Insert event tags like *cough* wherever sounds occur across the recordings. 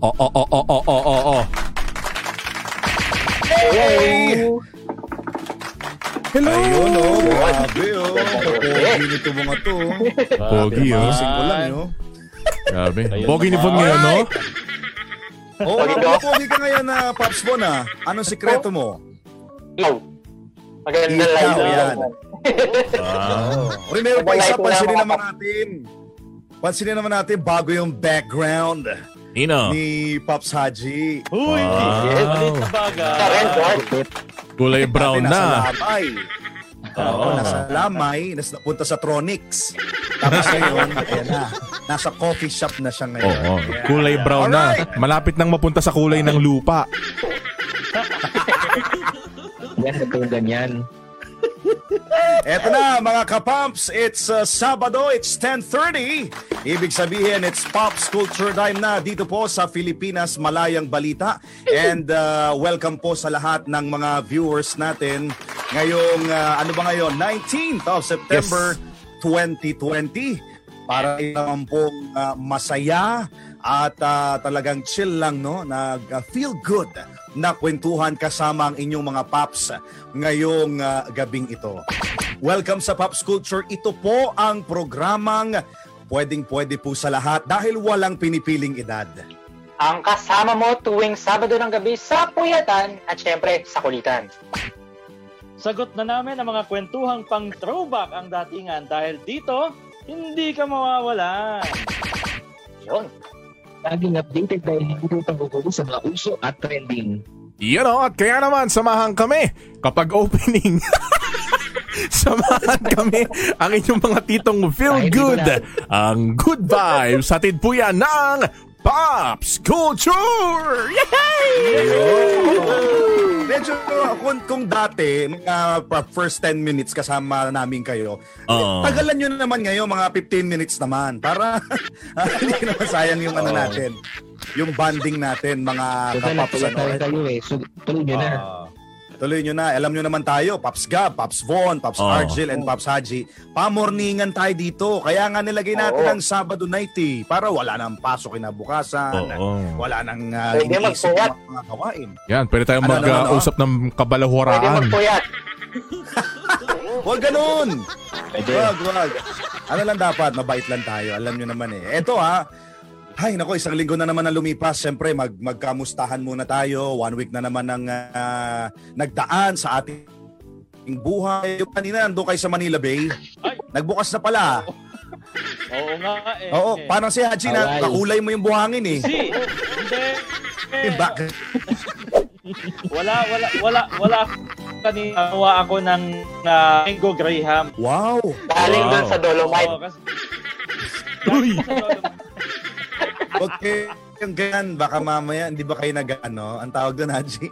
Oh, oh, oh, oh, oh, oh, oh, oh. Hey! Hello! Ayun, oh. Grabe, oh. Pogi nito mga to. oh. Pogi, oh. Sing ko lang, yo. Grabe. Pogi ni Von ngayon, no? Oo, oh, mga pogi ka ngayon na Pops Bon, ah. Anong sikreto mo? Ilaw. Maganda Ilaw, light. oh, yan. Wow. Uri, meron pa isa. Pansinin Light na mga naman natin. Pansinin naman natin bago yung background Nino. ni Pops Haji. Oh, Uy, Wow. maliit na bagay. Sa red Ah, board. Kulay brown Dati Nasa na. Oh. lamay. Oo, nasa lamay. Nas napunta sa Tronics. Tapos ngayon, ayan na. Nasa coffee shop na siya ngayon. Oo. Kulay brown na. Alright. Malapit nang mapunta sa kulay ng lupa. Yan, ito ganyan. Eto na mga kapamps, it's uh, Sabado, it's 10.30. Ibig sabihin, it's Pops Culture Time na dito po sa Pilipinas Malayang Balita. And uh, welcome po sa lahat ng mga viewers natin ngayong, uh, ano ba ngayon, 19th of September 2020 para rin naman pong ah, masaya at ah, talagang chill lang no nag ah, feel good na kwentuhan kasama ang inyong mga paps ngayong ah, gabing ito. Welcome sa Pops Culture. Ito po ang programang pwedeng-pwede po sa lahat dahil walang pinipiling edad. Ang kasama mo tuwing Sabado ng gabi sa Puyatan at syempre sa Kulitan. Sagot na namin ang mga kwentuhang pang throwback ang datingan dahil dito, hindi ka mawawala. Yun. Laging updated dahil hindi ko tagugulo sa mga uso at trending. Yan o, oh. at kaya naman, samahan kami kapag opening. *laughs* samahan kami ang inyong mga titong feel Ay, hindi good. ko Ang good vibes. Hatid po yan ng Pops Culture! Yay! Medyo uh, kung, kung dati, mga pa- first 10 minutes kasama namin kayo, eh, Oo. tagalan nyo naman ngayon, mga 15 minutes naman. Para *laughs* hindi naman sayang yung ano natin, yung bonding natin, mga Diba, kapaps. Kasi napagyan Ano. tayo kayo eh. So, tuloy nyo na. Ah, tuloy nyo na. Alam nyo naman tayo, Paps Gab, Paps Von, Paps Oo. Argel, and Paps Haji. Pamorningan tayo dito. Kaya nga nilagay natin Oo. ang Sabado night eh, para wala nang pasok kinabukasan. Oo. Wala nang uh, Pwede iniisip ng magpuwat. mga gawain. Yan, pwede tayong Ano, ano, ano? mag-usap ng Pwede kabalahuaraan. magpuyat. Huwag ganun! Wag, wag. Ano lang dapat, mabait lang tayo. Alam nyo naman eh. Eto ha, ay, nako, isang linggo na naman ang lumipas. Siyempre, mag, magkamustahan muna tayo. One week na naman ang ah, nagdaan sa ating buhay. Yung kanina, nandun kayo sa Manila Bay. Ay. Nagbukas na pala. Oo nga eh. Oo, parang si Haji na Alay. nakulay mo yung buhangin eh. Si, hindi. Yung back- Wala, wala, wala, wala. Kanina, nawa ako ng na Mango Graham. Wow! Galing Wow. dun sa Dolomite. Oo, kasi... Galing sa Dolomite. Okay, yung ganyan, baka mamaya, hindi ba kayo nag, ano, ang tawag doon, Haji?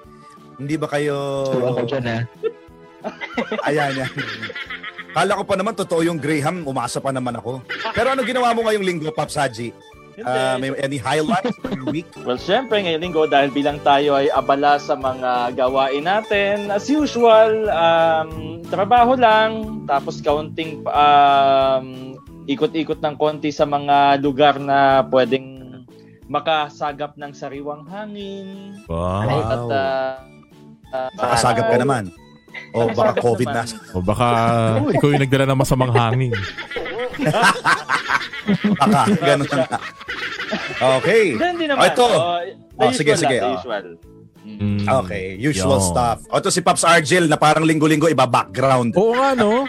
Hindi ba kayo... So, ako dyan ah. Ayan, yan. Kala ko pa naman, totoo yung Graham, umasa pa naman ako. Pero ano ginawa mo ngayong linggo, Pops Haji? Hindi. Ah, may any highlights for your week? Well, syempre, ngayong linggo, dahil bilang tayo ay abala sa mga gawain natin, as usual, um, trabaho lang, tapos kaunting um, ikot-ikot ng konti sa mga lugar na pwedeng makasagap ng sariwang hangin. Wow. Right, At, uh, uh, Nakasagap ka naman. O baka Nakasagap COVID na. naman. O baka ikaw yung nagdala ng masamang hangin. Baka, ganun na. Okay. Hindi, hindi naman. Ah, ito. Oo, the Ah, sige, usual sige, lang, the ah. usual. Mm. Okay, usual Yo. stuff. O ito si Pops Argel na parang linggo-linggo iba background. Oo nga, no?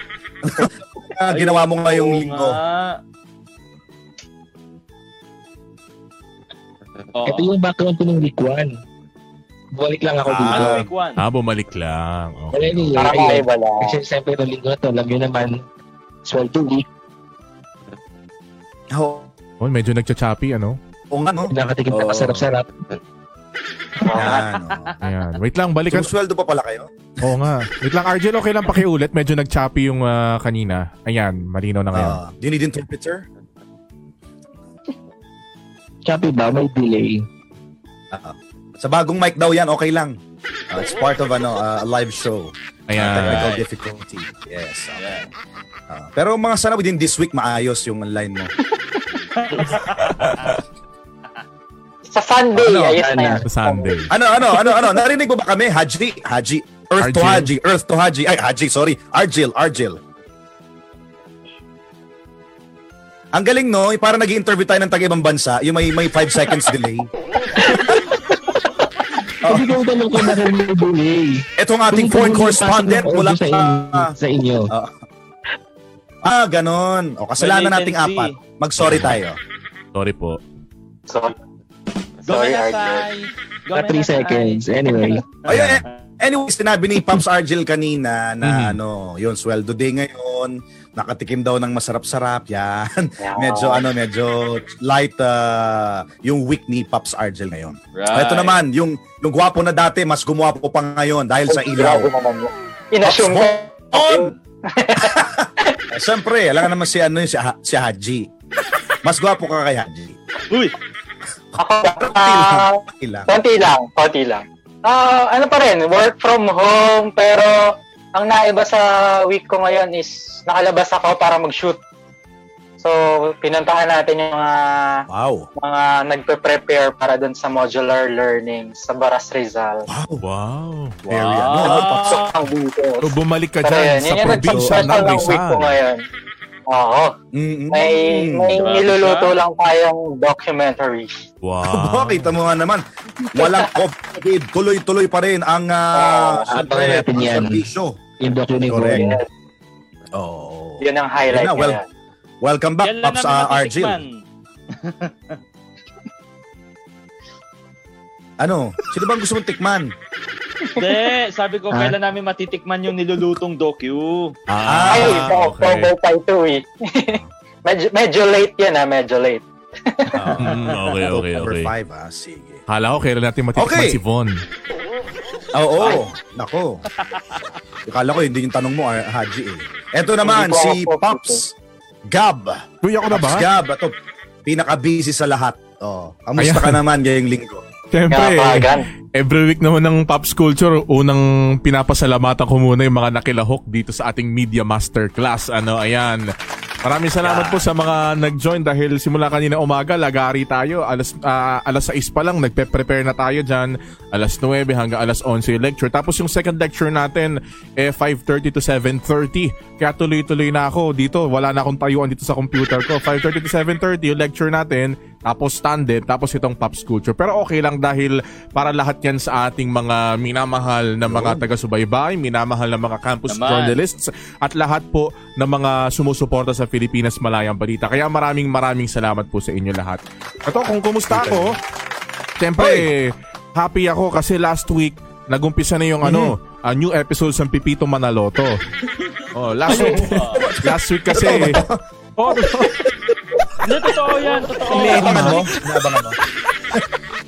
Ah, ginawa mo ngayong Oo linggo. nga. Oo. Ito yung background ko ng week 1. Bumalik lang ako Ah. dito. Ano, week one? Ah, bumalik lang. Okay. Well, anyway, Para kayo ayun. wala. Kasi siyempre ng linggo na to, alam nyo naman, sweldo week, Oo Oh, medyo nagchachapi, ano? oo nga, no? nakatikim na Oo. masarap-sarap. Yan, o. Ayan. Wait lang, *laughs* balikan. Sumusweldo pa pala kayo? Oo nga. Wait lang, Arjel, okay lang pakiulit. Medyo nagchapi yung ah, kanina. Ayan, malinaw na ngayon. Ah, do you need interpreter? Shopee ba, may delay. Ah, ah. Sa bagong mic daw yan, okay lang. Ah, it's part of ano, ah, a live show. Ah, Ayan. Technical difficulty. Yes. okay. Ah, pero mga sana within this week, maayos yung line mo. Sa Sunday, Ano, ayos na ano? yan. Sa Sunday. Ano, ano, ano, ano? Narinig mo ba kami? Haji, Haji. Earth to Argel. Haji, Earth to Haji. Ay, Haji, sorry. Argel, Argel. Ang galing, no? Para nag interview tayo ng taga-ibang bansa, yung may, may five seconds delay. Hindi ko tanong kung bakit may delay. Ito ang ating foreign Kung sino yung correspondent pasok ng mula order sa... sa inyo. Sa inyo. Ah, ganon. O, kasalanan May nating latency. apat. Mag-sorry tayo. Sorry po. So, sorry, Gawin na Argel. say. Mga 3 seconds. *laughs* Anyway. Ayun, eh, anyway, sinabi ni Pops Argel Mhm. kanina Mm-hmm. na ano, yun, sweldo day ngayon, nakatikim daw ng masarap-sarap, yan. *laughs* medyo, Oh. ano, medyo light ah, yung week ni Pops Argel ngayon. Right. Ito naman, yung, yung gwapo na dati, mas gumwapo pa ngayon dahil sa Grabe ilaw. naman yun. Inassume ko. On! Siyempre, alam ka naman si, ano, yun, si, Ha- si Haji. Mas gwapo ka kay Haji. Uy, Ako, ah, Ilang. konti lang, konti lang. Ah, ano pa rin, work from home, pero ang naiba sa week ko ngayon is nakalabas ako para mag-shoot. So, pinuntahan natin yung mga Wow. mga nagpe-prepare para dun sa modular learning sa Baras Rizal. Wow. Wow. Wow. Area. No, Wow. ano, Pops? Ang details. So, bumalik ka Pero yun, dyan yun sa yung probinsya nagsuspecial ng ng week ko Rizal. ngayon. Oo. Mm-mm. May, may Hmm, Grabe niluluto siya. lang tayong documentary. Wow. *laughs* Aba, kita mo nga naman. Walang COVID. Tuloy-tuloy pa rin ang ah, Ah, syempre, abangan natin ang yan. serbisyo. Yung doc Correct. uniform. Oo. Yun ang Yun highlight na, well, ngayon. Welcome back, yan lang Pops namin uh, natitikman. Argel. Ano? Sino bang gusto mong tikman? Hindi, sabi ko, Ha? kailan namin matitikman yung nilulutong docu. Ah, Ay, so, okay. Ah. combo tayo to eh. *laughs* medyo, medyo late yan ah, medyo late. Mm, okay, okay, Number okay. five, ah. Sige. Hala ko, kailan natin matitikman Okay. si Von? Oo. Nako. Akala ko, hindi yung tanong mo, ah, Haji eh. Eto naman, Hindi po si ako focus, Pops Gab. Uy, ako na Ano ba? Pops Gab. Ito, pinaka-busy sa lahat. Oh, kamusta Ayan. ka naman ngayong linggo? Siyempre, eh, Kapagan. every week naman ng Pops Culture, unang pinapasalamatan ko muna yung mga nakilahok dito sa ating Media Masterclass. Ano, ayan. Maraming salamat po sa mga nag-join dahil simula kanina umaga, lagari tayo. Alas, ah, alas 6 pa lang, nagpe-prepare na tayo dyan. Alas 9 hanggang alas 11 yung lecture. Tapos yung second lecture natin, eh, 5.30 to 7.30. Kaya tuloy-tuloy na ako dito. Wala na akong tayuan dito sa computer ko. 5.30 to 7.30 yung lecture natin. Tapos standard, tapos itong Pops Culture. Pero okay lang dahil para lahat yan sa ating mga minamahal na mga taga-subaybay, minamahal na mga campus Naman. journalists, at lahat po ng mga sumusuporta sa Pilipinas Malayang Balita. Kaya maraming maraming salamat po sa inyo lahat. Ito, kung kumusta ako, Siyempre, happy ako kasi last week, nagumpisa na yung ano, a new episode sa Pipito Manaloto. oh, last week. last week kasi. *laughs* Oh, totoo. Hindi, totoo yan, totoo. Abangan mo? Abangan mo?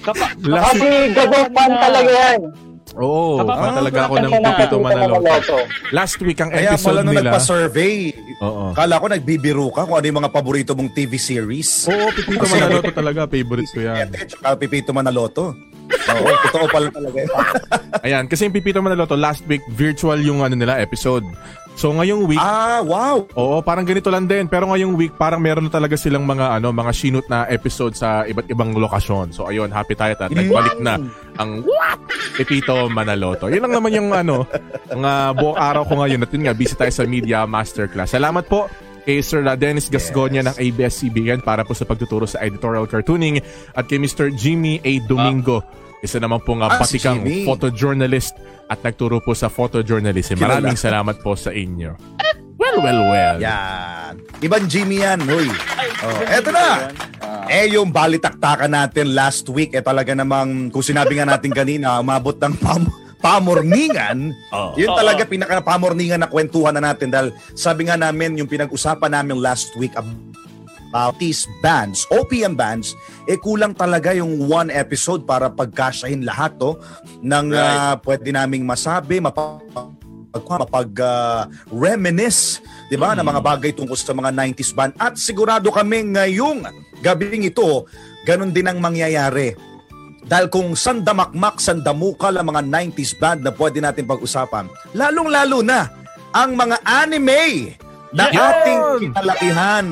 Kapa- last Kasi gabong fan talaga yan. Oo, Kapag- fan talaga ako ng Kasi Pipito nakakita na Manaloto. loto. Last week ang Kaya pala episode nung nila. nagpa-survey, Oo. kala ko nagbibiro ka kung ano yung mga paborito mong TV series. Oo, Pipito Kasi- Manaloto talaga. Favorite ko yan. Ete, tsaka Pipito Manaloto. Oo, totoo pala talaga. *laughs* yun. Ayan, kasi yung Pipito Manaloto, last week, virtual yung ano nila, episode. So, ngayong week, ah, wow! Oo, parang ganito lang din. Pero ngayong week, parang meron na talaga silang mga ano, mga sinut na episode sa iba't ibang lokasyon. So ayun, happy tayo at nagbalik na ang what? Pepito Manaloto. Yun lang naman yung ano, mga buong araw ko ngayon. At yun nga, busy tayo sa media masterclass. Salamat po kay Sir Dennis Gasgonia ng ABS-CBN para po sa pagtuturo sa editorial cartooning at kay Mr. Jimmy A. Domingo. Isa naman po nga Ah, si patikang Jimmy. photojournalist at nagturo po sa photojournalism. Maraming salamat po sa inyo. Well, well, well. Yan. Ibang Jimmy yan, huy. Oh, eto na! Ah. Eh, yung balitaktakan natin last week, eh talaga namang, kung sinabi nga natin kanina, umabot ng pam pamorningan. Oo. Yun talaga pinaka-pamorningan na kwentuhan na natin dahil sabi nga namin, yung pinag-usapan namin last week about these bands, OPM bands, eh kulang talaga yung one episode para pagkasyahin lahat to ng ah, pwede naming masabi, mapag mapag ah, reminisce, 'di ba, ng mga bagay tungkol sa mga 90s band at sigurado kami ngayong gabing ito, ganun din ang mangyayari. Dahil kung sandamakmak, sandamukal ang mga 90s band na pwede natin pag-usapan, lalong-lalo na ang mga anime na Yun! ating kinalakihan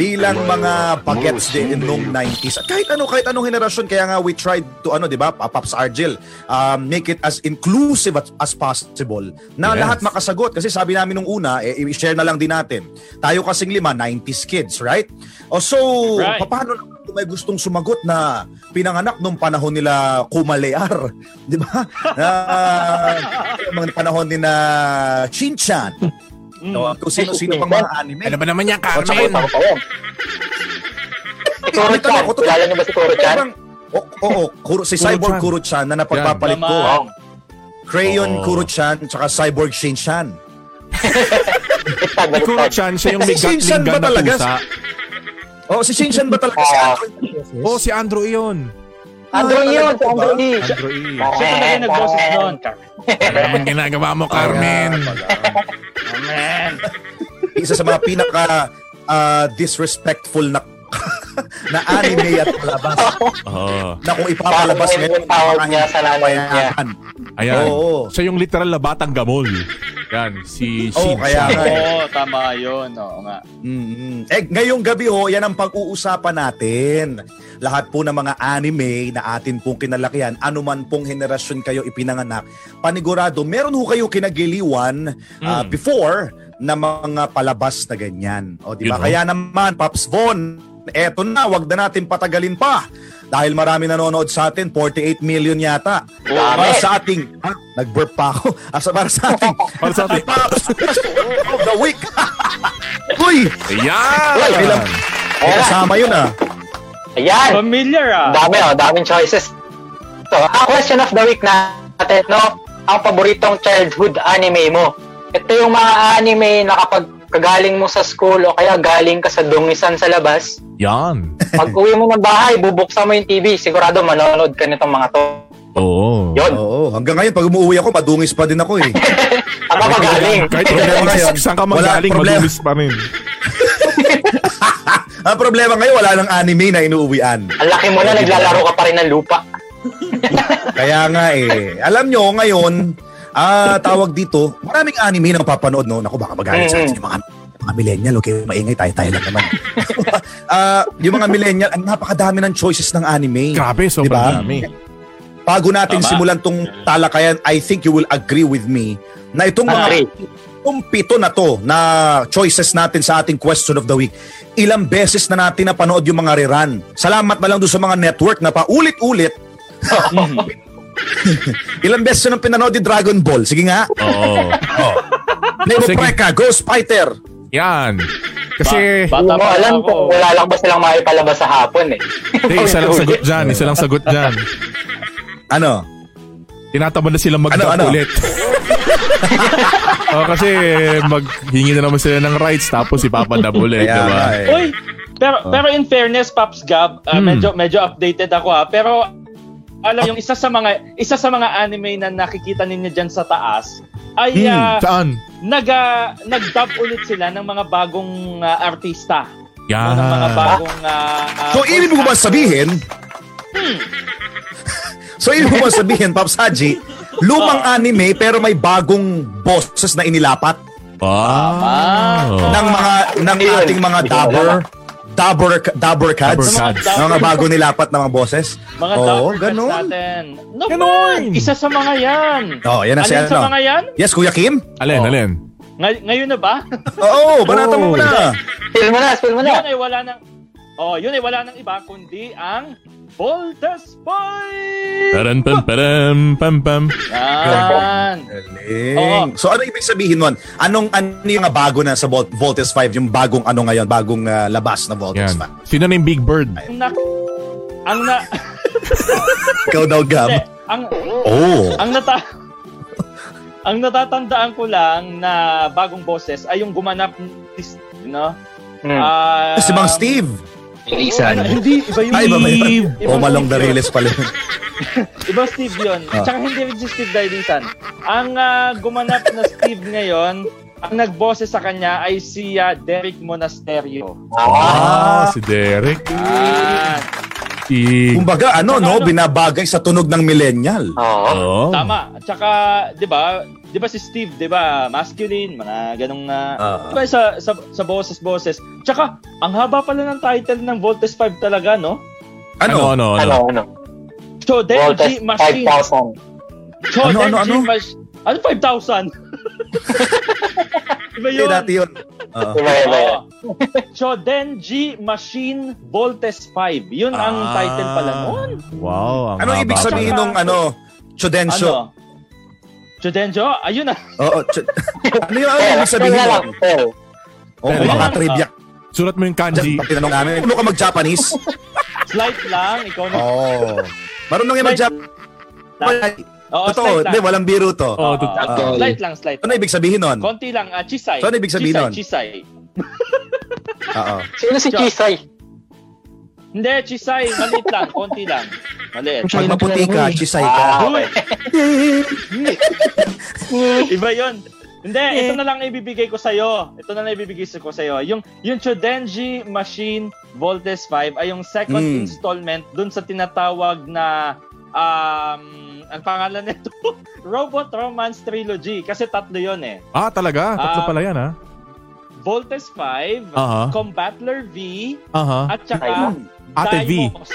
bilang mga bagets din noong 90s. At kahit ano, kahit anong henerasyon, kaya nga we tried to, ano, di ba, Pa- Pops Argel, um, make it as inclusive as, as possible na Yes. lahat makasagot. Kasi sabi namin nung una, eh, i-share na lang din natin. Tayo kasing lima, 90s kids, right? O so, Right. paano naman kung may gustong sumagot na pinanganak nung panahon nila Kumalear, *laughs* di ba? Ah, *laughs* mga panahon ni na Chinchan. No, kung sino-sino pang mga anime. Ano ba naman yan, O, tsaka Carmen? yung- Ako pa yan. Si Ito Kuro-chan. na, Kilala niyo ba si Kuro-chan? Parang- o- Oo, Kuro- si Cyborg Kuro-chan na napagpapalit ko. Tama. ah. Oo. Crayon Kuro-chan tsaka Cyborg Shinchan. Siguro Baliktad, baliktad. chan siya yung may Si gatling Shinchan gun Eh, ba na talaga? pusa. Oh, si Shinchan ba talaga *laughs* si Ah. Android? Oh, si Andrew yun. Andrew yun, si Ano ba? Andrew E. Andrew E. Siya talaga yung nagboses noon, Carmen. Ano naman ginagawa mo, Carmen? Kaya pala. Isa sa mga pinaka ah, disrespectful na *laughs* na anime at palabas *laughs* Oo. na kung ipapalabas Parang yung tawag niya sa nanay niya. payagan. Ayan. Oo. Siya yung literal na batang gamol. Yan, si Oo, Shin. kaya nga eh. Oo, tama yun. Oo nga. mm Eh, ngayong gabi ho, yan ang pag-uusapan natin. Lahat po ng mga anime na atin pong kinalakihan, anuman pong henerasyon kayo ipinanganak, panigurado, meron ho kayo kinagiliwan Mm. ah, before na mga palabas na ganyan. O, di Yun ba? ho. Kaya naman, Paps Von, eto na, wag na natin patagalin pa. Dahil marami nanonood sa atin, 48 million yata. Dami. Para sa ating, ah, nag-burp pa ako. *laughs* Ah, sa- para sa ating, Para sa atin. *laughs* Pops of the week. *laughs* Uy! Ayan! Ay, bilang- May kasama yun ah. Ayan. Familiar Ang ah. Dami oh, daming choices. So, ang question of the week natin, no? Ang paboritong childhood anime mo. Ito yung mga anime na kapag kagaling mo sa school o kaya galing ka sa dungisan sa labas, Yan. pag uwi mo ng bahay, bubuksan mo yung TV, sigurado manonood ka nitong mga to. Oo. Yun. Oo, hanggang ngayon pag umuwi ako, madungis pa din ako eh. Tama ba galing? Kahit Problema ngayon. saan ka magaling, Wala, problema. madulis pa rin. Ang problema ngayon, wala nang anime na inuuwian. Ang laki mo na, naglalaro ka pa rin ng lupa. Kaya nga eh. Alam nyo, ngayon, ah, tawag dito, maraming anime na papanood, no? Naku, baka magalit sa atin yung mga, mga millennial, okay? Maingay tayo, tayo lang naman. *laughs* Ah, yung mga millennial, ang napakadami ng choices ng anime. Grabe, sobrang Diba? dami. Bago natin Tama. simulan tong talakayan, I think you will agree with me na itong mga Agree. itong pito na to na choices natin sa ating question of the week, ilang beses na natin napanood yung mga rerun. Salamat na lang doon sa mga network na paulit-ulit. *laughs* ilang beses na pinanood yung Dragon Ball. Sige nga. Oo. Lego Sige. Preka, Ghost Fighter. Yan. Kasi, Ba- Hindi bata mo pa alam lang ako. kung wala lang ba silang maipalabas sa hapon eh. hindi, isa lang sagot dyan. Isa lang sagot dyan. Ano? Tinatamad na silang mag Ano, ano? *laughs* ulit. oh, kasi maghingi na naman sila ng rights tapos ipapadab ulit, Kaya diba? nga eh. Uy, pero Ah. pero in fairness Pops Gab, ah, Hmm. medyo medyo updated ako ha, pero Ah. alam yung isa sa mga isa sa mga anime na nakikita ninyo diyan sa taas ay Hmm, ah, saan? nag ah, nag-dub ulit sila ng mga bagong ah, artista. Yan. Ng mga bagong ah, ah, hmm. So, ibig mo ba sabihin, *laughs* so, ibig mo ba sabihin, Pops Haji, lumang Oh. anime pero may bagong boses na inilapat Wow. ng mga, ng Yun. ating mga dabber, dabber, dabber Dabber cats. cats. Ng mga bago nilapat na mga boses. Mga Oo, oh, ganun. natin. No, Ganun. man, Isa sa mga yan. Oo, yan ang si Alin sa ano. mga yan? Yes, Kuya Kim? Alin, alin? Ngay- ngayon na ba? Oo, banata mo Oo. Oh. na. Spill mo na, spill mo yun na. ay wala nang... Oh, yun ay wala nang iba kundi ang Voltes Boy! Param, pam, param, pam, pam. Yan. Oo. Galing. So ano ibig sabihin nun? Anong ano yung mga bago na sa Vol- Voltes 5? Yung bagong ano ngayon, bagong ah, labas na Yan. Voltes 5? Sino na yung Big Bird? Ang na... Ang na... Ikaw daw, Gab. Hindi, ang... Oh. Ang nata... ang natatandaan ko lang na bagong boses ay yung gumanap ni... No? Hmm. Ah, ano, si Mang Steve. Isan. Hindi, iba yun. Ay, iba ba yun? Iba O malong Steve yun. dariles pala. yun. Iba Steve yun. Ah. Tsaka hindi rin si Steve Dailisan. Ang ah, gumanap na Steve ngayon, ang nagboses sa kanya ay si ah, Derek Monasterio. Ah, Ah, si Derek. Yan. I- *laughs* Kumbaga, ano, no, binabagay sa tunog ng millennial. Oo. Oh. Oo. Tama. At saka, 'di ba? 'Di ba si Steve, 'di ba? Masculine, mga ganong na Ah. 'di ba sa sa sa boses boses. Tsaka, ang haba pala ng title ng Voltes 5 talaga, no? Ano? Ano, ano, Ano, ano? ano? So, Voltes Denji Machine. 5000. So, Ano, ano, Denji ano? Mach- Ano *laughs* 5,000? Iba Eh, yun. dati yun. Oo. Iba, iba, iba. Oo. So, Denji Machine Voltes 5. Yun ang Ah. title pala noon. Wow. Ang Ano haba ibig pala. sabihin nung ano, Chudensyo? Ano? Chudenjo, ayun na. *laughs* Oo, chu- *laughs* ano yun? Ano Tel, ibig sabihin tel na lang, nun? tel. Oo, mga trivia. Sulat mo yung kanji. Diyan, pag tinanong namin, ano ka mag-Japanese? *laughs* Slight lang. Ikaw na. Oo. Marunong yung mag-Japanese. Oo, Totoo, slight lang. hindi, walang biro to. Oo, Oo, totoo. totoo. Slight lang, slight Ah, Ano ibig sabihin nun? Konti lang, ah, chisay. So, ano ibig sabihin nun? Chisay, Chisay. Oo. Sino si Chuck. Chisay? Hindi, chisay. Maliit lang, konti lang. Maliit. Pag maputi ka, chisay ka. Ah, Uy! okay. *laughs* Iba yon. Hindi, ito na lang ibibigay ko sa'yo. Ito na lang ibibigay ko sa'yo. Yung, yung Chodenji Machine Voltes 5 ay yung second Mm. installment dun sa tinatawag na um, ang pangalan nito, *laughs* Robot Romance Trilogy. Kasi tatlo yon eh. Ah, talaga? Tatlo Ah. pala yan, ha? Voltes Uh-huh. 5, Aha. Combatler V, Aha. at saka Ate V. Dimos.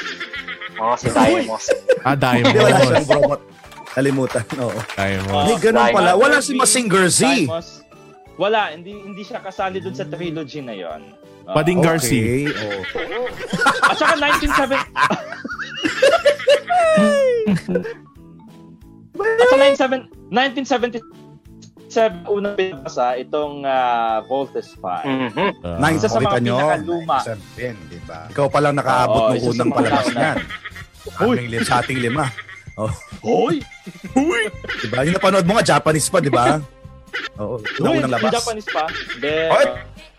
Oo, Oh, si Dimos. Ah, Hindi, wala Diamond. siyang robot. Kalimutan, oo. Diamond. Oo. Hindi, ganun pala. Battle Wala si Beast, Massinger Z. Timos. Wala, hindi hindi siya kasali dun sa trilogy na yon. Oo. Bading Garcia. Okay, oo. At saka 1970... At saka 1970... 1977 unang pinabasa itong ah, Voltes 5. Mhm. Nine, Isa sa kita mga Oh. nyo, pinakaluma. 97, di ba? Ikaw palang nakaabot Oo, ng isa sa unang mga palabas nauna. niyan. Uy! Aming lim- sa ating lima. Oh, Hoy! di ba? Yung napanood mo nga, Japanese pa, di ba? Oo, Uy, unang unang yung labas. Japanese pa. uh, De, Okay.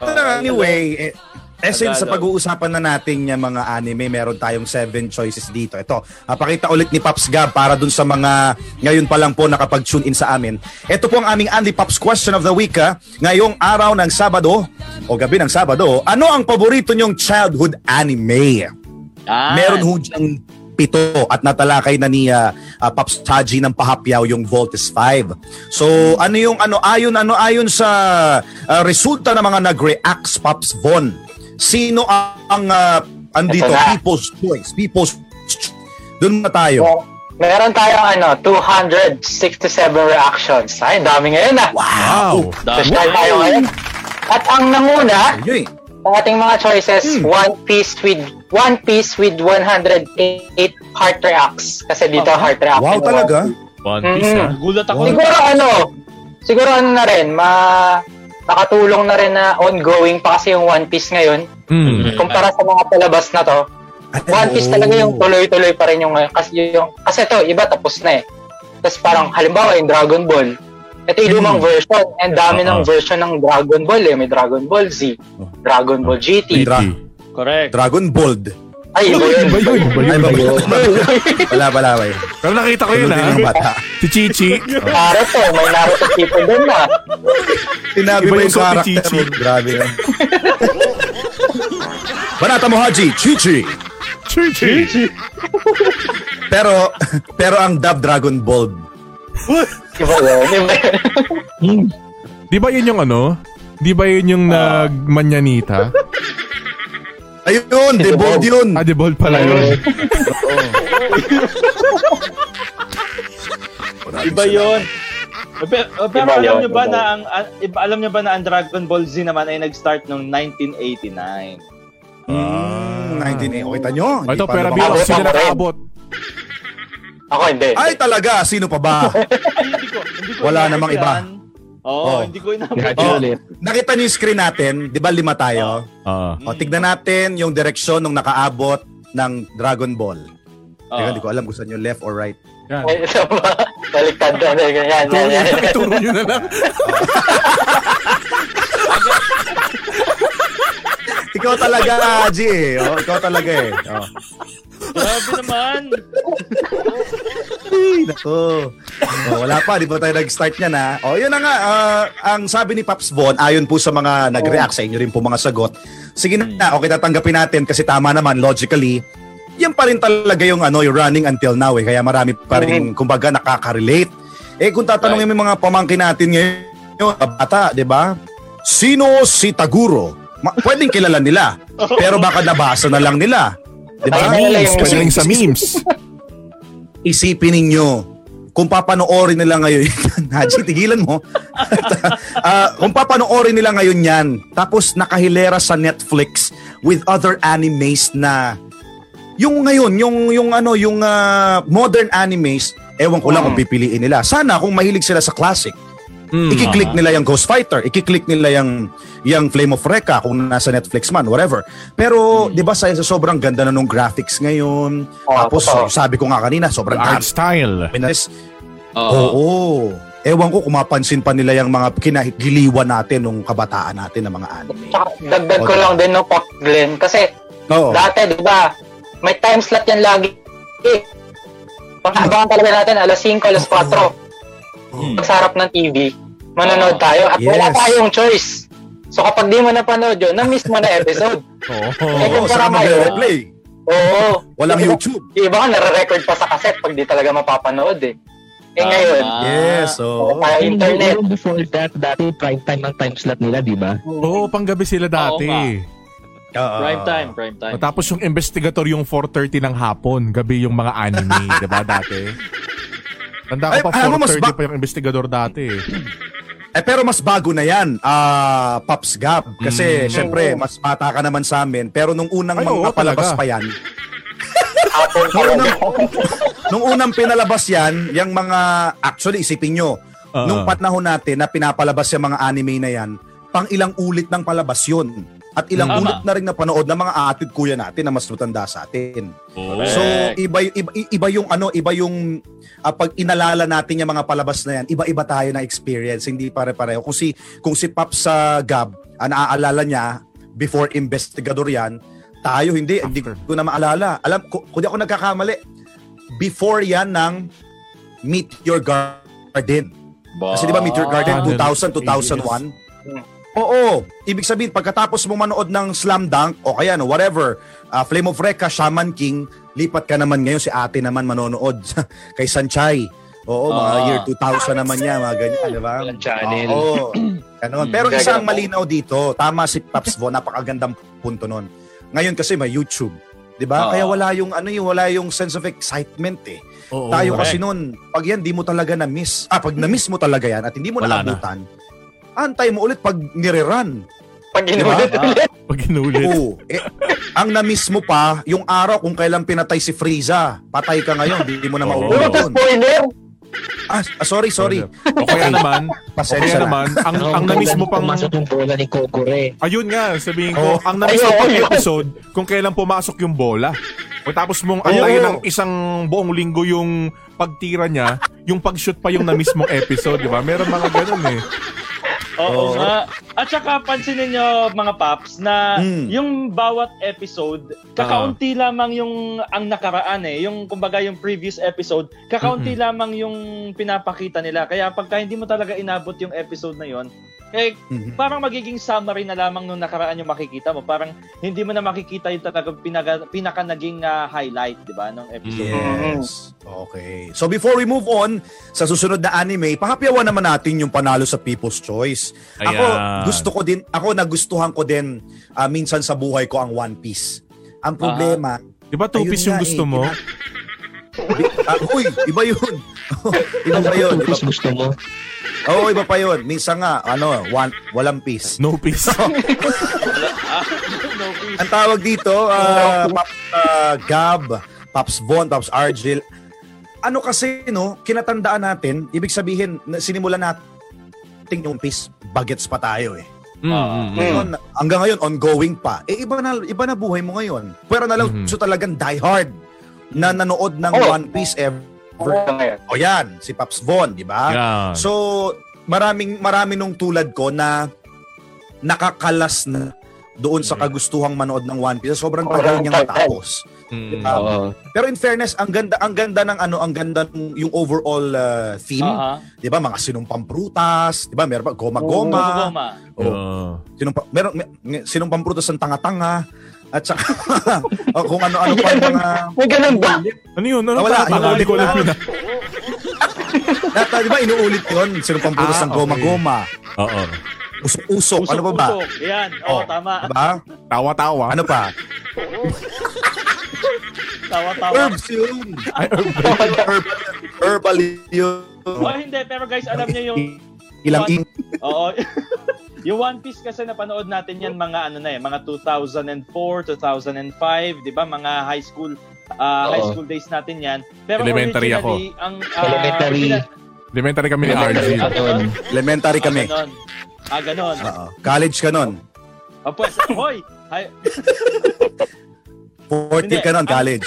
oo, Tara, anyway, eh, essence sa Tagalog. pag-uusapan na natin yung mga anime, meron tayong seven choices dito. Ito, ah, pakita ulit ni Pops Gab para dun sa mga ngayon pa lang po nakapag-tune in sa amin. Ito po ang aming Andy Pops Question of the Week. ah. Ngayong araw ng Sabado, o gabi ng Sabado, ano ang paborito nyong childhood anime? Ah, Meron ho diyang pito at natalakay na ni ah, ah, Pops Taji ng pahapyaw yung Voltes 5. So ano yung ano ayon ano ayon sa ah, resulta ng mga nag-react sa Pops Von. Sino ang ah, andito Ito na. people's choice, people's Ch- doon na tayo. So, meron tayong ano, 267 reactions. Ay, ang dami ngayon ah. Wow. dami. Subscribe tayo ngayon. At ang nanguna Yun eh. sa ating mga choices, Hmm. One Piece with One Piece with 108 heart reacts. Kasi dito Wow. heart react. Wow and talaga. ah. One Piece, ha? Gulat ako. Hmm. Siguro ano, siguro ano na rin, ma nakatulong na rin na ongoing pa kasi yung One Piece ngayon. Mm. Kumpara sa mga palabas na to, Ay, One Piece oo. talaga yung tuloy-tuloy pa rin yung ngayon. Kasi, yung, kasi ito, iba tapos na eh. Tapos parang halimbawa yung Dragon Ball, ito yung lumang Hmm. version. And dami ng Oo. version ng Dragon Ball eh. May Dragon Ball Z, Dragon Ball GT. Oh. Dra- Ano, Correct. Dragon Bold. Ay, iba yun. Ba yun? Ba Ay, yun? ba- *laughs* wala wala wala. Pero nakita ko yun, Tulog ha? Ano din yung bata. Si *laughs* Chichi. Naruto, may Naruto people doon na. Sinabi Iba mo yung yung suot ni character Chichi. mo. Grabe yun. Banata mo, Haji. Chichi. Chichi. Pero, *laughs* pero ang dub Dragon Ball. Iba yun, iba yun. Di ba yun yung ano? Di ba yun yung Ah. nagmanyanita? Ayun, the bold yun. Ah, di ball pala *laughs* yun. Iba yun. Pero, pero Iba alam yun, niyo ba iba na ang a- iba, alam niyo ba na ang Dragon Ball Z naman ay nag-start noong 1989. Mm, 19 eh. O, kita nyo. O, Hindi Oh, ito, pa pera naman- bilang Abot, sino abot. nakaabot. Ako hindi. Ay, talaga. Sino pa *laughs* ba? Ay, hindi ko, hindi ko Wala inabot namang yan. iba. Oo, Oo. hindi ko inabot. Radyo Oh. ulit. Nakita nyo yung screen natin. Di ba lima tayo? Ah. O, tignan natin yung direksyon nung nakaabot ng Dragon Ball. Ah. Teka, hindi ko alam kung saan yung left or right. Ay, isa pa. Baliktad na. Yan, yan, Turo yan. nyo- Turo nyo na lang. Ikaw talaga, Haji eh. O, ikaw talaga eh. O. Grabe naman. Ay, nako. Oh, wala pa, di pa tayo nag-start niyan ha. O, yun na nga, ah, ang sabi ni Paps Von, ayon po sa mga nag-react sa inyo rin po mga sagot. Sige na, okay, tatanggapin natin kasi tama naman, logically, yan pa rin talaga yung ano, yung running until now eh. Kaya marami pa rin, kumbaga, nakaka-relate. Eh kung tatanungin mo yung mga pamangkin natin ngayon, mga bata, di ba? Sino si Taguro? Ma- pwedeng kilala nila, pero baka nabasa na lang nila. Di ba? Sa Ay, memes, ay, ay. pwede rin *laughs* sa memes. isipin ninyo kung papanoorin nila ngayon *laughs* Haji, tigilan mo. *laughs* Ah, kung papanoorin nila ngayon yan, tapos nakahilera sa Netflix with other animes na yung ngayon, yung yung ano, yung ah, modern animes, ewan ko lang kung pipiliin nila. Sana kung mahilig sila sa classic, Mm. Ikiklik nila yung Ghost Fighter, ikiklik nila yung yung Flame of Recca kung nasa Netflix man, whatever. Pero 'di ba sa, sa sobrang ganda na nung graphics ngayon, Oo, tapos totoo. sabi ko nga kanina, sobrang Art style. Pinas. Oo. Oo. Ewan ko kung mapansin pa nila yung mga kinagiliwan natin nung kabataan natin ng mga anime. Tsaka dagdag ko Okay. lang din no, Pop Glenn. Kasi Oo. dati, di ba, may time slot yan lagi. Eh, Pag-abangan talaga natin, alas 5, alas 4. Hmm. Pag sa harap ng TV, manonood tayo. At Oh. wala Yes. tayong choice. So kapag di mo napanood yun, na-miss mo na *laughs* episode. Eh, Oo, kung saka para kayo, magre-replay. Oo. Walang Yung iba- YouTube. yung Iba ka, nare-record pa sa cassette pag di talaga mapapanood eh. Eh Ah, Tama. ngayon, Yes, oo. tayo Yung internet. yung before that, dati prime time ang time slot nila, di ba? Oo, panggabi sila dati. nga. Oo. Prime time, prime time. Tapos yung investigator yung 4.30 ng hapon, gabi yung mga anime, *laughs* di ba dati? Tanda Ay, ko pa, alam mo, mas 4.30 ba- pa yung investigador dati. eh. Eh, pero mas bago na yan, ah, Pops Gab. Kasi, Mm. syempre, mas bata ka naman sa amin. Pero nung unang Ay, mga oo, palabas talaga. pa yan, Apple nung talaga. unang, *laughs* nung unang pinalabas yan, yung mga, actually, isipin nyo, Oo. nung panahon natin na pinapalabas yung mga anime na yan, pang ilang ulit ng palabas yun. At ilang Tama. ulit na rin napanood ng mga atid kuya natin na mas matanda sa atin. Correct. So iba, iba iba yung ano, iba yung ah, pag inalala natin yung mga palabas na yan, iba-iba tayo na experience, hindi pare-pareho. Kung si kung si Pop sa Gab, ang naaalala niya before investigador yan, tayo hindi hindi ko na maalala. Alam ko kung di ako nagkakamali, before yan ng Meet Your Garden. Kasi di ba Meet Your Garden Ah, 2000 yes. 2001? Oo, ibig sabihin pagkatapos mo manood ng Slam Dunk o kaya no whatever, ah, Flame of Recca, Shaman King, lipat ka naman ngayon si ate naman manonood *laughs* kay Sanchay. Oo, mga Ah. year 2000 naman niya, mga ganyan, di ba? Ang channel. Oo. Ganun. Hmm, Pero kaya isang ganun po. malinaw dito, tama si Paps Vo, napakagandang punto nun. Ngayon kasi may YouTube, 'di ba? Oo. Kaya wala yung ano, yung wala yung sense of excitement eh. Oo, Tayo correct. kasi noon, pag yan di mo talaga na miss. Ah, pag na miss mo talaga yan at hindi mo Wala na. naabutan, antay mo ulit pag nire-run. Pag ginulit Diba? ulit. pag inulit. Oo. Eh, ang na-miss mo pa, yung araw kung kailan pinatay si Frieza. Patay ka ngayon, hindi mo na Oo. mauulit Puro ka yun. spoiler. Ah, s- ah, sorry, sorry. O kaya naman, o kaya Pasensya na. naman, ang, ang Ang na-miss mo pang... kailan Pumasok yung bola ni Kokore. Ayun nga, sabihin Oh. ko, ang na-miss Ayun, mo pang ayun. episode, kung kailan pumasok yung bola. Matapos mong ang Ayun. layo ng isang buong linggo yung pagtira niya, yung pag-shoot pa yung na-miss mong episode, di ba? Meron mga ganun eh. Oo. Oo nga. At saka pansinin nyo mga paps na Mm. yung bawat episode, Ah. kakaunti lamang yung ang nakaraan eh. Yung kumbaga yung previous episode, kakaunti lamang yung pinapakita nila. Kaya pagka hindi mo talaga inabot yung episode na yon, eh Mhm. parang magiging summary na lamang nung nakaraan yung makikita mo. Parang hindi mo na makikita yung talagang pinaga, pinaka naging ah, highlight, di ba, nung episode. Yes. Okay. So before we move on sa susunod na anime, pahapyawan naman natin yung panalo sa People's Choice. Ako Ayan. gusto ko din, ako nagustuhan ko din ah, minsan sa buhay ko ang One Piece. Ang problema, Di ba Ah. two Ayun piece yung nga gusto eh, mo? ah, uy, iba 'yun. *laughs* iba Ano pa ba 'yun. Iba, Tapos gusto mo? oh, iba pa 'yun. Minsan nga ano, one, walang piece. No *laughs* piece. No, please. Ang tawag dito, *laughs* ah, Pops ah, Gab, Pops Von, Pops Argel. Ano kasi, no, kinatandaan natin, ibig sabihin, na- sinimulan natin yung piece, bagets pa tayo eh. Mm, mm, mm. Ngayon, hanggang ngayon, ongoing pa. Eh, iba na, iba na buhay mo ngayon. Pero nalaw, Mhm. so talagang die hard na nanood ng Oo. One Piece ever. Oo, ngayon. O yan, si Pops Von, Ah, di ba? Yan. So, maraming marami nung tulad ko na nakakalas na doon sa kagustuhang manood ng One Piece. Oh, Sobrang tagal niyang matapos. Mm. Ah, Pero in fairness, ang ganda ang ganda ng ano, ang ganda ng yung overall uh, theme, Aha. 'di ba? Mga sinumpang prutas, 'di ba? Meron pa goma-goma. Goma. Oh, Oo. sinumpa, meron may- may- sinumpang prutas ang tanga-tanga. At saka, *laughs* o, kung ano-ano pa yung *laughs* mga... May ganun ba? Ano yun? Ano Wala, Wala, hinuli ko ko lang lang. pina. Lahat na, di ba, inuulit yun? Sino pang puros Ah, ng okay. goma-goma? Oo. Usok-usok. Ano pa ba? Usok-usok. Yan. Oo, Oh, tama. Diba? Tawa-tawa. Ano pa? Tawa-tawa. Herbs yun! *laughs* Ay, oh. herb. Herbal, herbal yun. Oh, hindi. Pero guys, alam niyo *laughs* yung... Ilang in. Oo. *laughs* yung One Piece kasi napanood natin yan mga ano na eh, mga 2004, 2005, 'di ba? Mga high school ah, high Oo. school days natin yan. Pero Elementary originally, Ang, ah, Elementary. pina- Elementary kami ni RG. Elementary ako nun. Elementary Ah, kami. ganon. Ah, ganon. Oo. College ka nun. Ah, pues, hoy! Hi, 40 Hindi, ka nun, ang- college.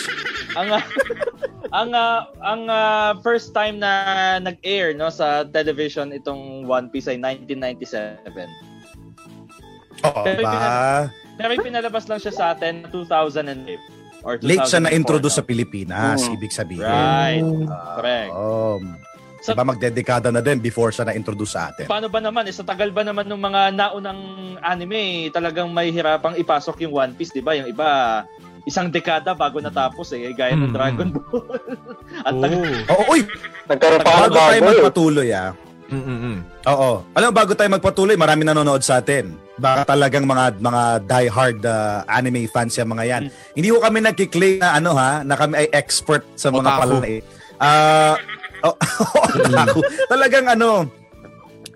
ang ah, *laughs* ang ah, ang ah, first time na nag-air no sa television itong One Piece ay 1997. Oo Pero ba? Pero pinalabas lang siya sa atin 2008 or 2004. Late siya na-introduce no? sa Pilipinas, Mm. ibig sabihin. Right. Ah, Correct. um, Sa- diba magdedekada na din before siya na-introduce sa atin. Paano ba naman? Eh, sa tagal ba naman ng mga naunang anime, eh, talagang may hirapang ipasok yung One Piece, di ba? Yung iba, isang dekada bago natapos eh. Gaya ng Mm. Oh. Dragon Ball. *laughs* At tagal. Oo. Oo, uy, Nagkaroon pa bago ako tayo bago. eh. magpatuloy ah. Mm, mm, mm. Oo. Alam mo, bago tayo magpatuloy, marami nanonood sa atin. Baka talagang mga mga die-hard ah, anime fans yung mga yan. Hindi ko kami nagki-claim na ano ha, na kami ay expert sa mga Otaku. pala eh. Ah, oh, *laughs* otaku. Talagang ano,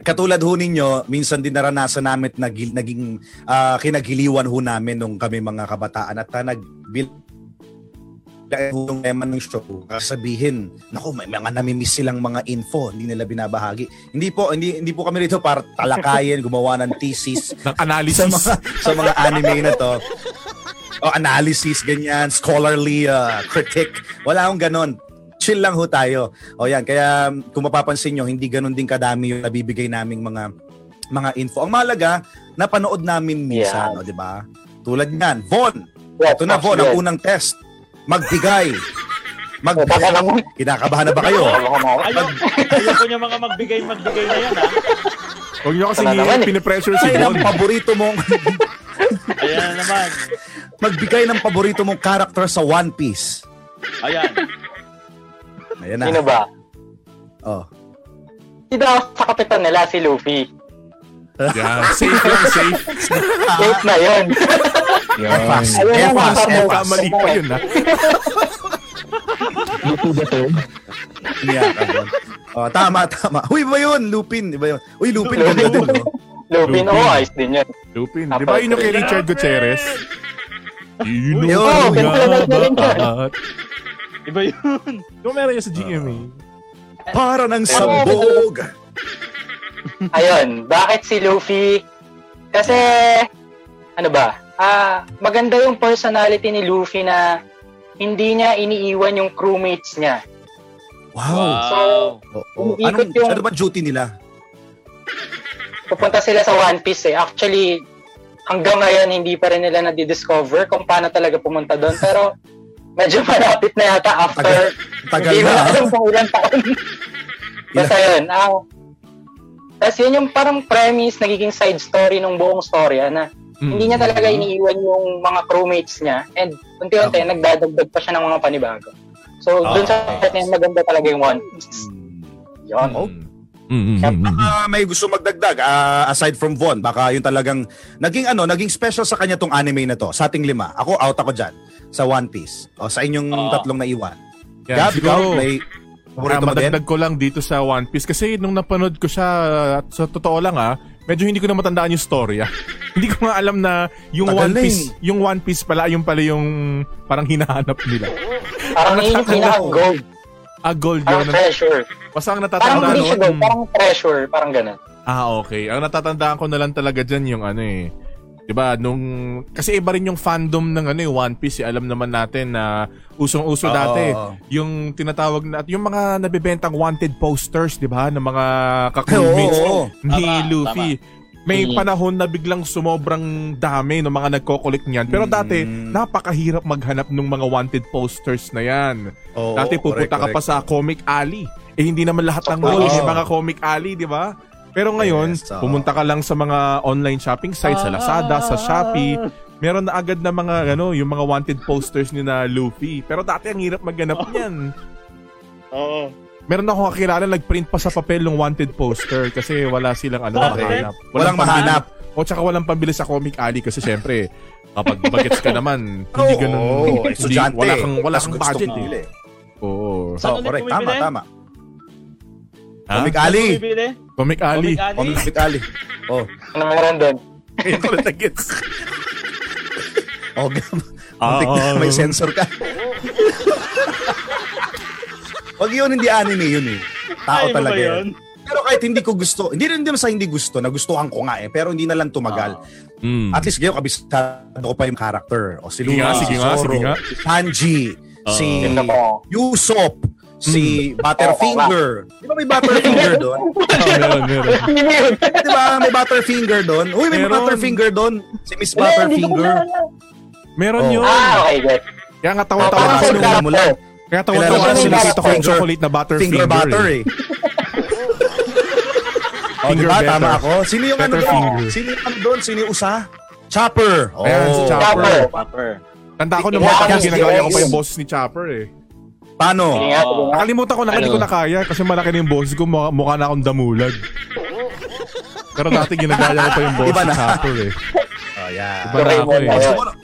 katulad ho ninyo, minsan din naranasan namin at nagil- naging ah, kinagiliwan ho namin nung kami mga kabataan at uh, nagbil dahil ho yung tema ng show, sabihin, naku, may mga namimiss silang mga info, hindi nila binabahagi. Hindi po, hindi, hindi po kami rito para talakayin, gumawa ng thesis Ng sa analysis. mga, sa mga anime na to. O analysis, ganyan, scholarly uh, critique. Wala akong ganon. Chill lang ho tayo. O yan, kaya um, kung mapapansin nyo, hindi ganon din kadami yung nabibigay naming mga mga info. Ang mahalaga, napanood namin minsan, o, di ba? Tulad niyan, Von, Yes, ito na po, ang yes. unang test. Magbigay. Mag Eh, *laughs* Baka naman. Kinakabahan na ba kayo? Baka naman. Ayaw, ayaw ko niya mga magbigay-magbigay na yan, ha? Huwag niyo kasi Wala naman eh. pinipressure si Magbigay ng Bon. paborito mong Ayan na naman. magbigay ng paborito mong character sa One Piece. Ayan. Ayan Sino na. ba? Oh. Si daw sa kapitan nila, si Luffy. Yan. Safe lang, safe. Date na *laughs* yun. Efas, Ayun Ah. na, Efas, nasa Baka Efas. mali pa yun, ha? Luto ba to? Niya ka doon. Oh, tama, tama. Uy, ba yun? Lupin, di ba yun? Uy, Lupin, ganda din, no? Luffy, Luffy. no, ayos din yun. Lupin. Di ba yun yung kay Richard Gutierrez? You Yun. know Yun. nga Yun. ba? Iba yun. Yung meron yun sa GMA. Para ng sambog. Ayun, bakit si Luffy? Kasi, ano ba, ah, maganda yung personality ni Luffy na hindi niya iniiwan yung crewmates niya. Wow. Wow. Oo, oo. Umiikot Anong, yung- ano ba duty nila? Pupunta sila sa One Piece eh. Actually, hanggang ngayon hindi pa rin nila na-discover kung paano talaga pumunta doon. Pero, medyo malapit na yata after. Tagal hindi na, ah. ko ha? alam kung ilang taon. Basta yun. Ah, Tapos yun yung parang premise, nagiging side story ng buong storya na Hmm. hindi niya talaga iniiwan yung mga crewmates niya and unti-unti Tama. nagdadagdag pa siya ng mga panibago. So, dun sa Ah. part na yun, maganda talaga yung One Piece. Yun. Oh. Mm, mm, Siya mm, mm. Ah, may gusto magdagdag ah, aside from Von baka yung talagang naging ano naging special sa kanya tong anime na to sa ating lima ako out ako dyan sa One Piece o sa inyong Oo. Ah. tatlong naiwan Yan, Gab, ikaw, siguro. may Ah, paborito mo din? madagdag ko lang dito sa One Piece kasi nung napanood ko siya at sa totoo lang ah, medyo hindi ko na matandaan yung story ah. *laughs* hindi ko nga alam na yung Tagal One na eh. Piece, yung One Piece pala yung pala yung parang hinahanap nila. Parang yun yung Ano? pinaka-gold. Ah, gold Parang yun. treasure. Basta ang Parang natatandaan hindi noon, siya gold. mm, Parang treasure. Parang ganun. Ah, okay. Ang natatandaan ko na lang talaga dyan yung ano eh. 'Di ba nung kasi iba rin yung fandom ng ano eh, One Piece, eh. alam naman natin na usong-uso Oo. dati yung tinatawag na at yung mga nabebentang wanted posters, 'di ba, ng mga ka-crewmates *laughs* Oo, oo. ni Tama, Luffy. May Mm. panahon na biglang sumobrang dami ng mga nagko-collect niyan. Pero dati, Mm. napakahirap maghanap ng mga wanted posters na 'yan. Oo, Dati correct, pupunta ka pa correct. sa Comic Alley. Eh hindi naman lahat ng Oo. mall may mga Comic Alley, 'di ba? Pero ngayon, Yes, oo. Ah. pumunta ka lang sa mga online shopping sites, sa Lazada, sa Shopee, meron na agad na mga ano, yung mga wanted posters ni na Luffy. Pero dati ang hirap Oh. maghanap niyan. Oo. Meron akong kakilala nagprint pa sa papel ng wanted poster kasi wala silang ano, Bakit? mahanap. Walang mahanap. O tsaka walang pambili sa Comic Alley kasi syempre, kapag bagets ka naman, hindi ganun. Oo, hindi- estudyante. wala kang, wala Tas kang gusto budget kong eh. bumili. Oo. Saan Oo, ulit correct. Tama, bumibili? tama. Ha? Comic Saan Ali. bumibili? Comic Alley. Comic Ali. Comic Ali. Oh, Ano meron *laughs* doon? Ayun ko lang nag-gets. oh, *laughs* gam- Muntik Ah, na, may sensor ka. Pag yun, hindi anime yun eh. Tao Ayaw mo talaga ba yun. Pero kahit hindi ko gusto, hindi rin naman sa hindi gusto, nagustuhan ko nga eh, pero hindi na lang tumagal. Mm. At least ngayon, kabisado ko pa yung character. O si Sige nga, Luna, si sige nga, Zoro, sige nga. si Sanji, si Yun na po. Usopp, si Mm. Butterfinger. Di ba may *laughs* Butterfinger doon? Ah, meron, meron. Hindi na yun. Di ba may Butterfinger doon? Uy, may Meron. Butterfinger doon. Si Miss Wala, hindi ko Butterfinger. kilala. Meron Oh. yun. Ah, okay, good. Kaya nga Ah, tawa-tawa parang kasi sa nung- Mula- character. Kaya tawa-tawa Kilala ko kasi yung nakita ko yung finger- chocolate na butter Finger finger. butter *laughs* eh. Oh, Finger diba? better. Tama ako. Sino yung ano Better doon? finger. Sino yung ano doon? Sino yung usa? Chopper. Oh. Ayan, si Chopper. Chopper. Paper. Tanda ko nung Yeah, bata ko yes, ginagawa niya ko yes. pa yung boses ni Chopper eh. Paano? Sige nga, sige nga. Nakalimutan ko na hindi Ano? ko na kaya kasi malaki na yung boses ko. Mukha, mukha na akong damulag. Pero dati ginagaya ko pa yung boses Iba ni na. Chopper eh. Oh, yeah. Iba na ako eh. Gusto mo na-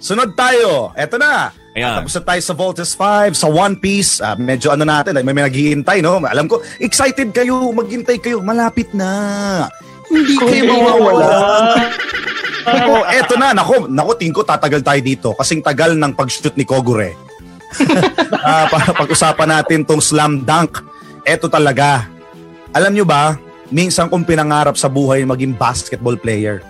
Sunod tayo. Eto na. Ayan. Tapos na tayo sa Voltes 5, sa One Piece. Ah, medyo ano natin, may, may naghihintay, no? Alam ko, excited kayo, maghintay kayo, malapit na. Hindi kayo mawawala. Nako, eto na. Nako, nako, tingin ko tatagal tayo dito. Kasing tagal ng pag-shoot ni *laughs* Kogure. Ah, pa- pag-usapan natin tong slam dunk. Eto talaga. Alam nyo ba, minsan kong pinangarap sa buhay maging basketball player.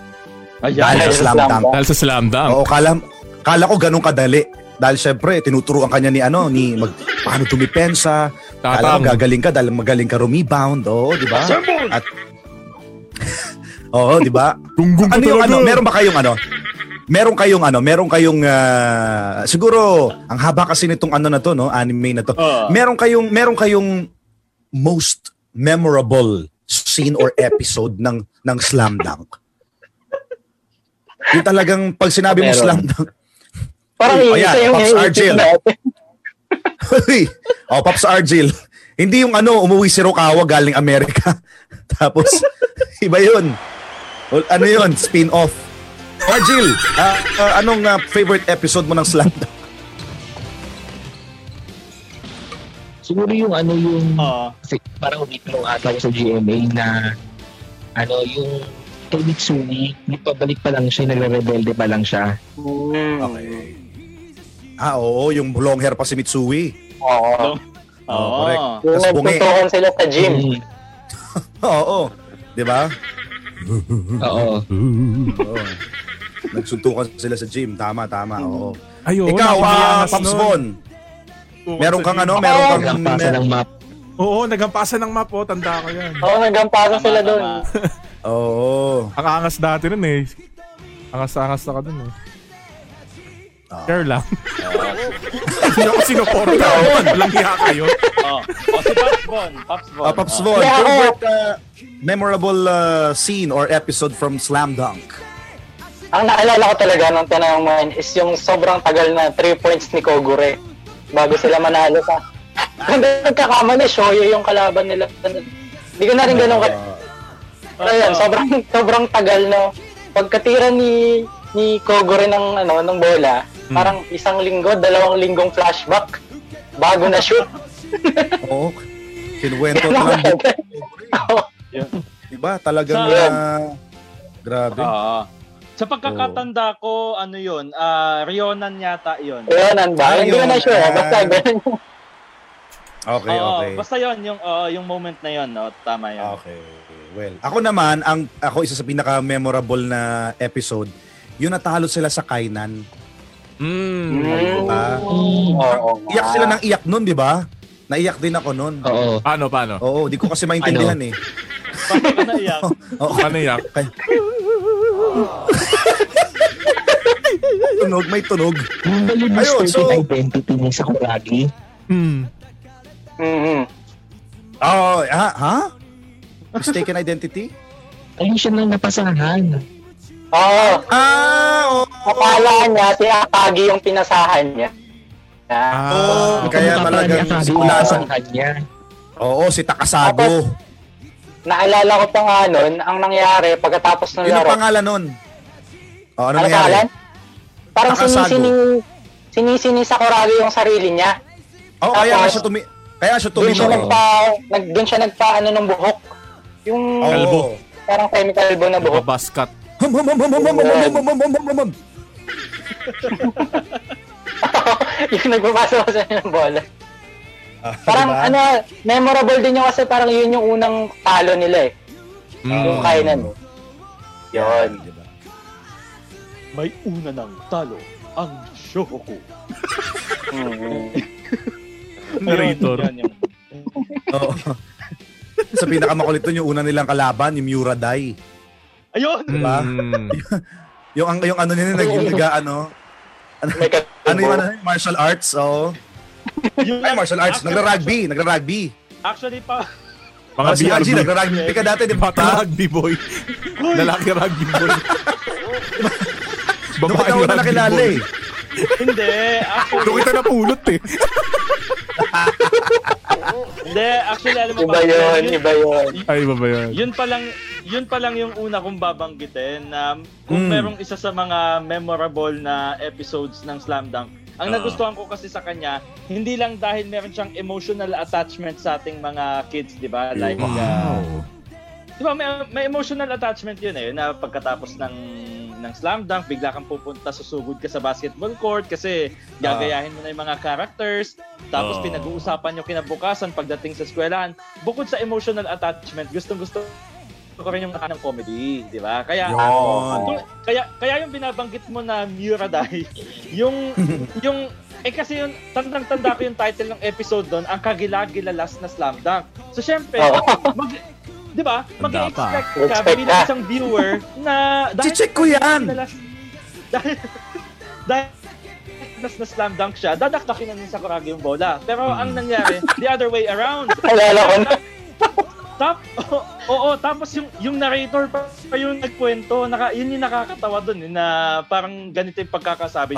Ayan. Dahil sa slam dunk. Dahil sa slam dunk. Oo, kala, kala ko ganun kadali. Dahil syempre, tinuturuan kanya ni ano, ni mag, paano tumipensa. Kala ko Tatang. gagaling ka dahil magaling ka rumibound. Oo, di ba? At, *laughs* oo, di ba? Tunggong ko ano yung talaga. ano? Meron ba kayong ano? Meron kayong ano? Meron kayong ah, siguro ang haba kasi nitong ano na to, no? Anime na to. Oo. Meron kayong meron kayong most memorable scene or episode ng ng Slam Dunk. Yung talagang pag sinabi mo Meron. Slam Dunk, Parang Ayan, isa yung Pops Argel. naiisip natin. Uy. oh, Pops Argil. Hindi yung ano, umuwi si Rokawa galing Amerika. *laughs* Tapos, iba yun. Well, ano yun? Spin-off. Argil, ah, ah, anong ah, favorite episode mo ng Slam Dunk? Siguro yung ano yung Oo. kasi parang umitlong ata ako sa GMA na ano yung kay Mitsuni, yung pabalik pa lang siya, nagre-rebelde pa lang siya. Ah, oo, yung long hair pa si Mitsui. Oh, Oo. Oo. correct. Yung Tas bungi. nagtutukan sila sa gym. Mm, Oo, di ba? Oo. Oo. Nagsuntukan sila sa gym. Tama, tama. Oo. Ayun. Ikaw, ah, nakakayas Pops nun. Bon. Meron kang ano, meron Oo. kang... Naglampasa ng map. Oo, nagampasa ng map. Oh, tanda ko yan. Oo, nagampasan Tama, sila doon. tama. Oo. Ang angas dati nun eh. Angas-angas na ka dun eh. Ah. Care *laughs* lang. Hindi ako sinuporta. *laughs* Walang hiya kayo. Oo. O, si Pops Bon. Pops Bon. Ah, Pops Von, Yeah, favorite ah, memorable ah, scene or episode from Slam Dunk? Ang naalala ko talaga nung tinanong mo yun is yung sobrang tagal na 3 points ni Kogure bago sila manalo pa. *laughs* Kung di nagkakamali, Shoyo yung kalaban nila. Hindi ko na rin ganun ka. Pero Ah. yun, sobrang, *laughs* sobrang tagal no. Pagkatira ni ni Kogure ng ano ng bola, Hmm. parang isang linggo, dalawang linggong flashback bago *laughs* na shoot. Oo. Oh, Kinuwento Ganun *laughs* lang. kalaban. Oo. Diba? Talagang... Sa- ah, grabe. Oo. Sa pagkakatanda ko, ano yun, ah, Rionan yata yun. Ayun, ang bahay. Hindi ko na sure. Ayun. Basta ganun. Okay, Oo, okay. Ah, Basta yun, yung, oo, yung moment na yun. No? Tama yun. Okay. Well, ako naman, ang ako isa sa pinaka-memorable na episode, yung natalo sila sa kainan. Mm. Ah. Oo. Iyak sila ng iyak nun, di ba? Naiyak din ako nun. Oo. Paano, paano? Oo, di ko kasi maintindihan eh. Bakit ka *laughs* naiyak? Oo, Paano yak? tunog, may tunog. Yung ba yung Ayun, mistaken so- identity ni Sakuragi? Hmm. Mhm. Oo, ha? ha? Mistaken identity? Ayun siya nang napasahan. Oo. Ah, Hello! Akala niya si Akagi yung pinasahan niya. Ah. Oh, kaya talagang Ulasan sulasan. kanya. Oo, si Takasago. Naalala ko pa nga nun, ang nangyari pagkatapos ng Yun ang laro. pangalan nun. Oh, ano Ano nangyari? pangalan? Parang Nakasago. sinisining sinisini sa Coralio yung sarili niya. Oh, kaya nga Tapos- siya tumi... Kaya siya Doon siya tumino. nagpa nag, doon siya nagpa ano ng buhok. Yung Kalbo. Oo. parang chemical bone na buhok. Baskat. Hum, hum, hum, hum, hum, hum, hum, hum, hum, hum, hum, hum, hum. *laughs* yung nagpapasa sa ng bola. Ah, Parang diba? ano, memorable din yung kasi parang yun yung unang talo nila eh. Oh. Yung Mm. kainan. Yun. Diba? May una ng talo, ang Shohoku. Narrator. Ayun, yun yung- Oo. *laughs* Sa pinakamakulit nun, yung una nilang kalaban, yung Muradai. Ayun! Diba? Mm. Yung, ang- yung ano nila, nag, nag, ano, ano, May kat- ano yung ano, martial arts, oo. Yun Ay, lang. martial arts, Actually- nagra-rugby, nagra-rugby. Actually pa, *laughs* Mga Mga si BRB. Archie, nagra-rugby ka dati, di ba? Bata rugby boy. Lalaki rugby boy. Doon Babae kita ako na rugby nakilala boy. eh. hindi. Actually, Doon kita napulot eh. hindi, actually, alam mo Iba yun, iba *laughs* yun. Ay, baba yan. Yun pa lang, yun pa lang yung una kong babanggitin na kung Mm. merong isa sa mga memorable na episodes ng Slam Dunk. Ang Ah. nagustuhan ko kasi sa kanya, hindi lang dahil meron siyang emotional attachment sa ating mga kids, 'di ba? Like uh, 'di ba may, may emotional attachment 'yun eh na pagkatapos ng ng Slam Dunk, bigla kang pupunta susugod ka sa basketball court kasi gagayahin mo na yung mga characters. Tapos Oh. pinag-uusapan nyo kinabukasan pagdating sa eskwelahan. Bukod sa emotional attachment, gustong-gusto ko rin yung nakakita ng comedy, di ba? Kaya, Yun. kung- kaya, kaya yung binabanggit mo na Muradai, *laughs* yung, yung, eh kasi yung, tandang-tanda ko yung title ng episode doon, ang kagilagilalas na slam dunk. So, syempre, Oo. mag, di ba, mag-expect ka Expect bilang ka. isang viewer na dahil Chichik ko yan! Madalas, *laughs* dahil, *laughs* dahil nas na slam dunk siya, dadakdakin na nun sa Kuragi yung bola. Pero ang nangyari, the other way around. Alala ko na. Tap, oo, oo, tapos yung, yung narrator pa, pa yung nagkwento, naka, yun yung nakakatawa dun, eh, na parang ganito yung pagkakasabi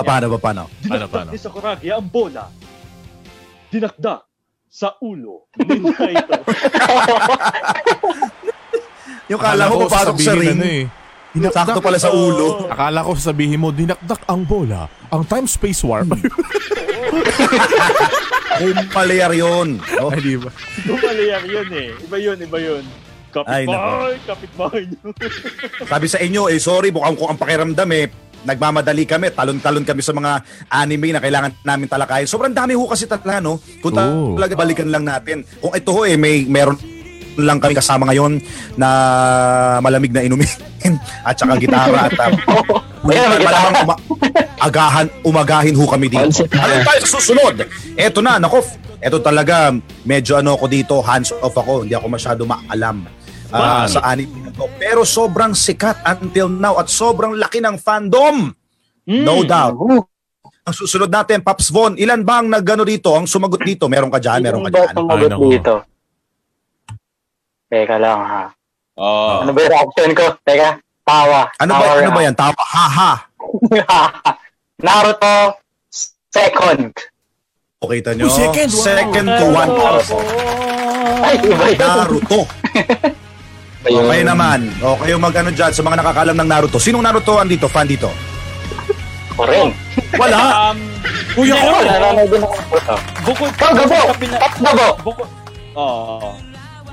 Ah, niya. Paano ba, paano? Paano, Dinakdak paano? ni Sakuragi ang bola. Dinakdak sa ulo ni *laughs* narrator. Yung kala ko, papasok sa sabihin ring. ano eh. Sakto pala sa ulo. Akala ko sabihin mo, dinakdak ang bola. Ang time-space warp. Hmm. Kumpalayar yun. Oh. *laughs* Ay, di ba? Gumalayang yun eh. Iba yun, iba yun. Ay, nako. Kapitbahay, kapitbahay niyo. Sabi sa inyo, eh sorry, mukhang ko ang pakiramdam eh. Nagmamadali kami, talon-talon kami sa mga anime na kailangan namin talakayin. Sobrang dami ho kasi talaga, no? Kung Oo. talaga balikan lang natin. Kung ito ho eh, may meron lang kami kasama ngayon na malamig na inumin *laughs* at saka gitara *laughs* at um, Ayan, may gitara. malamang uma- agahan, umagahin ho kami dito. Pansit na. Ano tayo sa susunod? Eto na, nako. Eto talaga, medyo ano ko dito, hands off ako. Hindi ako masyado maalam ah, sa anime na to. Pero sobrang sikat until now at sobrang laki ng fandom. No Hmm. doubt. Ang susunod natin, Paps Von, ilan ba ang nagano dito? Ang sumagot dito, meron ka dyan, Ano? meron ka Sino ba dyan. Ay, sumagot nako. dito? Teka lang ha. Oh. Ano ba yung reaction ko? Teka, tawa. Ano ba, ano ba yan? Tama, haha. *laughs* Naruto, second. O, kita nyo? Oh, second, wow. Second to one. Ay, iba yun. Naruto. Okay naman. O, kayo mag-ano dyan sa mga nakakalam ng Naruto. Sinong Naruto andito? Fan dito? Ako rin. Wala. Um, Kuya Ako, nanonood din ako. Puto. Bukod Ikaw, gabo! sa pina- Ikaw, gabo! bukod, oo.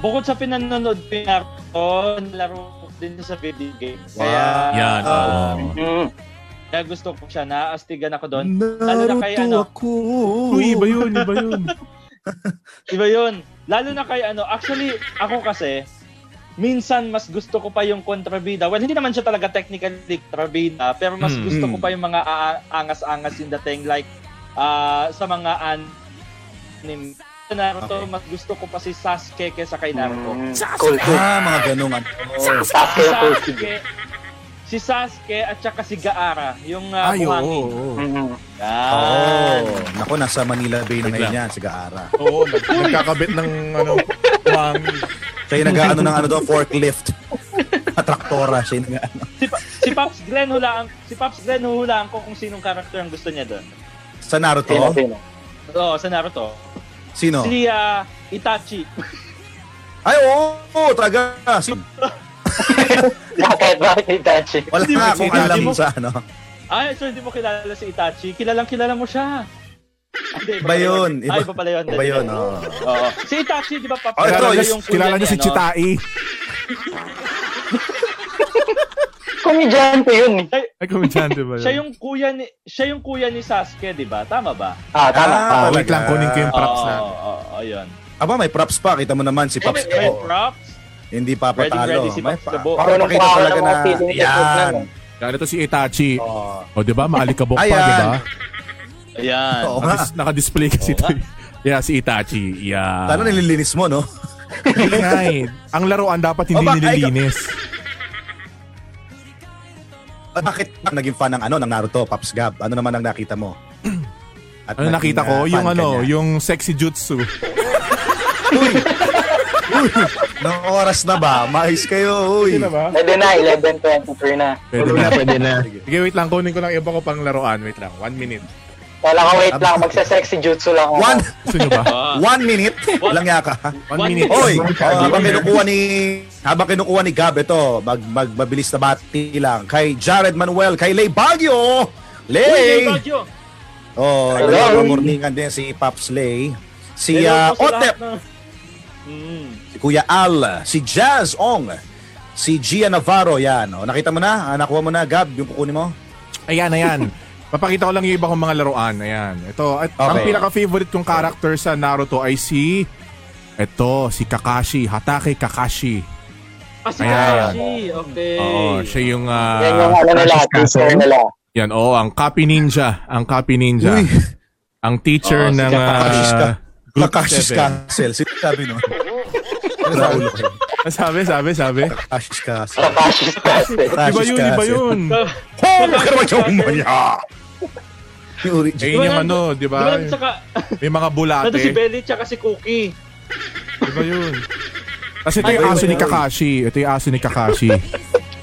bukod sa pinanonood ko yung Naruto, nalaro ko din siya sa video game. Kaya, Yan, ah, oo. Mm. kaya gusto ko siya, naastigan ako doon. Lalo na kay Naruto ano, ako. Uy, iba yun, iba yun. iba yun. Lalo na kay ano, actually, ako kasi, minsan mas gusto ko pa yung kontrabida. Well, hindi naman siya talaga technically kontrabida, pero mas Mm, gusto mm. ko pa yung mga aa- angas-angas yung dating. Like, ah, sa mga anime, sa Naruto, mas gusto ko pa si Sasuke kesa kay Naruto. Mm. Cool. Ah, mga ganung ano. Sasuke si yung first. Sasuke, si Sasuke at saka si Gaara, yung uh, Ay, oo. buhangin. oo. Mm. Oh. Yan. Naku, nasa Manila Bay na Wait ngayon lang. yan, si Gaara. Oo, nag- nagkakabit ng ano, buhangin. Siya yung nag-ano ng ano doon, forklift. Atraktora siya yung nag-ano. Si, pa- si Pops Glenn hulaan, si Pops Glenn huhulaan ko kung sinong character ang gusto niya doon. Sa Naruto? Sino, sino? Oo, sa Naruto. Sino? Si ah, Itachi. Ay, oo, oo, taga. Si, Bakit? Bakit Itachi? wala Hindi mo nga akong sinabi alam mo. sa ano. Ay, so hindi mo kilala si Itachi. Kilalang kilala mo siya. Hindi, Iba iba yun. Ay, Iba, iba pala yun. iba yun, oo. Oo. Si Itachi, di ba, Pops? Oh, ito, Kilala yes, yung kulay Kilala niyo niya, si no? Chitai. Komedyante yun eh. Ay, komedyante ba yun? Siya yung kuya ni siya yung kuya ni Sasuke, 'di ba? Tama ba? Ah, tama. Ah, Wait lang, kunin ko yung props Oo, na. Oo, oo, ayun. Aba, may props pa. Kita mo naman si Pops. May Oo, props. hindi pa Ready, patalo. ready si May Pops pa. Labo. Para Ganun makita pa ako talaga ng na. mga feeling ni Pops na, Yan. no? Kaya ito si Itachi. Oo. O, di ba? Maalikabok pa, Ayan. di ba? Ayan. Oo nga. Nakadis- Nakadisplay kasi ito. Yeah, si Itachi. Yeah. Talo nililinis mo, no? Hindi nga eh. Ang laruan dapat hindi O, bak- ay, nililinis. Bakit ka naging fan ng ano ng Naruto, Pops Gab? Ano naman ang nakita *clears throat* mo? At Ano naging, nakita ah, ko? Yung fan ka ano, niya. yung sexy jutsu. Uy! Uy! Nang oras na ba? Mahis kayo, uy! ba? 11 na, 11.23 na. Pwede na. pwede na. Sige, wait lang. Kunin ko lang iba ko pang laruan. Wait lang. One minute. Wala ka wait lang, magsasexy jutsu lang ako. One, Gusto nyo ba? Ah. one *laughs* minute lang yaka. One minute. Oh. Oy, One oh, habang kinukuha ni habang kinukuha ni Gab ito, mag, mag mabilis na bati lang kay Jared Manuel, kay Lay Baguio. Uy, Lay. yung Bagyo. Oh, Hello. nagmamorningan din si Pops Lay. Si ah, Hello po sa Otep, lahat ng- Mm. si Kuya Al, si Jazz Ong, si Gia Navarro yan. Oh, nakita mo na? Ah, nakuha mo na Gab yung kukunin mo? Ayan, ayan. Papakita ko lang yung iba kong mga laruan. Ayan. Ito, at ang Okay. pinaka-favorite kong character sa Naruto ay si... Ito, si Kakashi. Hatake Kakashi. Ah, si Ayan. Kashi. Okay. Oo, siya yung... ah, Yan yung ano nila, teacher nila. yan, oo, ang copy ninja. Ang copy ninja. Uy. Ang teacher Oo, si ng... Kakashi's ah, ka. Group Kakashi's seven. Castle. Sino sabi nun? Ano sa ulo ko? *laughs* Sabi, sabi, sabi. Kakashi's Sa Castle. fascist *laughs* castle. Oh, Iba yun, iba yun. Oh, nakarama siya umanya! Yung Eh, original. yun yung ano, di ba? Diba, tsaka, May mga bulate. nandun si Belly tsaka si Cookie. Iba yun. Tapos ito yung aso ni Kakashi. Ito yung aso ni Kakashi.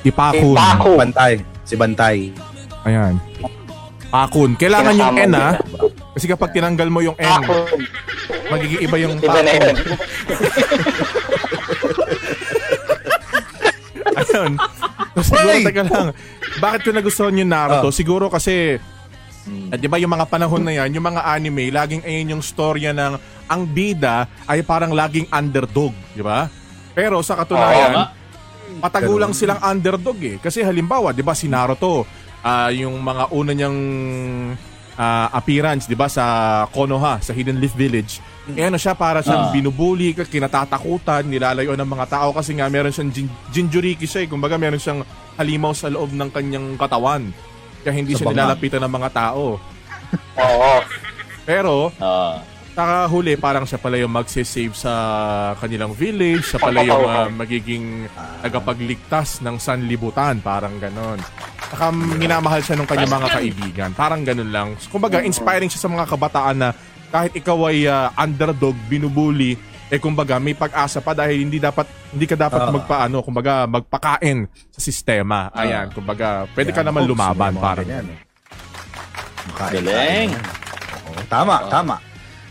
Si Pakun. Paku. Bantay. Si Bantay. Ayan. Pakun. Kailangan yung N Kinasama ah. Kasi kapag tinanggal mo yung N, Paku. magiging iba yung Iba na yun. Pakun. *laughs* Ayun. So, siguro, Hoy! taga lang. Bakit ko nagustuhan yung Naruto? Siguro kasi, Hmm. at di ba yung mga panahon na yan, yung mga anime, laging ayun yung storya ng ang bida ay parang laging underdog, di ba? Pero sa Oo, katunayan, nga. patagulang silang underdog eh. Kasi halimbawa, 'di ba si Naruto, ah, yung mga una niyang ah, appearance, 'di ba sa Konoha, sa Hidden Leaf Village. Eh ano siya para siyang Ah. binubuli, kinatatakutan, nilalayo ng mga tao kasi nga meron siyang jin- jinjuriki siya, eh. kumbaga meron siyang halimaw sa loob ng kanyang katawan. Kaya hindi Sa siya banga. nilalapitan ng mga tao. Oo. Pero Ah. Saka huli, parang siya pala yung magsisave sa kanilang village. Siya pala yung ah, magiging tagapagligtas ng sanlibutan. Parang ganon. Saka minamahal siya ng kanyang mga kaibigan. Parang ganon lang. Kumbaga, inspiring siya sa mga kabataan na kahit ikaw ay ah, underdog, binubuli, eh kumbaga may pag-asa pa dahil hindi dapat hindi ka dapat Ah. magpaano kumbaga magpakain sa sistema. Ah. Ayan, kumbaga pwede ka naman lumaban parang. eh. Galing. Tama, Ah. tama.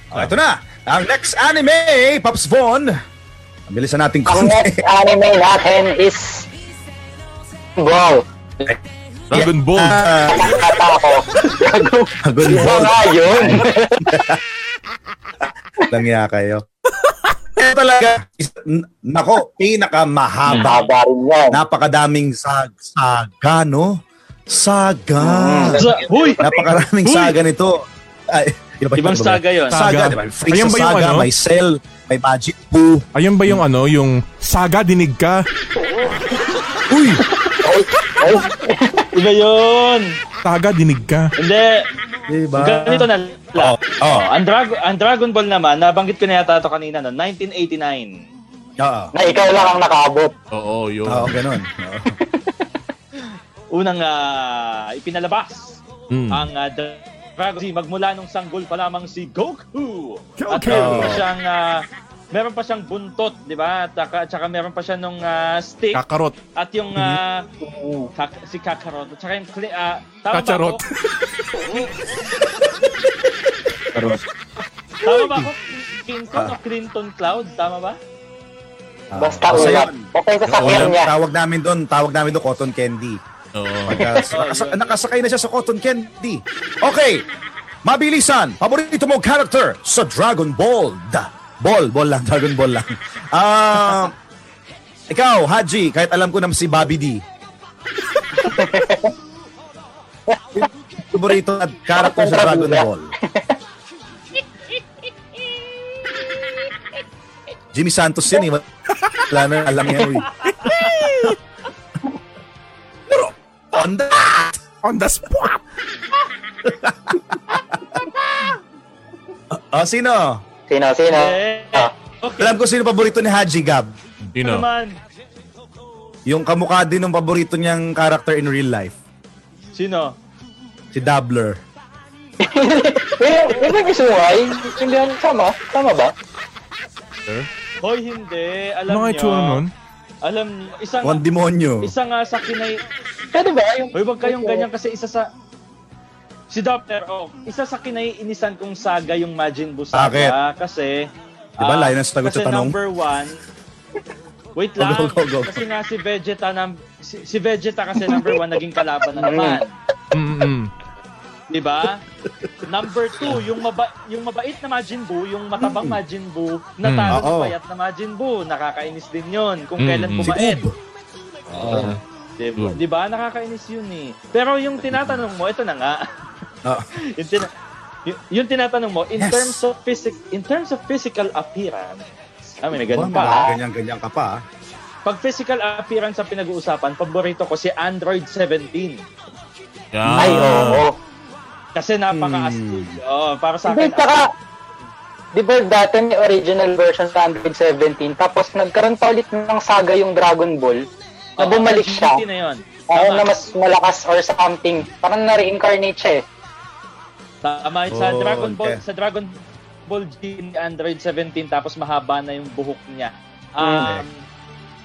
Oh, ito na. Ang next anime, Pops Von. Ang Bilisan natin Ang konti. next anime natin is Wow. Dragon Ball. Ah, Kata ko. *laughs* Dragon Iba Ball. nga yun. lang ya kayo. Ito talaga, is, n- nako, pinakamahaba. Baba rin yan. Napakadaming sag, saga, no? Saga. Sa- Huy! Napakaraming Mm. Uy! saga nito. Ay, iba ba- Ibang iba ba- saga yun. Sa- Saga, Saga. di ba? Freeza Ayun ba yung saga, ano? may cell, may magic poo. Ayun ba yung ano, yung saga dinig ka? Uy! Iba yun. Saga dinig ka. Hindi, Diba? Ganito na lang. Oh, oh. Ang, Drag- ang Dragon Ball naman, nabanggit ko na yata ito kanina, no? 1989. Oo. Na ikaw lang ang nakaabot. Oo, yun. Oo, ganun. Oo. Unang ah, ipinalabas Mm. ang ah, Dra- Dragon Ball magmula nung sanggol pa lamang si Goku. At Goku. meron siyang ah, meron pa siyang buntot, di ba? At saka, at saka meron pa siya nung ah, stick Kakarot. at yung ah, kak- si Kakarot. At saka yung cli- ah, tama Kacharot. ba ako? Tama ba ako? Clinton Ah. o Clinton Cloud? Tama ba? Basta Basta ulap. yun. Okay sa sakyan Walang niya. tawag namin doon, tawag namin doon cotton candy. Oo. Pagka, nakasa- nakasakay na siya sa cotton candy. Okay. Mabilisan. Paborito mo character sa Dragon Ball. Da. Ball, ball lang, *laughs* Dragon Ball lang. Ah, ikaw, Haji, kahit alam ko naman si Bobby D. Paborito at character sa Dragon Ball. Jimmy Santos yan eh. Wala na, alam niya. eh. uy. Pero, on that! On the spot! O, Ah, sino? Sino, sino? Eh, ano Ah. okay. Alam ko sino paborito ni Haji Gab. You know. naman. Yung kamukha din ng paborito niyang character in real life. Sino? Si Dabbler. Pero, hindi ko sumuhay. Hindi yan, tama. Tama ba? Hoy, hindi. Alam Ano nga niyo. itsura nun? Alam niyo. Isang, One demonyo. isa nga sa kinay... Pwede ba? Yung, Hoy, wag kayong ganyan kasi isa sa... Si Doppler, oh. Isa sa kinaiinisan kong saga yung Majin Buu saga. Kasi... Di ba, ah, layo na sa sagot sa kasi tanong. number one... Wait lang. Go, go, go, go. Kasi nga si Vegeta, nam, si, si Vegeta kasi number one naging kalaban na naman. Mm-mm. Di ba? Diba? Number two, yung, maba- yung mabait na Majin Buu, yung matabang Majin Buu, natalo Mm. Oo. ng payat na Majin Buu. Nakakainis din yon kung Mm. kailan Si bumait. Oo. Di ba? Mm. Di ba? Nakakainis yun eh. Pero yung tinatanong mo, ito na nga. *laughs* Ah. yung, tina- y- yung tinatanong mo, in Yes. terms of physic in terms of physical appearance, I mean, ganun pa. ah. Wow, Ganyan-ganyan ka pa. ah. Pag physical appearance ang pinag-uusapan, paborito ko si Android 17. Yeah. Ay, oo. Kasi Hmm. napaka-astig. Oh, para sa Hindi, akin, tsaka, di ba dati may original version sa Android 17, tapos nagkaroon pa ulit ng saga yung Dragon Ball, na Oo, bumalik siya, LGBT ah, na yun. ayun Tama. na mas malakas or something, parang na-reincarnate siya eh. Tama, sa Oh, Dragon Ball, okay. sa Dragon Ball G ni Android 17 tapos mahaba na yung buhok niya. Um,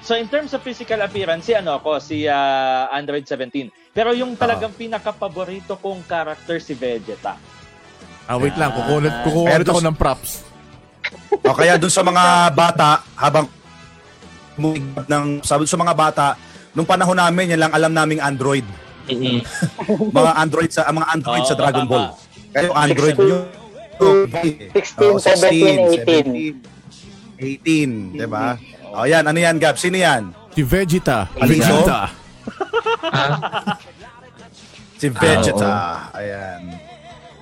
So in terms of physical appearance, si ano ako, si ah, Android 17. Pero yung talagang pinaka-paborito kong character si Vegeta. Ah, wait lang. Kukunit, kukunit ako ng props. O kaya dun sa mga bata, habang mumigat ng sabi sa mga bata, nung panahon namin, yan lang alam naming Android. *laughs* mga Android sa mga Android Oo, sa Dragon tama. Ball. Kaya yung Android oh, nyo, 16, 18. 18, 17, di ba? O yan, ano yan, Gab? Sino yan? Si Vegeta. Aliso? Vegeta. Si Ah, Vegeta. Ayan.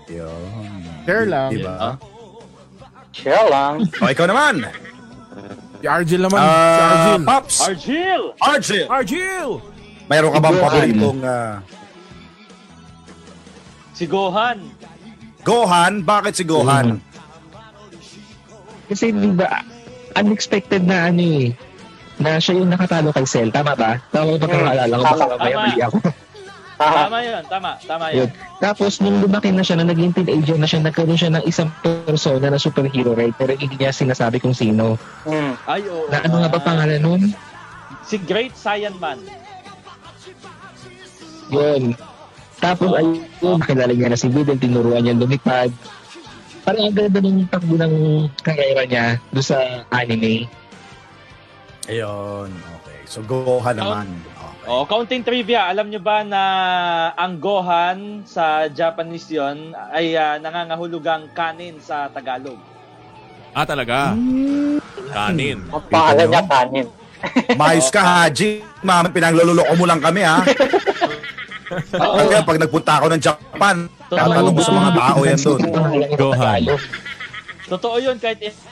Yun. There lang. Ah. Diba? Siya lang. O, Oh, ikaw naman. Si Argel naman. si Ah, Argel. Pops. Argil! Argel. Ah, Argel! Mayroon ka bang paboritong ah, Si Gohan. Gohan? Bakit si Gohan? Kasi di ba, unexpected na ano eh, na siya yung nakatalo kay Cell. Tama ba? Tama Mm. ba kung naalala ko? Baka Tama. mamaya mali ako. Ah, Tama yun, tama, tama Yun. yun. Tapos, nung lumaki na siya, na naging teenager na siya, nagkaroon siya ng isang persona na superhero, right? Pero hindi niya sinasabi kung sino. mm. Ay, oo. Na ano nga ba Ah, pangalan nun? Si Great Saiyan Man. Yun. Tapos, ayun, nakilala niya na si Biden, tinuruan niya lumipad. Parang ang ganda nung takbo ng karera niya doon sa anime. Ayun. Okay. So, Gohan naman. Okay. *laughs* Oh, counting trivia. Alam nyo ba na ang Gohan sa Japanese yon ay ah, nangangahulugang kanin sa Tagalog? Ah, talaga? Hmm. Kanin. Ang pangalan Ito niya yun. kanin. Mayos ka, Haji. Mami, pinaglululoko mo lang kami, ha? Kaya pag nagpunta ako ng Japan, tatanong ko sa mga tao yan doon. Gohan. Totoo yun kahit i-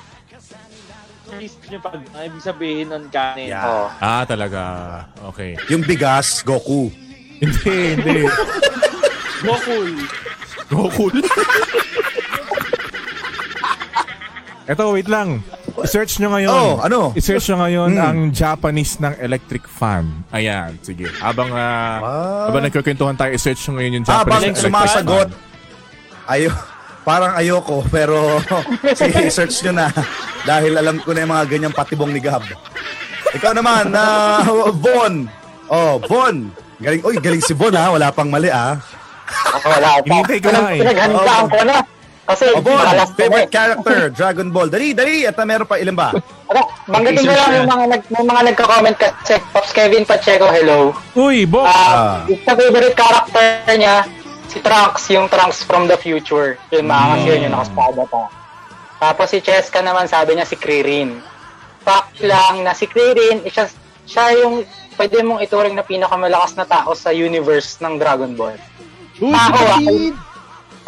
list nyo pag ang ibig sabihin nun kanin. Yeah. Oh. Ah, talaga. Okay. Yung bigas, Goku. *laughs* Hindi, hindi. Gokul. Goku. *laughs* Eto, wait lang. I-search nyo ngayon. Oh, ano? I-search nyo ngayon Hmm. ang Japanese ng electric fan. Ayan, sige. Habang, ah, Ah. habang nagkukwentuhan tayo, i-search nyo ngayon yung Japanese Habang electric sumasagot, fan. ayo Parang ayoko, pero *laughs* search nyo na. Dahil alam ko na yung mga ganyang patibong ni Gab. Ikaw naman, na Von. Oh, Von. Galing, oy, galing si Von ha. Wala pang mali ah. ha. Ako wala pa. Hinintay ka na eh. Pinaghandaan ko na. Kasi Oh, Von, nakalas ko na eh. favorite character, Dragon Ball. Dali, dali. At ah, meron pa, ilan ba? Ano, banggitin ko lang yung mga, nag, yung mga nagka-comment kasi Pops Kevin Pacheco, hello. Uy, Bok! Ah, Sa favorite character niya, si Trunks, yung Trunks from the future. Yung makakasir niya, nakaspada pa. Tapos si Cheska naman, sabi niya si Kririn. Fact lang na si Kririn, eh, siya, siya yung pwede mong ituring na pinakamalakas na tao sa universe ng Dragon Ball. Uy, Tao ah.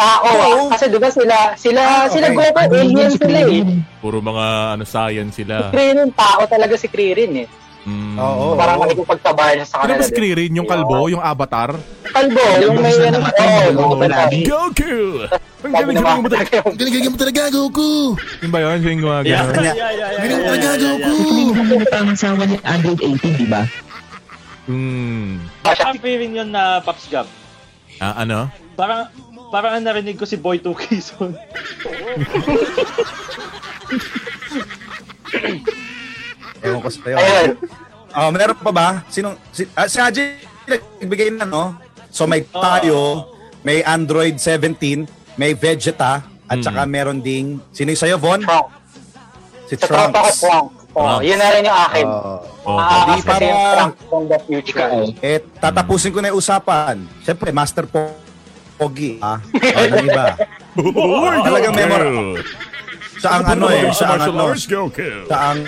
Tao ah. Kasi diba sila, sila, sila okay. Goku, alien sila eh. Puro mga ano, science *laughs* sila. Kririn, tao talaga si Kririn eh. Mm. Oo. Parang nakikipagtabayan niya sa Ano kanila. ba si Kririn? Yung kalbo? Yung avatar? Kalbo, yung may ano. Oo, Oo, lagi. Goku! Ang Sabi galing-galing naman. mo talaga. Galing-galing mo talaga, Goku! Yung ba yun? Siya yung gumagano. Yeah, yeah, yeah, yeah, yeah, Galing mo yeah, talaga, yeah, yeah, yeah. Goku! Hindi ko tamang sawa ni Android 18, di ba? Mm. Ang feeling yun na Pops Gab. Ah, ano? Parang, parang ang narinig ko si Boy 2K soon. Ewan ko sa tayo. Ayun. Oh, meron pa ba? Sino, si, ah, si Haji, nagbigay na, no? So may tayo, may Android 17, may Vegeta, at Hmm. saka meron ding, sino yung sa'yo, Von? Trunks. Si Sa tropa ko, Trunks. Trunks. Oh, Trunks. yun na rin yung akin. Oh. Oh, Ah, Di kasi pa- yung Trunks from the future. Eh, tatapusin ko na yung usapan. Siyempre, Master po Pogi, ah. Oh, ng iba. Uy, Talagang memorable. Sa ang ano eh, sa ang ano, Goku! sa ang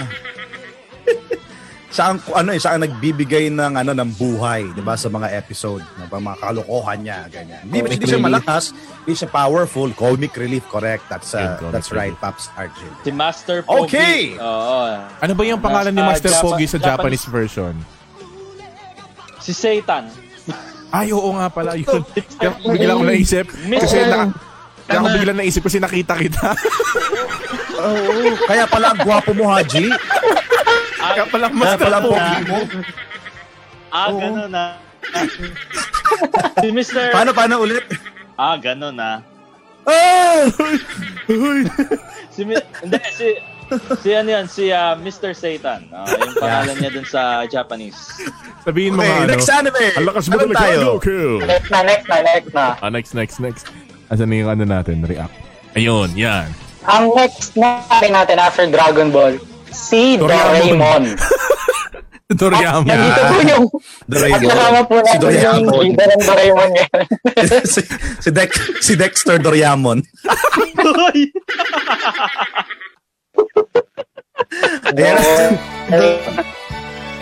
sa ang ano eh, sa ang nagbibigay ng ano ng buhay, 'di ba, sa mga episode, ng mga kalokohan niya, ganyan. Hindi Comic hindi siya relief. malakas, hindi siya powerful, comic relief correct. That's uh, Yun, comic that's right, relief. Pops Argel. Si Master Pogi. Okay. Oo. Ano ba yung pangalan ni Ah, Master Japa- Pogi sa Japanese Japanese- version? Si Satan. Ay, oo nga *laughs* pala yun. Kaya bigla ko naisip. Kasi na, kaya Ano? ako bigla naisip kasi nakita kita. *laughs* Oh, kaya pala ang gwapo mo, Haji. Kaya pala Kaya Master pala ang Pogi. pogi mo. Ah, ganun *laughs* na. si Mr. Paano paano ulit? Ah, ganun na. Oh! Si Mi- *laughs* hindi si si ano yan, si ah, Mr. Satan. Ah, yung pangalan niya dun sa Japanese. Sabihin mo Okay, nga ano. next anime. Ang lakas mo Ano talaga, tayo? Goku! Next na, next na, next na. Ah, next, next, next. Asan na yung ano natin, react? Ayun, *laughs* yan. Ang next na rin natin after Dragon Ball, si Doraemon. *laughs* Toriyama. Doraemon. Nandito po yung... At Doraemon. kasama po Si natin yung Doraemon. leader ng Doraemon ngayon. *laughs* *laughs* si, si, Dex- si Dexter Doraemon. Hoy! *laughs* Ayan.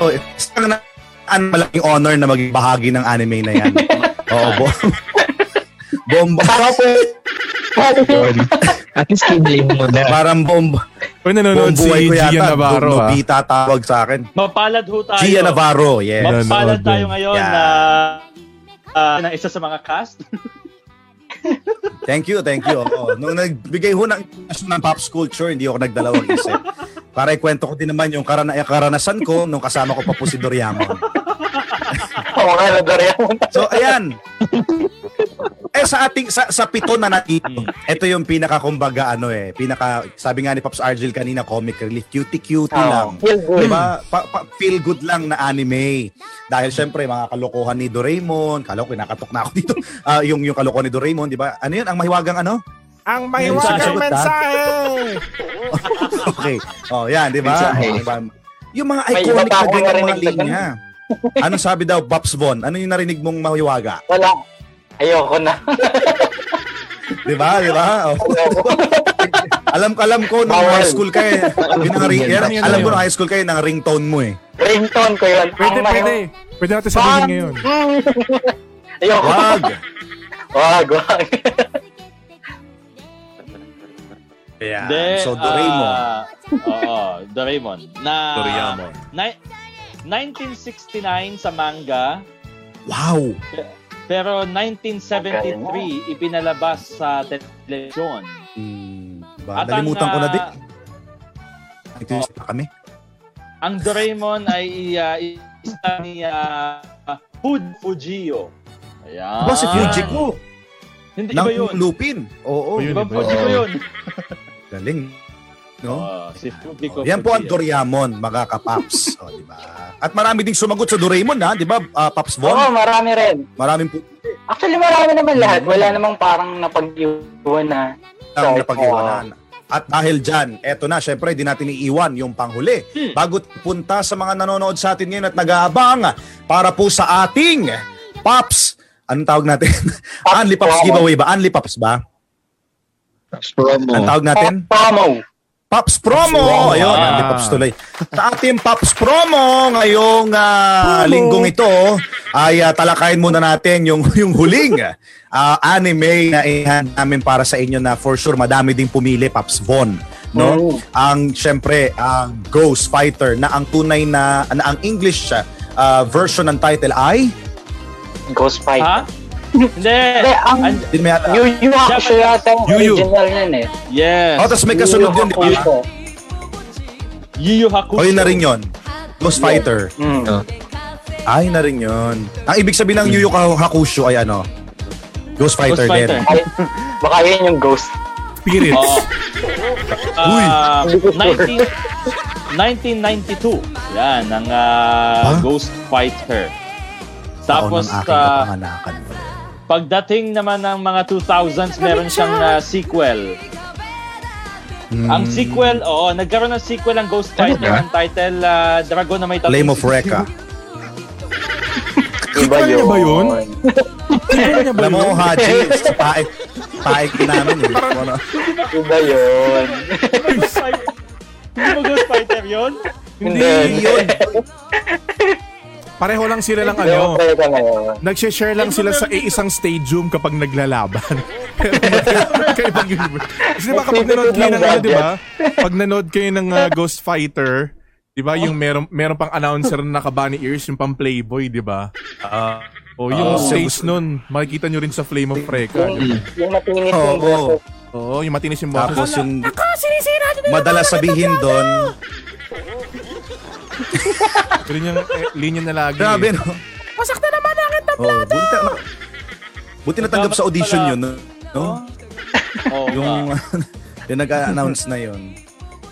Oh, isang na, an, malaking honor na maging bahagi ng anime na *laughs* yan. Oo, bo- bomba. Kasama po Yun. At least kinlay mo na. Parang bomba. Uy, nanonood si Bombuhay ko yata. Gian Navarro, ah. ha? Nobita tawag sa akin. Mapalad ho tayo. Gia Navarro, yeah. Mapalad Nanonood tayo din. ngayon Yeah. na ah, na isa sa mga cast. Thank you, thank you. Oo. Nung nagbigay ho ng introduction ng pop culture, hindi ako nagdalawang isip. Para ikwento ko din naman yung karana- karanasan ko nung kasama ko pa po si Doraemon. Oo nga, na Doraemon. So ayan. Eh sa ating sa, sa pito na natin, ito yung pinaka kumbaga ano eh, pinaka sabi nga ni Pops Argel kanina comic relief, cutie cutie lang. Feel good. Diba? Pa, pa- feel good lang na anime. Dahil syempre mga kalokohan ni Doraemon, kaloko nakatok na ako dito. *laughs* Ah, yung yung kalokohan ni Doraemon, 'di ba? Ano 'yun? Ang mahiwagang ano? Ang mahiwagang mensahe! *laughs* okay. Oh, yan, 'di ba? Mensahe. Oh, 'di ba? Yung mga May iba iconic pa na akong ganyan mga narinig na linya. Ano sabi daw Pops Von? Ano yung narinig mong mahiwaga? Wala. Ayoko na. *laughs* Di ba? Di ba? Oh. alam alam ko nung Bawal. high school ka eh. Binang- Yan, yan, alam yan. ko nung high school ka eh, nang ringtone mo eh. Ringtone ko yun. Pwede, Ang mahiw- pwede. Pwede natin sabihin ngayon. Ayoko. Ah. Wag! Wag, wag. *laughs* Yeah. Then, so, Doraemon. ah, Oo, Doraemon. Na, Toriyama. Ni- 1969 sa manga, wow! pero 1973 ipinalabas sa telebisyon. Hmm, ba, At ang, nalimutan ko na ah, din. Ito yung sila kami. Ang Doraemon ay ah, isa ni ah, Food Fujio. Ayan. Diba si Fuji ko? Hindi, ng iba yun. Lupin. Oo, Iba Oo. po, ko yun. galing. No? Ah, si Fujiko. Yan po ang Doraemon, mga kapaps. o, di ba? At marami ding sumagot sa Doraemon, ha? Di ba, ah, Paps Oo, Bon? marami rin. Maraming po Actually, marami naman lahat. Wala namang parang napag-iwan na. ang Sorry, napag-iwanan. At dahil dyan, eto na, syempre, di natin iiwan yung panghuli. Bago punta sa mga nanonood sa atin ngayon at nag-aabang para po sa ating Paps. Anong tawag natin? Unli Paps promo. giveaway ba? Unli Paps ba? Tapos promo. Anong tawag natin? Pamo. Paps Promo! Promo. Ayun, Ah. hindi Paps tuloy. Sa ating Paps Promo ngayong ah, linggong ito ay ah, talakayin muna natin yung *laughs* yung huling ah, anime na ihan namin para sa inyo na for sure madami ding pumili Paps Von. No? Ang syempre ang Ghost Fighter na ang tunay na, na ang English ah, version ng title ay Ghost Fight. Ha? Hindi. Hindi, ang An- din may ata. Yu Yu Hakusho yata yung Yu Yu. original yan eh. yes. Oh, tapos may kasunod yun, di ba? Hakusho. Yu Yu Hakusho. O yun na rin yun. Ghost Fighter. Ah. Mm. Ay, na rin yun. Ang ibig sabihin ng Yu Yu Hakusho ay ano? Ghost Fighter, Ghost din. Fighter. *laughs* Ay, baka yun yung ghost. Spirit. Oo. Ah, Uy. 19 1992. Yan, ang ah, Ha? Ghost Fighter. Tapos, Tapos, ng aking ah, kapanganakan. pagdating naman ng mga 2000s, meron siyang ah, sequel. Ang sequel, oo, nagkaroon ng sequel ang Ghost Fighter. Talaga? Ang title, ah, Dragon na may tatlong Flame of sisiw. Rekka. Iba Sequel niya ba *laughs* yun? Alam *laughs* mo, Haji, paik, paik namin. Eh. Ano? Iba yun. Di ba *laughs* Ghost Fighter- Di ba Ghost Fighter yun? Hindi. yun. *laughs* Pareho lang sila lang Iba ano. talaga ngayon. Nagsishare lang sila sa iisang stadium kapag *laughs* naglalaban. Pero magkaibang universe. Kasi di ba kapag nanood kayo ng ano, di ba? Pag nanood kayo ng uh, Ghost Fighter, di ba yung meron, meron pang announcer na nakabani ears, yung pang Playboy, di ba? Ah, o yung stage nun, makikita nyo rin sa Flame of Freca. Yung, yung matinis Oo. yung versus Oo, yung matinis yung Tapos boses. yung madalas sabihin doon, Ganun yung eh, linya na lagi. grabe eh. no? Pasak na naman ang tablado! buti, na, buti natanggap sa audition yun, no? no? Oo, nga. Yung, *laughs* yung nag-announce na yun.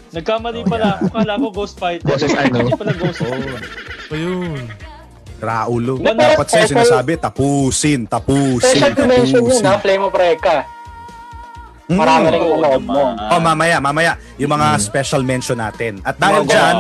Nagkamali pala ako. Kala ko Oh, Ghost Oh. Fighter. Boses ano? Hindi pala Ghost Fighter. Ayun. Raulo. Pero- Dapat sa'yo pero- sinasabi, tapusin, tapusin, Special dimension yun tapusin. ha, Flame of Rekka. Mm. Marami rin Oo nanonood mo. naman. Oh, mamaya, mamaya. Yung mga special mention natin. At dahil Oo. dyan,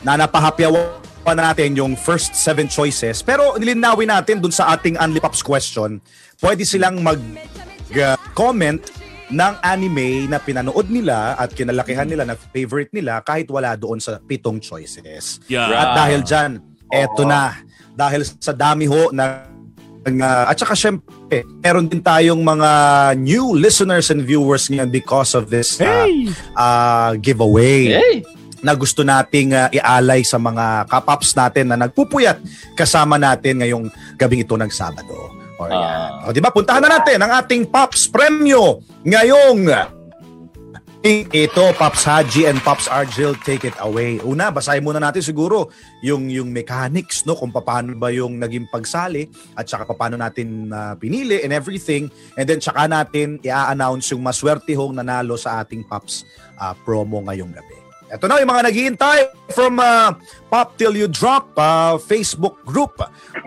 nanapahapyawan pa natin yung first seven choices. Pero nilinawin natin dun sa ating Unli Pops question. Pwede silang mag-comment ng anime na pinanood nila at kinalakihan nila na favorite nila kahit wala doon sa pitong choices. Yeah. At dahil dyan, eto na. Dahil sa dami ho na ng, uh, at saka syempre, meron din tayong mga new listeners and viewers ngayon because of this uh, uh, giveaway Hey! na gusto nating uh, ialay sa mga kapaps natin na nagpupuyat kasama natin ngayong gabing ito ng Sabado. O, Ah, ayan. O, di ba? Puntahan na natin ang ating Pops Premyo ngayong ito, Pops Haji and Pops Argel, take it away. Una, basahin muna natin siguro yung, yung mechanics, no? kung paano ba yung naging pagsali at saka paano natin ah, pinili and everything. And then, saka natin i-announce yung maswertihong nanalo sa ating Pops ah, promo ngayong gabi. Ito na yung mga naghihintay from ah, Pop Till You Drop ah, Facebook group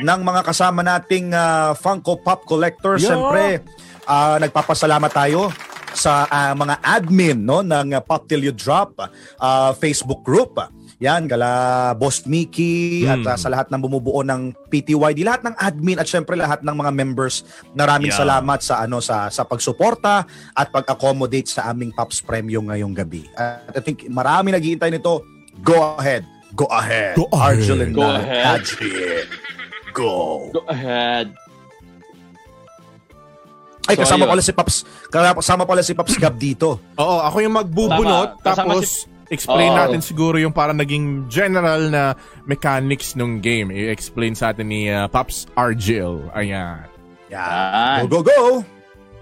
ng mga kasama nating ah, Funko Pop Collectors. Yeah. Siyempre, ah, nagpapasalamat tayo sa ah, mga admin no ng ah, Pop Till You Drop ah, Facebook group. Yan, gala Boss Mickey at Hmm. ah, sa lahat ng bumubuo ng PTYD, lahat ng admin at syempre lahat ng mga members. Maraming Yeah. salamat sa ano sa sa pagsuporta at pag-accommodate sa aming Pops Premium ngayong gabi. At I think marami naghihintay nito. Go ahead. Go ahead. Go ahead. Arjel and Go I, ahead. Adrian. Go. Go ahead. Ay, So, kasama ayun. pala si Pops. Kasama pala si Pops Gab dito. Oo, ako yung magbubunot, Tama. Kasama tapos explain Oo. natin siguro yung parang naging general na mechanics nung game. I-explain sa atin ni uh, Pops Argil. Ayan. Ah, Yeah. Go, go, go.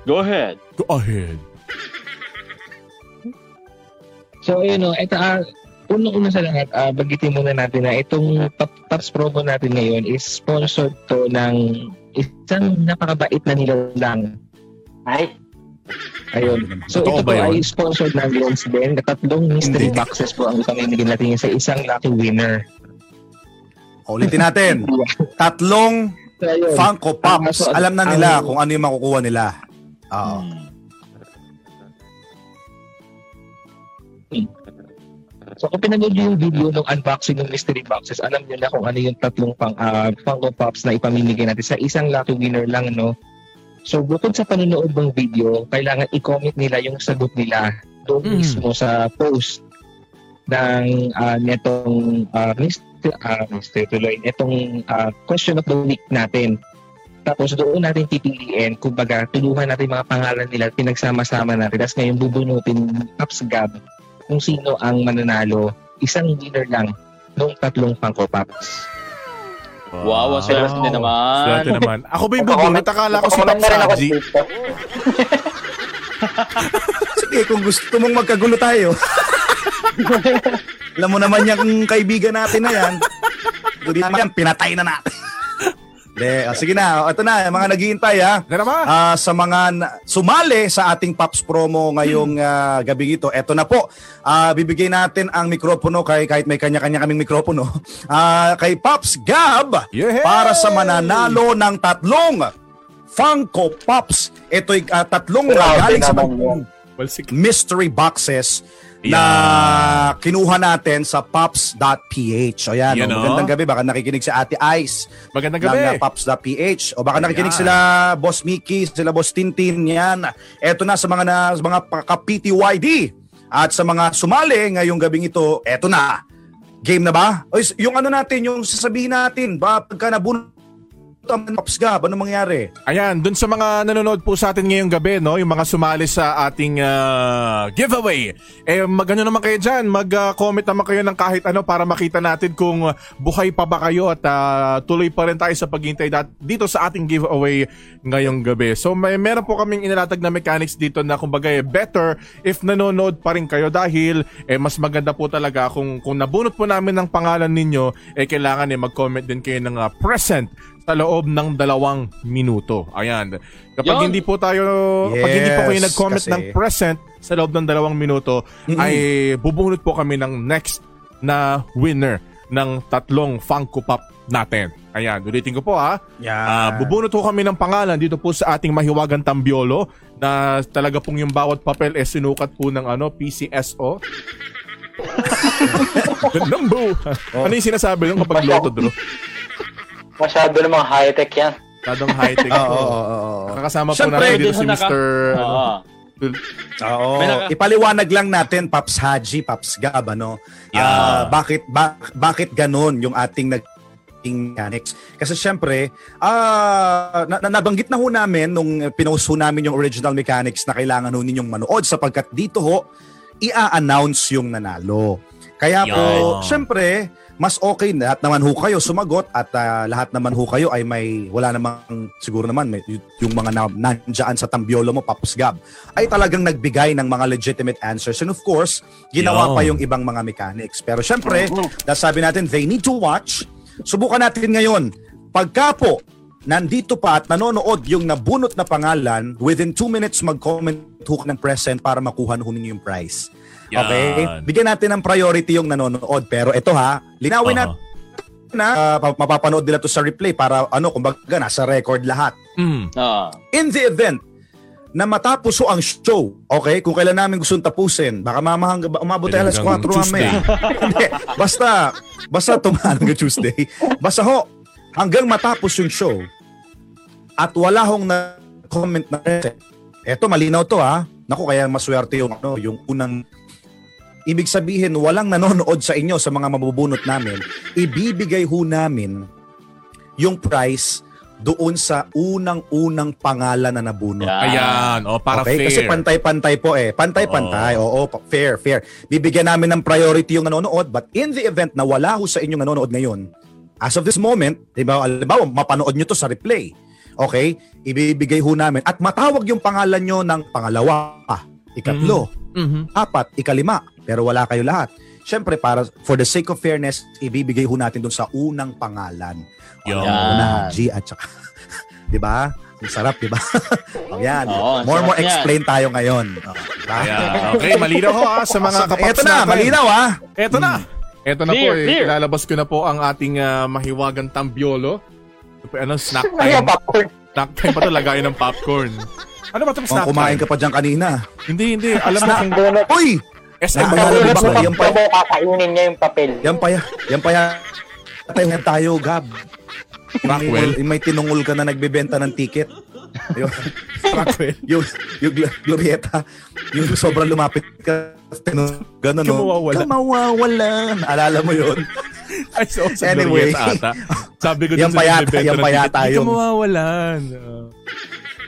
Go ahead. Go ahead. So, yun o. Ito, ah, unang-una sa lahat, ah, bagitin muna natin na itong top, tops promo natin ngayon is sponsored to ng isang napakabait na nilalang Ay, Ayun. So Totoo ito ba po yun? ay sponsored ng Loans din. Tatlong mystery Hindi. boxes po ang pamimigay natin sa isang lucky winner. Ulitin natin. Tatlong So, ayun. Funko Pops. Ang- Alam na nila ang- kung ano yung makukuha nila. Oo. So kung pinanood niyo yung video ng unboxing ng mystery boxes, alam niyo na kung ano yung tatlong pang, ah, Funko Pops na ipamimigay natin sa isang lucky winner lang, no? So bukod sa panonood ng video, kailangan i-comment nila yung sagot nila doon Mhm. mismo sa post ng ah, netong ah, mystery, ah, mystery tuloy, netong ah, question of the week natin. Tapos doon natin pipiliin, kumbaga, tuluhan natin mga pangalan nila, pinagsama-sama natin. Tapos ngayon bubunutin Pops Gab kung sino ang mananalo. Isang winner lang nung tatlong Funko Pops. Wow, ang swerte Wow. naman. Swerte naman. Ako ba yung bubunot? Akala ko si Nagko-comment Pops na rin ako Abji. sa Facebook. Sige, kung gusto mong magkagulo tayo. Alam mo naman yung kaibigan natin na yan. Hindi naman yan, pinatay na natin. De, oh, sige na, ito na, mga naghihintay ha. Ano naman? Ah, sa mga na- sumali sa ating Pops promo ngayong ah, gabi gabing ito. Eto na po. Ah, bibigay natin ang mikropono kay kahit may kanya-kanya kaming mikropono. *laughs* Ah, kay Pops Gab Yeah! para sa mananalo ng tatlong Funko Pops. Ito'y ah, tatlong Grabe galing sa naman mga Balsik. mystery boxes na kinuha natin sa pops.ph. O yan, Yan, oh. o, magandang gabi. Baka nakikinig si Ate Ice Magandang ng uh, gabi. Pops.ph. O baka nakikinig Ayan. sila Boss Mickey, sila Boss Tintin, yan. Eto na sa mga, na, sa mga ka-PTYD at sa mga sumali ngayong gabing ito, eto na. Game na ba? O, is- yung ano natin, yung sasabihin natin, ba pagka nabunot ang Pops Gab, ano mangyari? Ayan, dun sa mga nanonood po sa atin ngayong gabi, no, yung mga sumali sa ating ah, giveaway, eh magano naman kayo diyan, mag-comment naman kayo ng kahit ano para makita natin kung buhay pa ba kayo at ah, tuloy pa rin tayo sa paghintay dat- dito sa ating giveaway ngayong gabi. So may meron po kaming inilatag na mechanics dito na kumbaga eh, better if nanonood pa rin kayo dahil eh mas maganda po talaga kung kung nabunot po namin ng pangalan ninyo, eh kailangan eh mag-comment din kayo ng ah, present sa loob ng dalawang minuto. Ayan. Kapag Yun. hindi po tayo, pag Yes, hindi po kayo nag-comment kasi- ng present sa loob ng dalawang minuto, ay bubunot po kami ng next na winner ng tatlong Funko Pop natin. Ayan, ulitin ko po ha. Ah, Yan. bubunot ho kami ng pangalan dito po sa ating mahiwagan tambiolo na talaga pong yung bawat papel eh sinukat po ng ano, *laughs* PCSO. Gandang bu. Oh. Ano yung sinasabi nung kapag loto draw? *laughs* Masyado namang high-tech yan. Tadang high-tech. Oo, oo, po. oo, oo. Kakasama po Siyempre, natin dito dun si sa naka- Mr. ano, Oo. Oo. May naka- Ipaliwanag lang natin, Paps Haji, Paps Gab, ano? Ah, bakit, ba- bakit ganon yung ating nag ating mechanics. Kasi syempre, ah, na- na- nabanggit na ho namin nung pinost ho namin yung original mechanics na kailangan ho ninyong manood sapagkat dito ho, ia-announce yung nanalo. Kaya po, Yan. syempre, mas okay na lahat naman ho kayo sumagot at ah, lahat naman ho kayo ay may, wala namang, siguro naman, may, y- yung mga na, nandyan sa tambiolo mo, Papus Gab, ay talagang nagbigay ng mga legitimate answers. And of course, ginawa Yan. pa yung ibang mga mechanics. Pero syempre, dahil sabi natin, they need to watch. Subukan natin ngayon. Pagka po, nandito pa at nanonood yung nabunot na pangalan, within 2 minutes mag-comment hook ng present para makuha ho ninyo yung prize. Okay? Yan. Bigyan natin ng priority yung nanonood. Pero ito ha, linawin Aha. natin na ah, pa- mapapanood nila to sa replay para ano, kumbaga nasa record lahat. Mm. Oo. In the event na matapos ho ang show, okay? Kung kailan namin gustong tapusin, baka mamahang umabot tayo alas 4 Hanggang mamaya. *laughs* Hindi, basta, basta tumahan ng Tuesday. Basta ho, hanggang matapos yung show at wala hong na-comment na eto malinaw to ha. Naku, kaya maswerte yung, ano, yung unang Ibig sabihin, walang nanonood sa inyo sa mga mabubunot namin. Ibibigay ho namin yung price doon sa unang-unang pangalan na nabunot Ah. Yeah. Ayan, o para okay? fair. Kasi pantay-pantay po eh. Pantay-pantay. Oo, pa- fair, fair. Bibigyan namin ng priority yung nanonood but in the event na wala ho sa inyong nanonood ngayon, as of this moment, di ba, alimbawa, mapanood nyo to sa replay. Okay? Ibibigay ho namin. At matawag yung pangalan nyo ng pangalawa, Mm-hmm. ikatlo, Mhm. apat, ikalima, pero wala kayo lahat. Siyempre, para, for the sake of fairness, ibibigay ho natin dun sa unang pangalan. Yun. Ano, Na, G at saka, *laughs* di ba? Ang sarap, di ba? *laughs* o yan. Oo, ang more sarap more yan. explain tayo ngayon. O, diba? Ayan. Okay, malinaw ho ah, sa mga So, kapaps eto na, natin. malinaw ah. ha. Eto na. Eto na po, Clear, eh. clear. lalabas ko na po ang ating ah, mahiwagang tambiolo. Ano, *laughs* snack Ayaw time. popcorn. snack time pa to, lagayan ng popcorn. Ano ba itong Kung snack kumain time? ka pa dyan kanina. Hindi, hindi. Alam mo kung Donut. Uy! SM Ano, *laughs* ano Donut ba? na Yan pa- pagkabaw, kakainin niya yung papel. Yan pa yan. Yan pa yan. Tayo na tayo, Gab. Yung may- Rockwell. yung may tinungol ka na nagbebenta ng ticket. Ayun. *laughs* eh. yung, yung, gl- glorieta, yung sobrang lumapit ka, tinung- ganun, no? Kamawawala. Kamawawala. Naalala mo yun? *laughs* Ay, so, sa anyway. Anyway. ata. Sabi ko dun Yan sa pa yata, nagbebenta yan ng pa ticket, yata Hindi ka yun." mawawalan. Ah.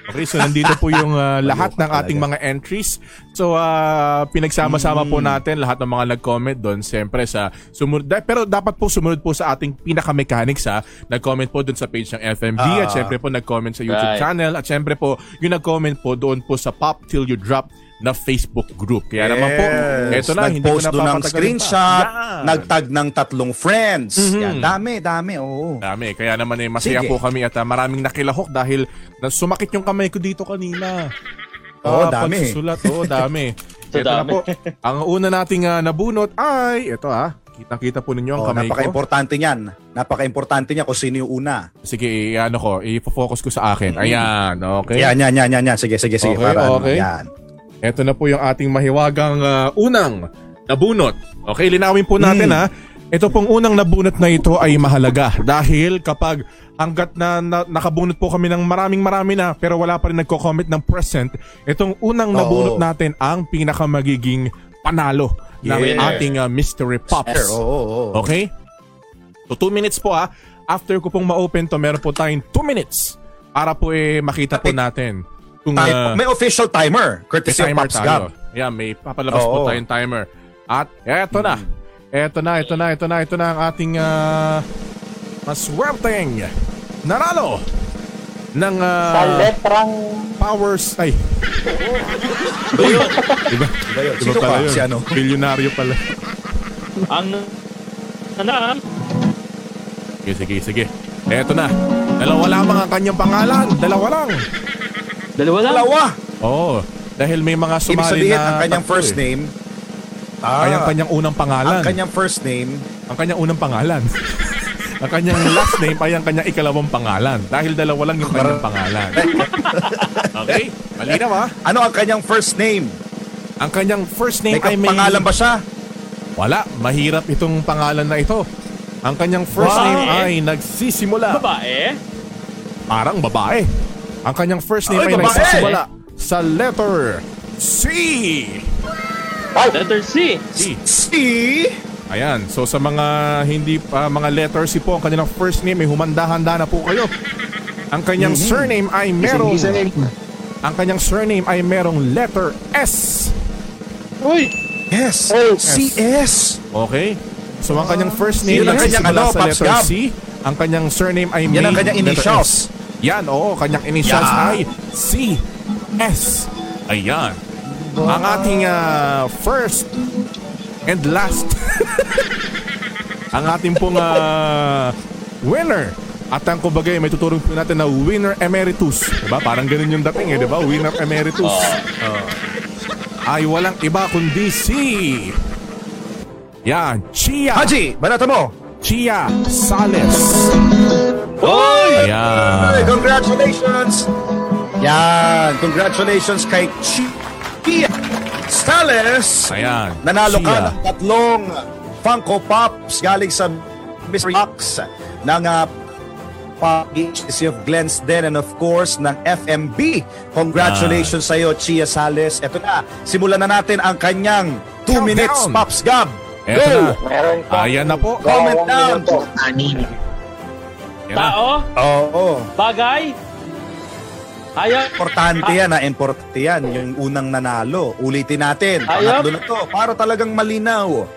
Okay, so nandito po yung ah, lahat ng ating mga entries. So, ah, pinagsama-sama Hmm. po natin lahat ng mga nag-comment doon. Siyempre, sa sumunod. da- Pero dapat po sumunod po sa ating pinaka-mechanics, ha? Nag-comment po doon sa page ng FMB. Ah. at siyempre po, nag-comment sa YouTube Right. channel. At siyempre po, yung nag-comment po doon po sa Pop Till You Drop na Facebook group. Kaya naman po, Yes. eto na, hindi ko Nag-post na doon ng papatagalin pa. screenshot, Yan. nagtag ng tatlong friends. Mhm. Yan, dami, dami, oo. Dami. Kaya naman eh, masaya Sige. po kami at ah, maraming nakilahok dahil na- sumakit yung kamay ko dito kanina. Oo, Ah, dami. Pagsusulat. Oo, dami. So, ito na dami. po. Ang una nating ah, nabunot ay, ito ah. Kita-kita po ninyo ang Oh, kamay ko. napaka-importante niyan. Napaka-importante niya kung sino yung una. Sige, ano ko, i-focus ko sa akin. Ayan, okay. Mm-hmm. Yan, yan, yan, yan, yan. Sige, sige, sige. Okay, para, ano, okay. Yan. Ito na po yung ating mahiwagang ah, unang nabunot. Okay, linawin po natin Mm. ha. Ito pong unang nabunot na ito ay mahalaga dahil kapag hanggat na, na- nakabunot po kami ng maraming marami na pero wala pa rin nagko-comment ng present, itong unang Oo. nabunot natin ang pinaka magiging panalo ng Yeah. ating ah, Mystery Pops. Sure, oo, oo. Okay? So, 2 minutes po ah. After ko pong ma-open to, meron po tayong 2 minutes para po eh makita po Ay- natin kung Time- ah, may official timer. may Courtesy of timer Pops tayo. Gab. Yeah, may papalabas po Oo. tayong timer. At eto na. Eto na, eto na, eto na, eto na ang ating ah, maswerteng nanalo ng ah, Sa letrang powers ay *laughs* iba Diba iba yun? Sino pala pa? yun Si ano? bilyonaryo pala Ang nanaan, sige sige sige eto na dalawa lamang ang kanyang pangalan dalawa lang dalawa lang. Dalawa. oh dahil may mga Ibig sumali sabihin, na ang kanyang tatlo first eh. name. Ah, kanyang kanyang unang pangalan ang kanyang first name. ang kanyang unang *laughs* pangalan. ang kanyang last name ay ang kanyang ikalawang pangalan. Dahil dalawa lang yung kanyang *laughs* pangalan. Okay? Malinaw ha? Ano ang kanyang first name? Ang kanyang first name May ay may... pangalan ba siya? Wala. Mahirap itong pangalan na ito. Ang kanyang first Babae. name ay nagsisimula. Babae? Parang babae. Ang kanyang first name ay Ay, babae! nagsisimula sa letter C. Letter C. C. Si... Ayan. So sa mga hindi pa mga letter C po ang kanilang first name ay humanda-handa na po kayo. Ang kanyang Mm-hmm. surname ay merong Isa- isa- Ang kanyang surname ay merong letter S. Uy! Yes. Hey. CS. Okay? So ang kanyang first name Yun Ah. ang ay kanyang nagsisimula ano, sa Pops letter Gab. C. Ang kanyang surname ay Yan ang may kanyang letter initials. S. Yan, oo. Kanyang initials Yeah. ay C. S. Ayan. Ang ating ah, first and last. *laughs* ang ating pong ah, winner. At ang kumbagay, may tuturing po natin na winner emeritus. Diba? Parang ganun yung dating eh, diba? Winner emeritus. ay walang iba kundi si... Yan, Chia. Haji, banata mo. Chia Sales. Hoy! Hey, Ayan. congratulations. Yan. Congratulations kay Chia Stales. Ayan. Nanalo Chia. ka ng tatlong Funko Pops galing sa Mystery Box ng uh, Agency of Glensden and of course ng FMB. Congratulations sa iyo, Chia Sales. Ito na, simulan na natin ang kanyang 2 Countdown. minutes Pops Gab. Eto na. meron pa. Ayan na po. Comment Dalawang down. minuto. Anim. Ayan na. Tao? Oo, Bagay? Hayop? importante yan, ha? importante yan. Yung unang nanalo. Ulitin natin, Ayop. pangatlo na to, para talagang malinaw.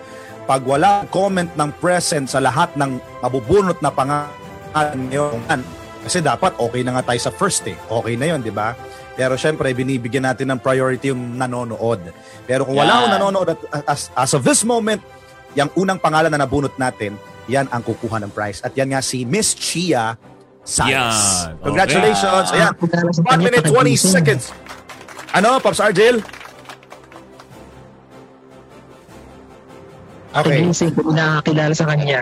Pag wala comment ng present sa lahat ng mabubunot na pangalan ngayon, kasi dapat okay na nga tayo sa first eh. Okay na yon di ba? Pero syempre, binibigyan natin ng priority yung nanonood. Pero kung wala Yan. akong nanonood at as, as of this moment, yung unang pangalan na nabunot natin, yan ang kukuha ng prize. At yan nga si Miss Chia Science. Yan. Okay. Congratulations. Ayan. 1 minute 20 seconds. Ano, Pops Argel? Okay. Okay. Convincing kung nakakilala sa kanya.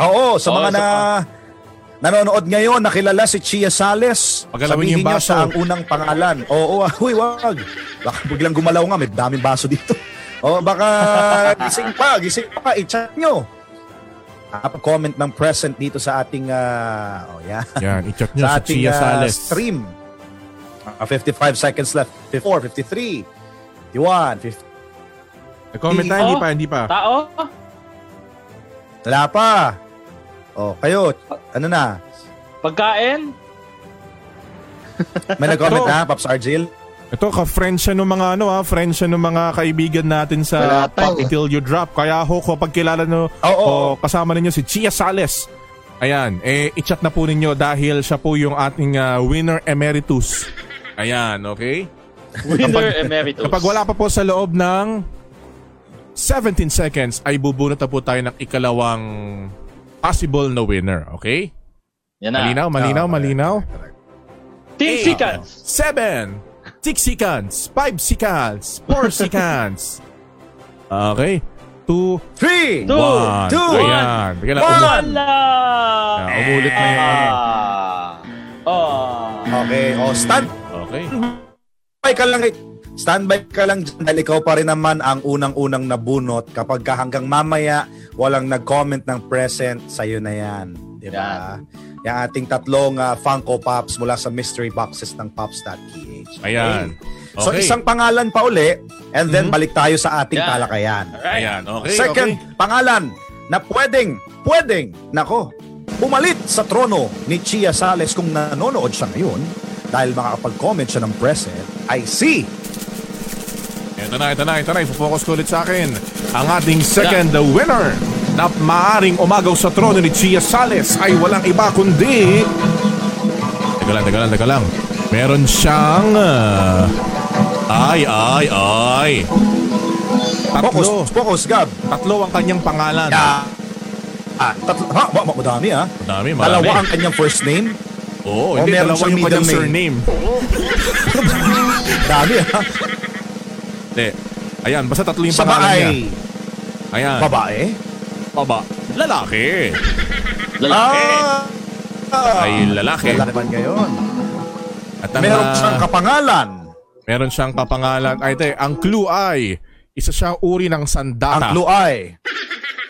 Oo, sa Oh, Oo, mga sa- na nanonood ngayon, nakilala si Chia Sales. Pagalawin Sabihin yung niya baso. siya ang unang pangalan. Oo, *laughs* ah, huy, wag. Baka biglang gumalaw nga, may daming baso dito. *laughs* O *laughs* baka gising pa, gising pa, i-chat nyo. Ah, comment ng present dito sa ating, ah, oh yeah, Yan, i-check nyo sa, sa ating Chia ah, Sales. stream. Ah, 55 seconds left. 54, 53, Eh, 51, 50. Comment tayo, hindi Oh. pa, hindi pa. Tao? Wala pa. Oh, kayo, ano na? Pagkain? May *laughs* nag-comment Ito. na, Pops Argel? Ito, ka-friend siya ng mga ano ha, friend siya ng mga kaibigan natin sa Wala pa, Pop Till You Drop. Kaya ho, kapag kilala nyo, Oo. o kasama ninyo si Chia Sales. Ayan, eh, i-chat na po ninyo dahil siya po yung ating ah, winner emeritus. Ayan, okay? Winner emeritus. Kapag wala pa po sa loob ng 17 seconds, ay bubunot na po tayo ng ikalawang possible na winner, okay? Yan na. Malinaw, malinaw, Ah, malinaw. Team Eh, Seconds. 7, 6 seconds, 5 seconds, 4 seconds. Okay. 2, Three! Two, 1. two, Ayan. Bigyan lang, umu- one. Wala! Ah, umulit na yun. Ah. Oh. Okay, o stand Okay. by ka lang. Standby ka lang dyan dahil ikaw pa rin naman ang unang-unang nabunot kapag ka hanggang mamaya walang nag-comment ng present, sa'yo na yan. Di ba? Yung ating tatlong ah, Funko Pops mula sa mystery boxes ng Pops.ph. Okay? Ayan. So Okay. isang pangalan pa uli and then Mhm. balik tayo sa ating Yan. talakayan. Alright. Ayan. Okay. Second pangalan na pwedeng, pwedeng, nako, pumalit sa trono ni Chia Sales kung nanonood siya ngayon dahil makakapag-comment siya ng present, I see. Okay. Ito na, ito na, ito na. Ipo-focus ko ulit sa akin. Ang ating second winner na maaring umagaw sa trono ni Chia Sales ay walang iba kundi... Teka lang, teka lang, teka lang. Meron siyang... ah, Ay, ay, ay. Focus, Tatlo. focus, Gab. Tatlo ang kanyang pangalan. Yeah. Ah, tatlo, ha, ma- ma- madami ha. Madami, marami. Dalawa ang kanyang first name. Oo, O, hindi, meron dalawa siyang yung kanyang middle name. surname. Dami ah. ha. Hindi. Ayan, basta tatlo yung Sa pangalan niya. Ah. baay, Ayan. babae. Baba. Lalaki. Lalaki. Ah, ah. Ay, lalaki. Wala naman ngayon. At ang, Meron ah, siyang kapangalan. meron siyang kapangalan. Ay, te, ang clue ay isa siyang uri ng Ang sandata. clue ay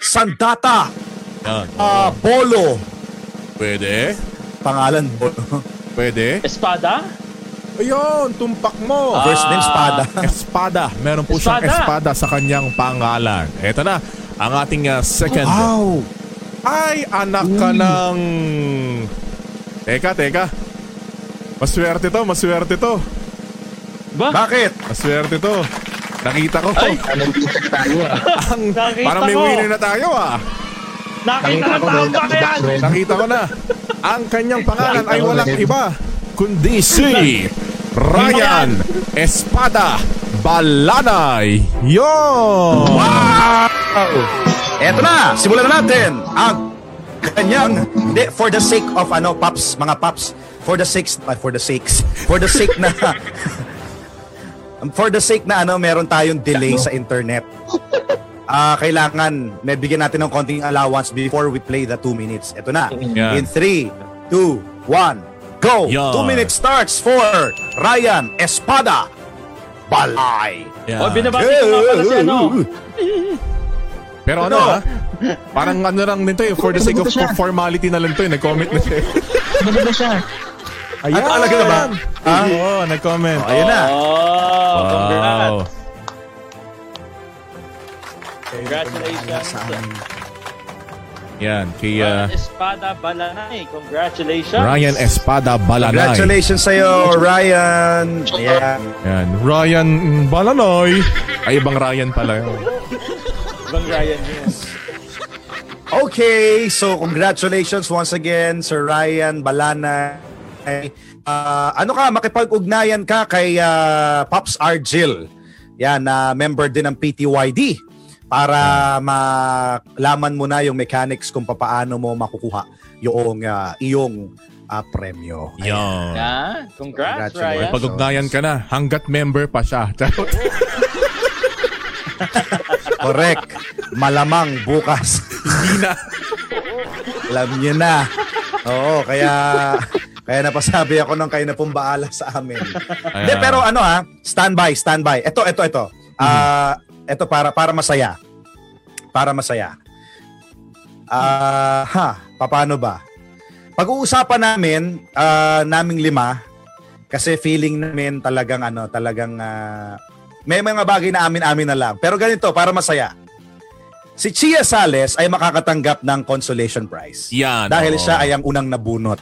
Sandata Ayan. Apollo. Pwede. Pangalan Bolo. Pwede. Espada? Ayun, tumpak mo. Ah. First name Spada. Espada. Meron po siyang espada Espada. sa kanyang pangalan. Eto na, ang ating ah, second. Wow! Ay, anak Mm. ka ng... Teka, teka. Maswerte to, maswerte to. Ba? Bakit? Maswerte to. Nakita ko. Ay, Ano dito tayo ah. ang, nakita parang may ko. winner na tayo ah. nakita Nakita na ko tao ba may kaya? back to back. Nakita ko na. Ang kanyang pangalan Nakita ay ko walang rin. iba kundi si Ryan Espada Balanay. Yo! Wow! Eto na! Simulan na natin ang kanyang... Hindi, for the sake of ano, paps, mga paps. For the sake... ah, for the sakes. For the sake na... *laughs* for the sake na ano, meron tayong delay sa internet. Ah, kailangan may bigyan natin ng konting allowance before we play the two minutes. Eto na. Yeah. In three, two, one, go! Yeah. Two minutes starts for Ryan Espada Balay. Yeah. Oh, binabati ko nga pala si ano. Pero ano ha? Parang ano lang nito eh. For the sake of formality na lang to eh. Nag-comment na siya. Ano ba siya? Ayan! talaga Ah? na ba? Ha? Oo, nag-comment. Ayan na. Oh, nah. Wow. congrats. Congratulations. Yan, kay Ryan uh, Espada Balanay. Congratulations. Ryan Espada Balanay. Congratulations sa'yo, Ryan. Yeah. Yan, Ryan Balanay. Ay, ibang Ryan pala yun. Bang Ryan yun. Okay, so congratulations once again, Sir Ryan Balana. Ah, ano ka, makipag-ugnayan uh, ka kay ah, Pops Argil. Yan, na member din ng PTYD. para Hmm. malaman mo na yung mechanics kung papaano mo makukuha yung ah, iyong ah, premyo. Ayan. Yo. Yeah, Congrats, congrats, Ryan. Ryan. Pag-ugnayan ka na, hanggat member pa siya. Correct. Malamang bukas. Hindi na. Alam niyo na. Oo, kaya kaya napasabi ako ng kayo na pong baala sa amin. Hindi, pero ano ha, standby, standby. Ito, ito, ito. Ah, ito para para masaya. Para masaya. Ah, ha, paano ba? Pag-uusapan namin, ah, naming lima, kasi feeling namin talagang ano, talagang ah, may mga bagay na amin-amin na lang. Pero ganito, para masaya. Si Chia Sales ay makakatanggap ng consolation prize. *laughs* Yan. Dahil oo. siya ay ang unang nabunot.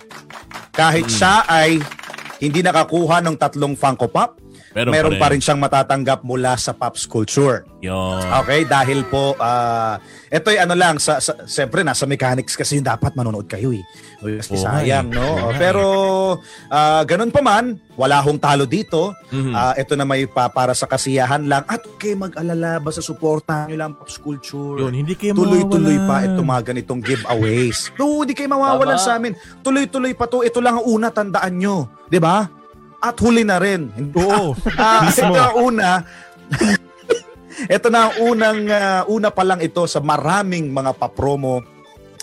Kahit Hmm. siya ay hindi nakakuha ng tatlong Funko Pop, meron, meron pa rin siyang matatanggap mula sa Pops Culture. Yun. Okay, dahil po ah eto'y ano lang sa, sa siyempre nasa mechanics kasi dapat manonood kayo eh. Uy, Kasi Oo nga eh. sayang, no? Oo nga eh. Pero ah, ganun pa man, wala hong talo dito. Mhm. Ah, ito na may pa, para sa kasiyahan lang. At okay, mag-alala basta suportahan niyo lang Pops Culture. Yun, hindi kayo Tuloy-tuloy pa mawawalan. ito mga ganitong giveaways. No, hindi kayo mawawalan Tama. sa amin. Tuloy-tuloy pa to. Ito lang ang una, tandaan nyo. 'Di ba? At huli na rin. Oo. *laughs* Ah, Mismo. ito ang una. *laughs* ito na ang unang ah, una pa lang ito sa maraming mga papromo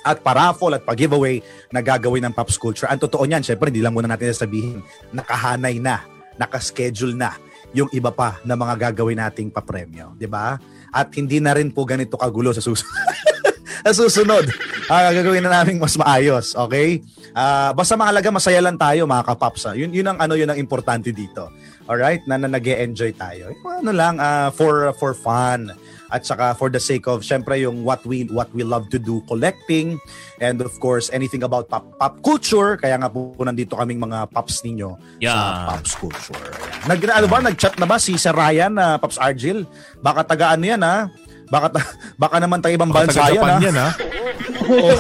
at paraffle at pag-giveaway na gagawin ng Pops Culture. Ang totoo niyan, syempre, hindi lang muna natin sasabihin, nakahanay na, nakaschedule na yung iba pa na mga gagawin nating papremyo. 'di ba? At hindi na rin po ganito kagulo sa susunod. *laughs* sa susunod, ah, gagawin na namin mas maayos, okay? Ah, basta mahalaga, masaya lang tayo, mga kapapsa. Yun, yun ang ano, yun ang importante dito. Alright? Na, na nag-e-enjoy tayo. Yung mga Ano lang, ah, for, for fun. At saka for the sake of, syempre, yung what we, what we love to do, collecting. And of course, anything about pop, pop culture. Kaya nga po nandito kaming mga pops ninyo sa Yeah. Pops Culture. Ayan. Nag, ano ba, nag-chat na ba si Sir Ryan, na Pops Argil? Baka taga ano yan, ha? Baka, ta- *laughs* baka naman taga ibang Baka bansa ah. yan, taga-Japan ha? yan, ah. ha?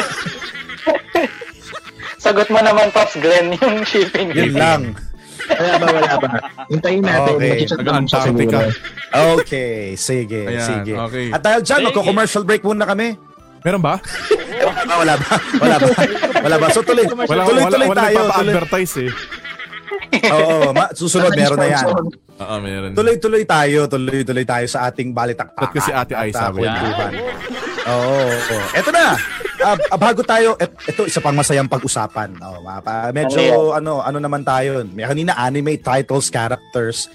Sagot mo naman, Pops Glenn, *laughs* yung shipping. Yun lang. Wala ba, wala ba? Hintayin natin. Okay. Mag-chat na lang siya Taga-Antarctica. siguro. Okay, sige, Ayan, sige. okay. At dahil dyan, Sige. magko-commercial break muna kami. Meron ba? Wala ba? Wala ba? *laughs* Wala ba? Wala ba? So tuloy, Wala, tuloy, wala, tuloy wala tayo. Tuloy, nagpapa-advertise eh. oo, ma- susunod meron na yan. Oo, meron. Tuloy-tuloy tayo, tuloy-tuloy tayo sa ating balitaktakan. Ba't kasi Ate Ai At, ah, sabi? kwentuhan. Oo, oo. Eto na. Ah, ah, bago tayo, et- eto isa pang masayang pag-usapan. Oh, ma- pa- medyo ano, ano naman tayo. yun. May kanina anime titles, characters.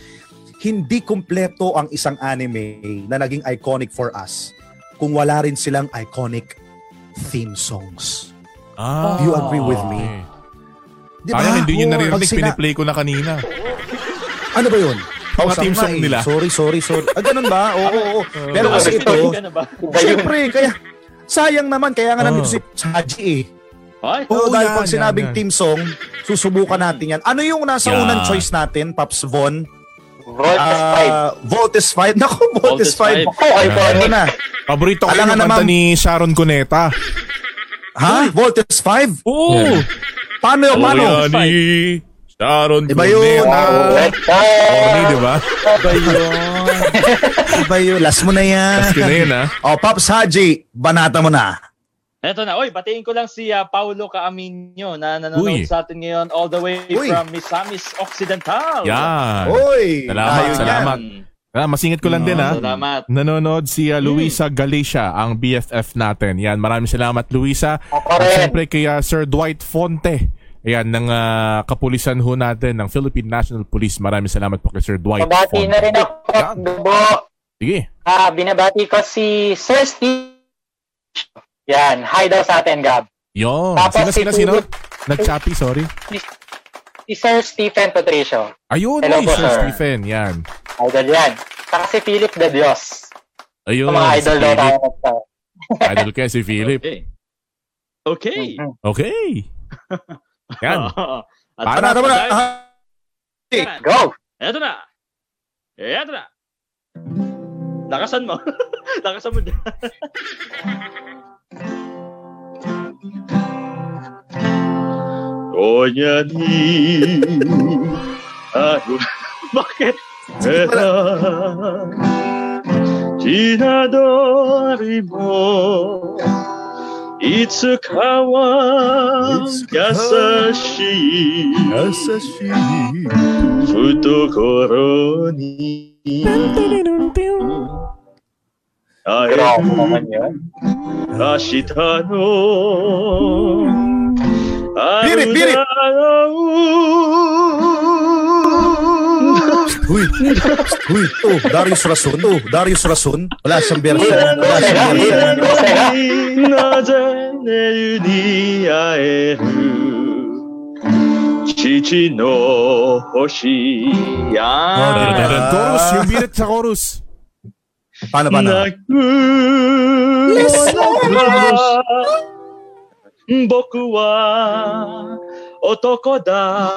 Hindi kumpleto ang isang anime na naging iconic for us kung wala rin silang iconic theme songs. Ah, Do you agree with me? okay. Di Parang hindi nyo Oo, naririnig, pag sina- piniplay ko na kanina. Ano ba yun? Mga Pausap theme nga song eh. nila. Sorry, sorry, sorry. Ah, ganun ba? Oo, oo, *laughs* oo. Pero kasi ito, Ano ba? Siyempre, kaya sayang naman kaya nga nandito Oh. si Haji eh. Ay, Oh, Oo, dahil yan, pag sinabing yan, yan. team song, susubukan natin yan. Ano yung nasa Yan. unang choice natin, Pops Von? Voltes Ah, Voltes 5. *laughs* Naku, Voltes Voltes 5. Ako, Ano iconic. na? Paborito ko Alam yung nga kanta naman- ni Sharon Cuneta. Ha? Voltes 5? Oo! Paano yung paano? Kuya ni Sharon Oh, Iba yun. Cuneta. Voltes Corny, 5. di ba? Iba yun. Iba Ano yun. Last mo na yan. Tapos yun na yun, ha? O, Pops Haji, banata mo na. Eto na. Oy, batiin ko lang si ah, Paulo Caaminio na Uy. nanonood sa atin ngayon all the way Uy. from Misamis Occidental. Mm. Yan. Oy! Salamat, tayo yan. salamat. Ah, masingit ko lang din, ha? Salamat. Nanonood si ah, Luisa Galicia, ang BFF natin. Yan, maraming salamat, Luisa. Ako At rin. syempre kay ah, Sir Dwight Fonte. Ayan, ng ah, kapulisan ho natin, ng Philippine National Police. Maraming salamat po kay Sir Dwight Mabati na Fonte. rin ako, Yan. Dubo. Sige. Ah, binabati ko si Sir Steve. Yan, hi daw sa atin, Gab. Yo, sino Tapos sino si sino? Tulip. Nag-choppy, sorry. Si Sir Stephen Patricio. Ayun, Hello ay, po, Sir sir. Stephen, yan. Idol yan. Saka si Philip de Dios. Ayun, Yung mga idol si daw tayo *laughs* Philip. nagsa. Idol ka si Philip. Okay. Okay. Mhm. *laughs* Okay. *laughs* Yan. At Para Banata mo na. Ah, dahil- Ha? Yan. Go! Eto na. Eto na. Lakasan mo. *laughs* Lakasan mo dyan. Konyani *laughs* Ano Bakit? Eta Inadori mo Itsukawa Yasashi Futokoro ni Aeru Ashita no Beat it, beat it. Uy, uy, oh, Darius Rason, oh, Darius Rason. Wala siyang version. Wala siyang version. なぜ寝るに会える父の星 Yan. Chorus, yung birit sa chorus. Paano ba na? 泣くは僕は男だ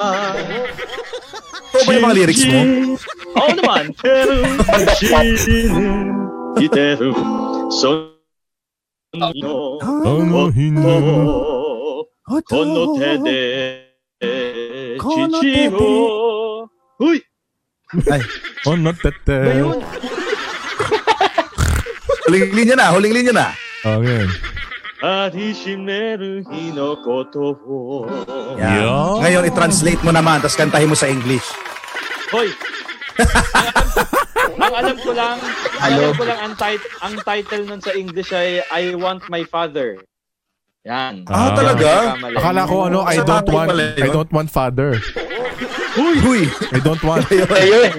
Ito ba yung mga lyrics mo? Oo naman. Pero sinigiteru son no Oh. koto kono tede chichi wo Uy! Oh, not that. Uh, Huling linya na, huling linya na. okay. 抱きしめる日のことを Yan. Yeah. Ngayon, i-translate mo naman, tapos kantahin mo sa English. Hoy. ang alam ko lang, ang alam ko lang ang, tit- ang title nun sa English ay I Want My Father. Yan. Ah, talaga? Kamali. Akala ko ano, I Sa don't tatay want, pala yun. I don't want father. Huy, huy. I don't want. Ayun.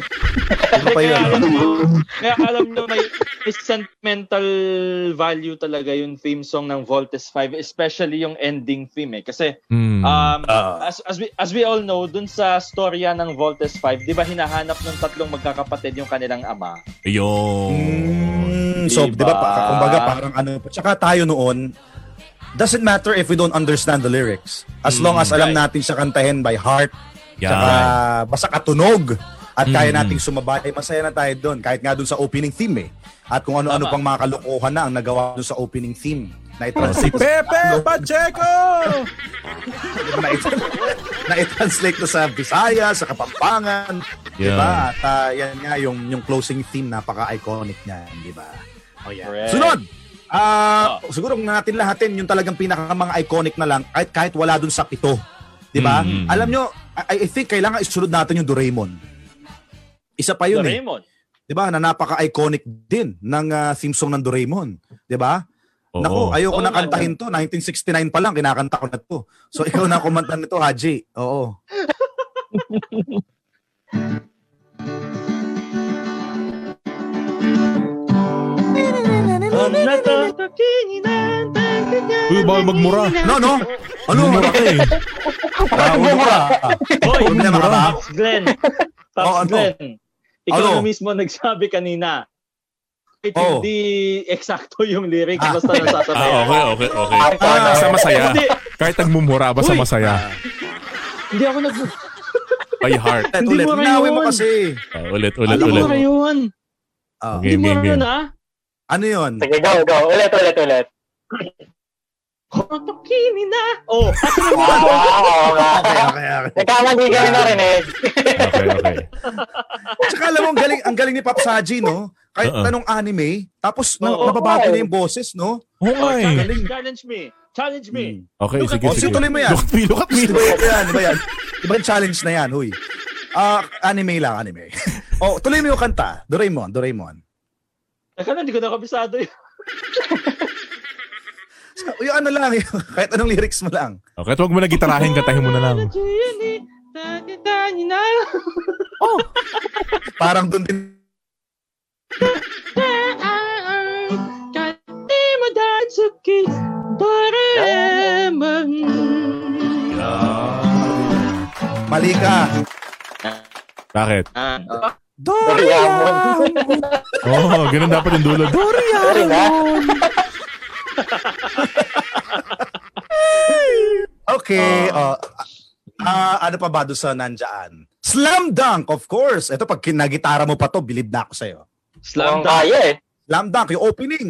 Ano pa Kaya yun? alam nyo, kaya alam nyo may, may sentimental value talaga yung theme song ng Voltes 5, especially yung ending theme eh. Kasi Mm. um, Ah. as, as, we, as we all know, dun sa storya ng Voltes 5, di ba hinahanap ng tatlong magkakapatid yung kanilang ama? Ayun. Mm, so, Diba? di ba, pa, kumbaga parang ano, tsaka tayo noon, doesn't matter if we don't understand the lyrics. As long as alam natin siya kantahin by heart, tsaka Mm. Yan. basta katunog, at kaya Mm. nating sumabay, masaya na tayo doon. Kahit nga doon sa opening theme eh. At kung ano-ano Tama. pang mga kalokohan na ang nagawa doon sa opening theme. Oh, Na *laughs* si i-translate Pepe Pacheco! na, it- na i-translate na sa Bisaya, sa Kapampangan, di Yeah. ba? At ah, yan nga yung yung closing theme napaka-iconic niya, di ba? Oh yeah. Correct. Sunod. Ah, siguro natin lahatin yung talagang pinaka mga iconic na lang kahit kahit wala dun sa pito. Di ba? Mm. Mm-hmm. Alam nyo, I, I think kailangan isunod natin yung Doraemon. Isa pa yun eh. Doraemon. 'di ba? Na napaka-iconic din ng ah, theme song ng Doraemon, 'di ba? Nako, ayoko Oo na nga, eh. kantahin to. 1969 pa lang kinakanta ko na to. So ikaw na ang kumanta nito, Haji. Oo. Ang natatakin na tayo Uy, bawal magmura. No, no. Ano? Mura ka eh. Ano ka? Hoy, Huwag na nakaba. Pops Glenn. Pops Oh, ano? Glenn. Ikaw Ano? na mismo nagsabi kanina. Kahit Oh. hindi eksakto yung lyrics, Ah. basta nasasabay. Ah, okay, okay, okay. Ah, Basta masaya. Hindi, Kahit nagmumura, basta Uy. masaya. hindi ako nag... By heart. Ulit, Hindi ulit. mo kayo Linawin mo yun. kasi. Ah, ulit, ulit, Alam ulit. mo na Ano yun. Ah, Okay. Hindi mo game, na game. yun, ha? Ano yun? Sige, go, go. Ulit, ulit, ulit. Papakinin na. Oh, *laughs* Ah, Oo nga. Okay, okay, okay. Nagkamali kami na rin eh. Okay, okay. Tsaka alam mo, ang galing, ang galing ni Pops Haji, no? Kahit Oo. tanong anime, tapos na, Oo. nababago na yung boses, no? Oo eh. Oh, challenge, challenge me. Challenge me. Hmm. Okay, Look at sige, me. sige. Oh, Tuloy mo yan. Look at me, look at me. Di ba yan? Di ba yan? Di ba yan? Di ba yung challenge na yan? Huy. Ah, anime lang, anime. *laughs* oh, tuloy mo yung kanta. Doraemon, Doraemon. Teka na, hindi ko nakabisado yun. Yung ano lang, *laughs* yung, kahit anong lyrics mo lang. Okay, at huwag mo na gitarahin, katahin mo na lang. Takitain eh. na. Parang doon din. Kati mo dahil sa kiss. Doraemon. Mali ka. Bakit? Ah, Doraemon. Oo, oh, ganun dapat yung dulo. Sorry na. Okay. oh, ah, ano pa ba doon sa nandyan? Slam Dunk, of course. Ito, pag kinagitara mo pa to, bilib na ako sa'yo. Slam Ang kaya eh. Slam Dunk, yung opening.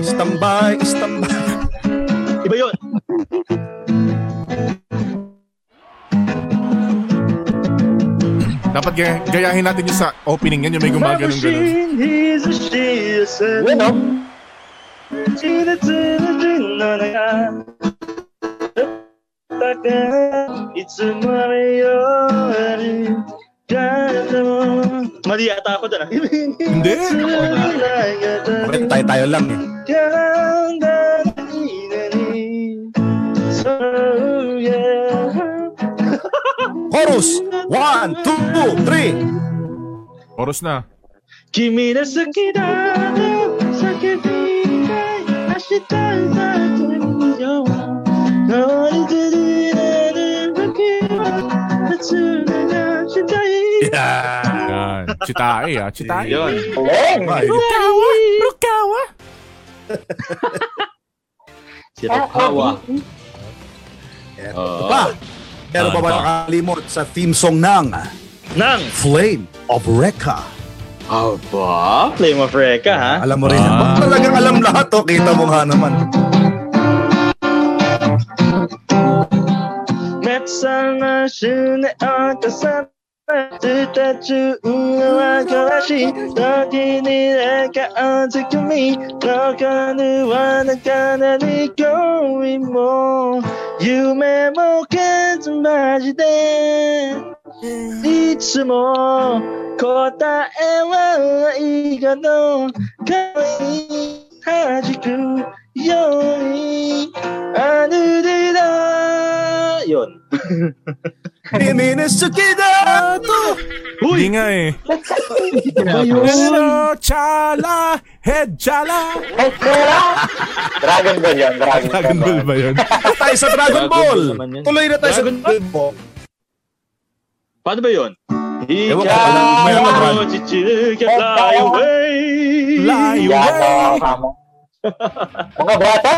Standby, standby. Iba yun. Dapat Gaya- gayahin natin yung sa opening yan, yung may gumagano'ng gano'n. Machine, he's a she, a seven. Yun, no? Tina, tina, tina, na ka. Taka, itsumariyo, ari, kata mo. Mali ata ako dun ah. Hindi. Bakit tayo-tayo lang eh. So, yeah. Chorus! One, two, three! Oros na. 君の好きだと叫びたい明日さ君よ乗りずりなるわけは夏が次第 Yeah! Yan. Chitae ah. Chitae. Yun. Ay, Si Rukawa. eto Oo. pa. Pero pa ba Ano? nakalimot sa theme song ng Nang Flame of Recca? Aba? Flame of Reka ha Alam mo rin, ah. talagang alam lahat to. Kita mo nga naman. 目覚ましの朝さてたち裏は悲しい時になんか熱く見中にはかなりわなかなり恋も夢も数マジでいつも答えはいいかの可愛い弾くようにあるでだ Yun. Miminis kita! Hindi nga eh. Hello, chala, head chala. Dragon Ball yun, Dragon, Dragon Ball ba yun? Tayo sa Dragon Dragon Ball! Ball naman yun. Tuloy na tayo Dragon sa Dragon Ball. Paano ba yun? Ewan ko, alam mo yan, Brad. fly away. Fly Yan, away. nakakama. *laughs* Mga bata,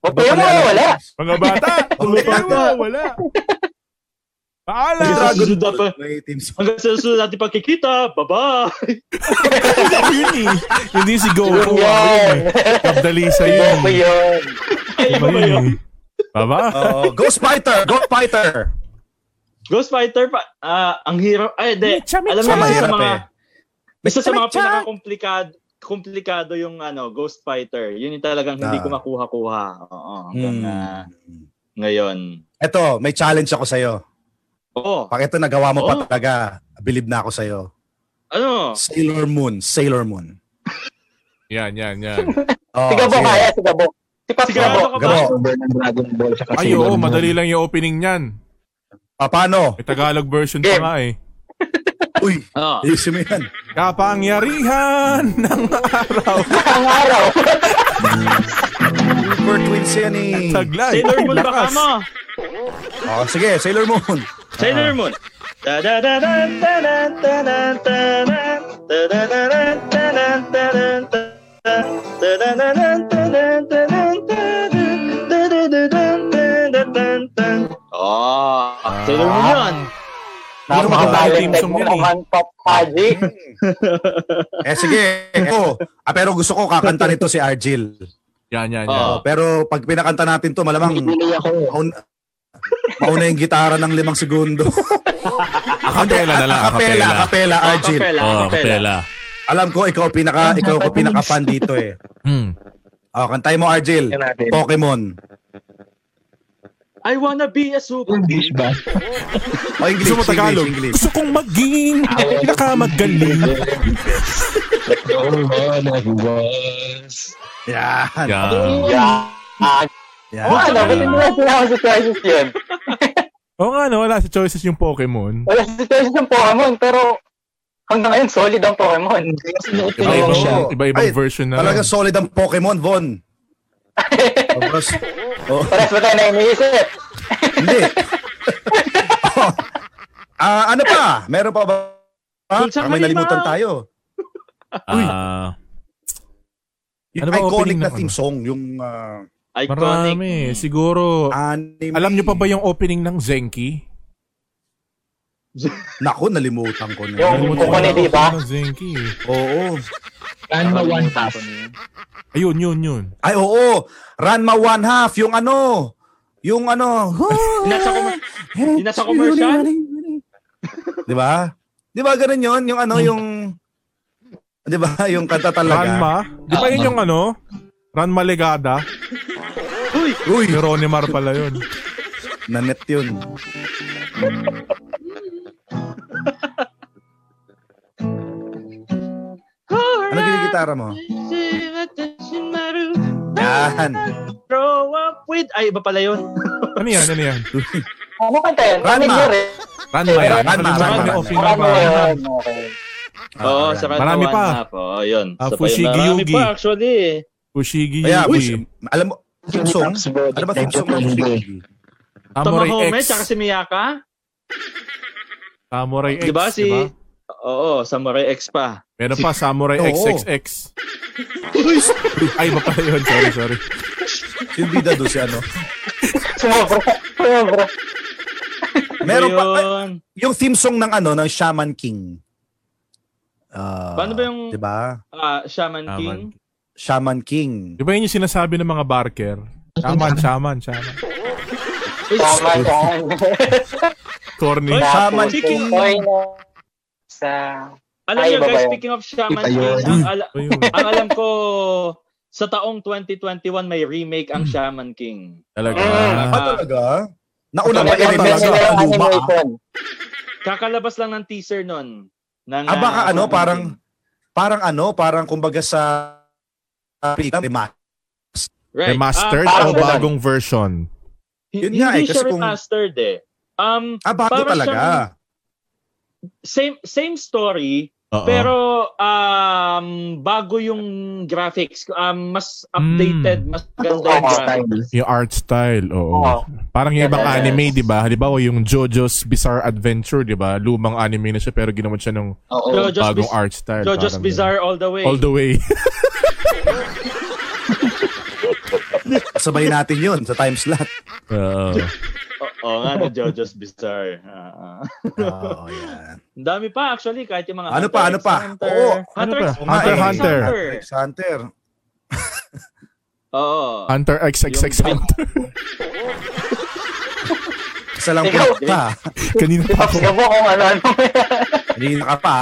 huwag kayo mga wala. Mga bata, Mga bata. wala, wala. Paalam. Dragon Dragon Ball. Ball. May theme song. Hanggang sa susunod natin pagkikita. Bye-bye. yun eh. Hindi si Goku. ah, Yun yun. yun eh. Abdalisa yun. Ako yun. Iba yun. eh. Baba. Oo, Ghost Fighter! Ghost Fighter! Ghost Fighter pa. Ah, ang hirap. Ay, hindi. Mitcha, mitcha. Alam mo, isa sa Mahirap mga... eh. Isa sa mga Mitcha. pinaka-komplikado komplikado yung ano Ghost Fighter. Yun yung talagang hindi Ah. ko makuha-kuha. Oo. Hanggang Hmm. ah, ngayon. Oh, Eto, may challenge ako sa'yo. Oo. Pakita nagawa mo Oo. pa talaga. Believe na ako sa'yo. Ano? Sailor Moon. Sailor Moon. Yan, yan, yan. Oh, Si Gabo sige. kaya, si Gabo. Si Pops Gabo. Sigurado ka ba? Gabo. Number ng Dragon Ball sa Ay, oo, madali lang yung opening niyan. Ah, paano? May Tagalog version pa Game. nga eh. Uy, Oo. ayusin mo yan. Kapangyarihan *laughs* ng araw. Ang araw. Super twins yan eh. Taglay. Sailor Moon ba ano? ka Lakas. mo? Oh, sige, Sailor Moon. Sailor Moon. Oh, Sailor Moon yun. Hindi ko makabali yung Napaka-talented song mo yun eh. naman, Pop Magic. Eh sige, eto. Ah, pero gusto ko kakanta nito si Argil. Yan, yan, yan. Oh, Oo. pero pag pinakanta natin to, malamang Bili ako. mauna, mauna yung gitara ng limang *laughs* segundo. Acapella na lang, acapella. Acapella, acapella, Argil. Kapela, Oh, kapela. acapella. Alam ko, ikaw pinaka, ikaw ko pinaka-fan dito eh. Hmm. Oh, kantay mo, Argil. Yan natin. Pokemon. I wanna be a super. English ba? O, English, Gusto mo Tagalog? English, English. Gusto kong maging pinakamagaling. No one ever was. Yan. Yan. Yan. Yan. Oo, ano, ba't hindi na sinabi si Crisis yun? Oo nga, no, wala sa choices yung Pokemon. Wala si Crisis ng Pokemon, pero hanggang ngayon, solid ang Pokemon. Sinuot Iba-ibang- ko yung Iba-ibang, siya. iba-ibang Ay, version na. *laughs* Talaga solid ang Pokemon, *laughs* Von. Tapos, oh, Pares ba tayo na iniisip? hindi. *laughs* Oh. Ah, ano pa? Meron pa ba? Ah, Tulsang may nalimutan halimaw. tayo. Ah, Yung Ano ba iconic opening na ng theme song, yung ah, Iconic. marami. Siguro, anime. alam nyo pa ba yung opening ng Zenki? Naku, nalimutan ko na. Yung Alam mo, Kuko ni wala ako Diva? ng Zenki. eh. Oo. Ranma One Half. Ayun, yun, yun. Ay, oo. Ranma One Half, yung ano. Yung ano. Yung nasa, com- yung nasa commercial? Di ba? Di ba ganun yun? Yung Hmm. ano, yung... Di ba? *laughs* Yung kanta talaga. Ranma? Di ba yun yung ano? Ranma Legada? Uy! Uy! Ni Ronnie Mar pala yun. Nanet yun. Ano ginigitara mo? *laughs* Yan. Grow up with... Ay, iba pala yun. Ano yan? Ano yan? Ano kanta yan? Ranma. Pamilya rin. Ranma yan. Ranma Ranma, ni Ranma. Ophir Ano Ranma. yun? Okay. Ah, Oo, sa Ranma Marami One pa. Up. Oo, Oh, yun. Ah, Isa pa yun. Fushigi Marami Yugi. pa, actually. Ushigi Kaya, Yugi. alam mo, yung song? Ano ba yung song ng Fushigi? Samurai Tomahome, tsaka X. si Miyaka. Samurai X. Di ba? Si... diba? Oo, Samurai X pa. Meron pa Samurai Oo. XXX. Ay, iba pala yun. Sorry, sorry. Yung bida do si ano. Sumobra. Sumobra. Meron pa, Ayun. yung theme song ng ano, ng Shaman King. Ah, Paano ba yung- Di ba? Ah, Shaman King. Shaman King. Di ba yun yung sinasabi ng mga barker? Shaman, shaman, shaman. Tama yan. Corny. Ay, Shaman Tapos, King. tuloy na Sa... Alam Ay, niyo iba ba guys, yun? speaking of Shaman Iba yun. King, ang, ala- Ayun. ang alam ko, sa taong 2021 may remake Hmm. ang Shaman King. Talaga. Mm. Ah, talaga? Nauna ba yung Ano yung remake nila sa yung luma? animation? Kakalabas lang ng teaser nun. Ng, Ah, baka ah, ano, Shaman parang, King. parang ano, parang kumbaga sa pelikula, remake. Right. Remastered o Ah, parang- bagong version? Yun Hindi nga eh, kasi siya kung- remastered eh. Um, Ah, bago Parang talaga. same same story, Oo. Pero um bago yung graphics, um mas updated, mas maganda Oo. yung graphics. yung art style, oo. Oo. Parang yung ibang Yes. anime, di ba? Halimbawa yung JoJo's Bizarre Adventure, di ba? Lumang anime na siya pero ginawa siya ng Oo. Jojo's, bagong Biz- art style. Jojo's parang Bizarre all the way. ganun. All the way. *laughs* Sabay natin yun sa time slot. Oo. Oo nga, no, Jojo's Bizarre. Ah, ah. Oo, yan. *laughs* Ang dami pa actually kahit yung mga Ano pa, ano x pa? Hunter. Oo, ano Hunter, pa? x Hunter, x Hunter. Rex Hunter. Oo. Hunter XXX Yung- Hunter. *laughs* Isa lang Ikaw, punta. Kanina pa ako. *laughs* Tapos ka po kung ano-ano. Hindi na ka pa.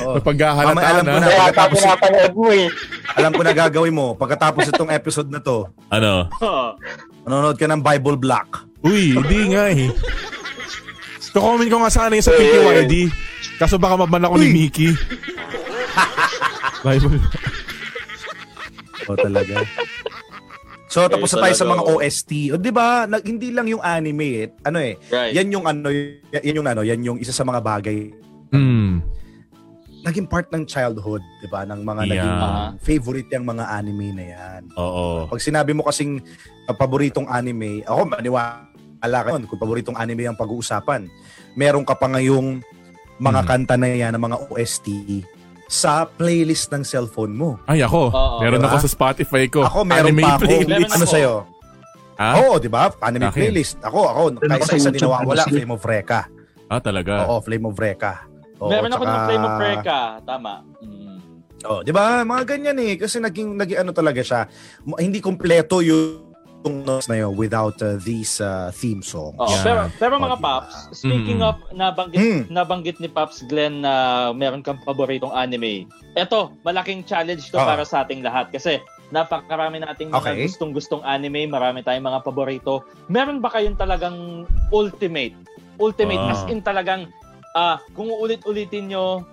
Oo. Napaghahalata Mamaya alam na. ko na. Kaya pa pinapanood mo eh. Alam ko na gagawin mo. Pagkatapos itong episode na to, Ano? Oo. manonood ka ng Bible Black. Uy, hindi nga eh. Kukomen ko nga sana yung sa Eh. PTYD. Kaso baka maban ako ni Mickey. Bible. O talaga. So tapos na tayo sa mga OST. O di ba, nag- hindi lang yung anime eh. Ano eh, Right. yan yung ano, yan yung ano, yan yung isa sa mga bagay Hmm. naging part ng childhood, 'di ba, ng mga Yeah. naging favorite yung mga anime na 'yan. Oo. Pag sinabi mo kasing uh, paboritong anime, ako maniwala ka nun, kung paboritong anime ang pag-uusapan. Meron ka pa ngayong mga Hmm. kanta na 'yan, ng mga OST sa playlist ng cellphone mo. Ay, ako. Oo, meron diba? ako sa Spotify ko. Ako Oh, meron Anime pa ako. playlist. Ano Meron ako. sa'yo? Ha? Oo, di ba? Anime Akin. playlist. Ako, ako. Meron ako Kaysa sa isa YouTube, dinawa, wala. ano, Flame of Reka. Ah, talaga. Oo, Flame of Reka. Oo, Meron ako tsaka- ng Flame of Reka, tama. Mm. Oh, 'di ba? Mga ganyan eh kasi naging naging ano talaga siya. M- Hindi kumpleto yung yung notes na yun without uh, these uh, theme songs. Oo, Yeah. pero pero mga Oh, diba? Paps, speaking Mm. of nabanggit Mm. nabanggit ni Paps Glenn na meron kang paboritong anime. Eto, malaking challenge 'to Oo. para sa ating lahat kasi napakarami nating mga Ah. Okay. gustong-gustong anime, marami tayong mga paborito. Meron ba kayong talagang ultimate? Ultimate Ah. as in talagang ah kung uulit-ulitin nyo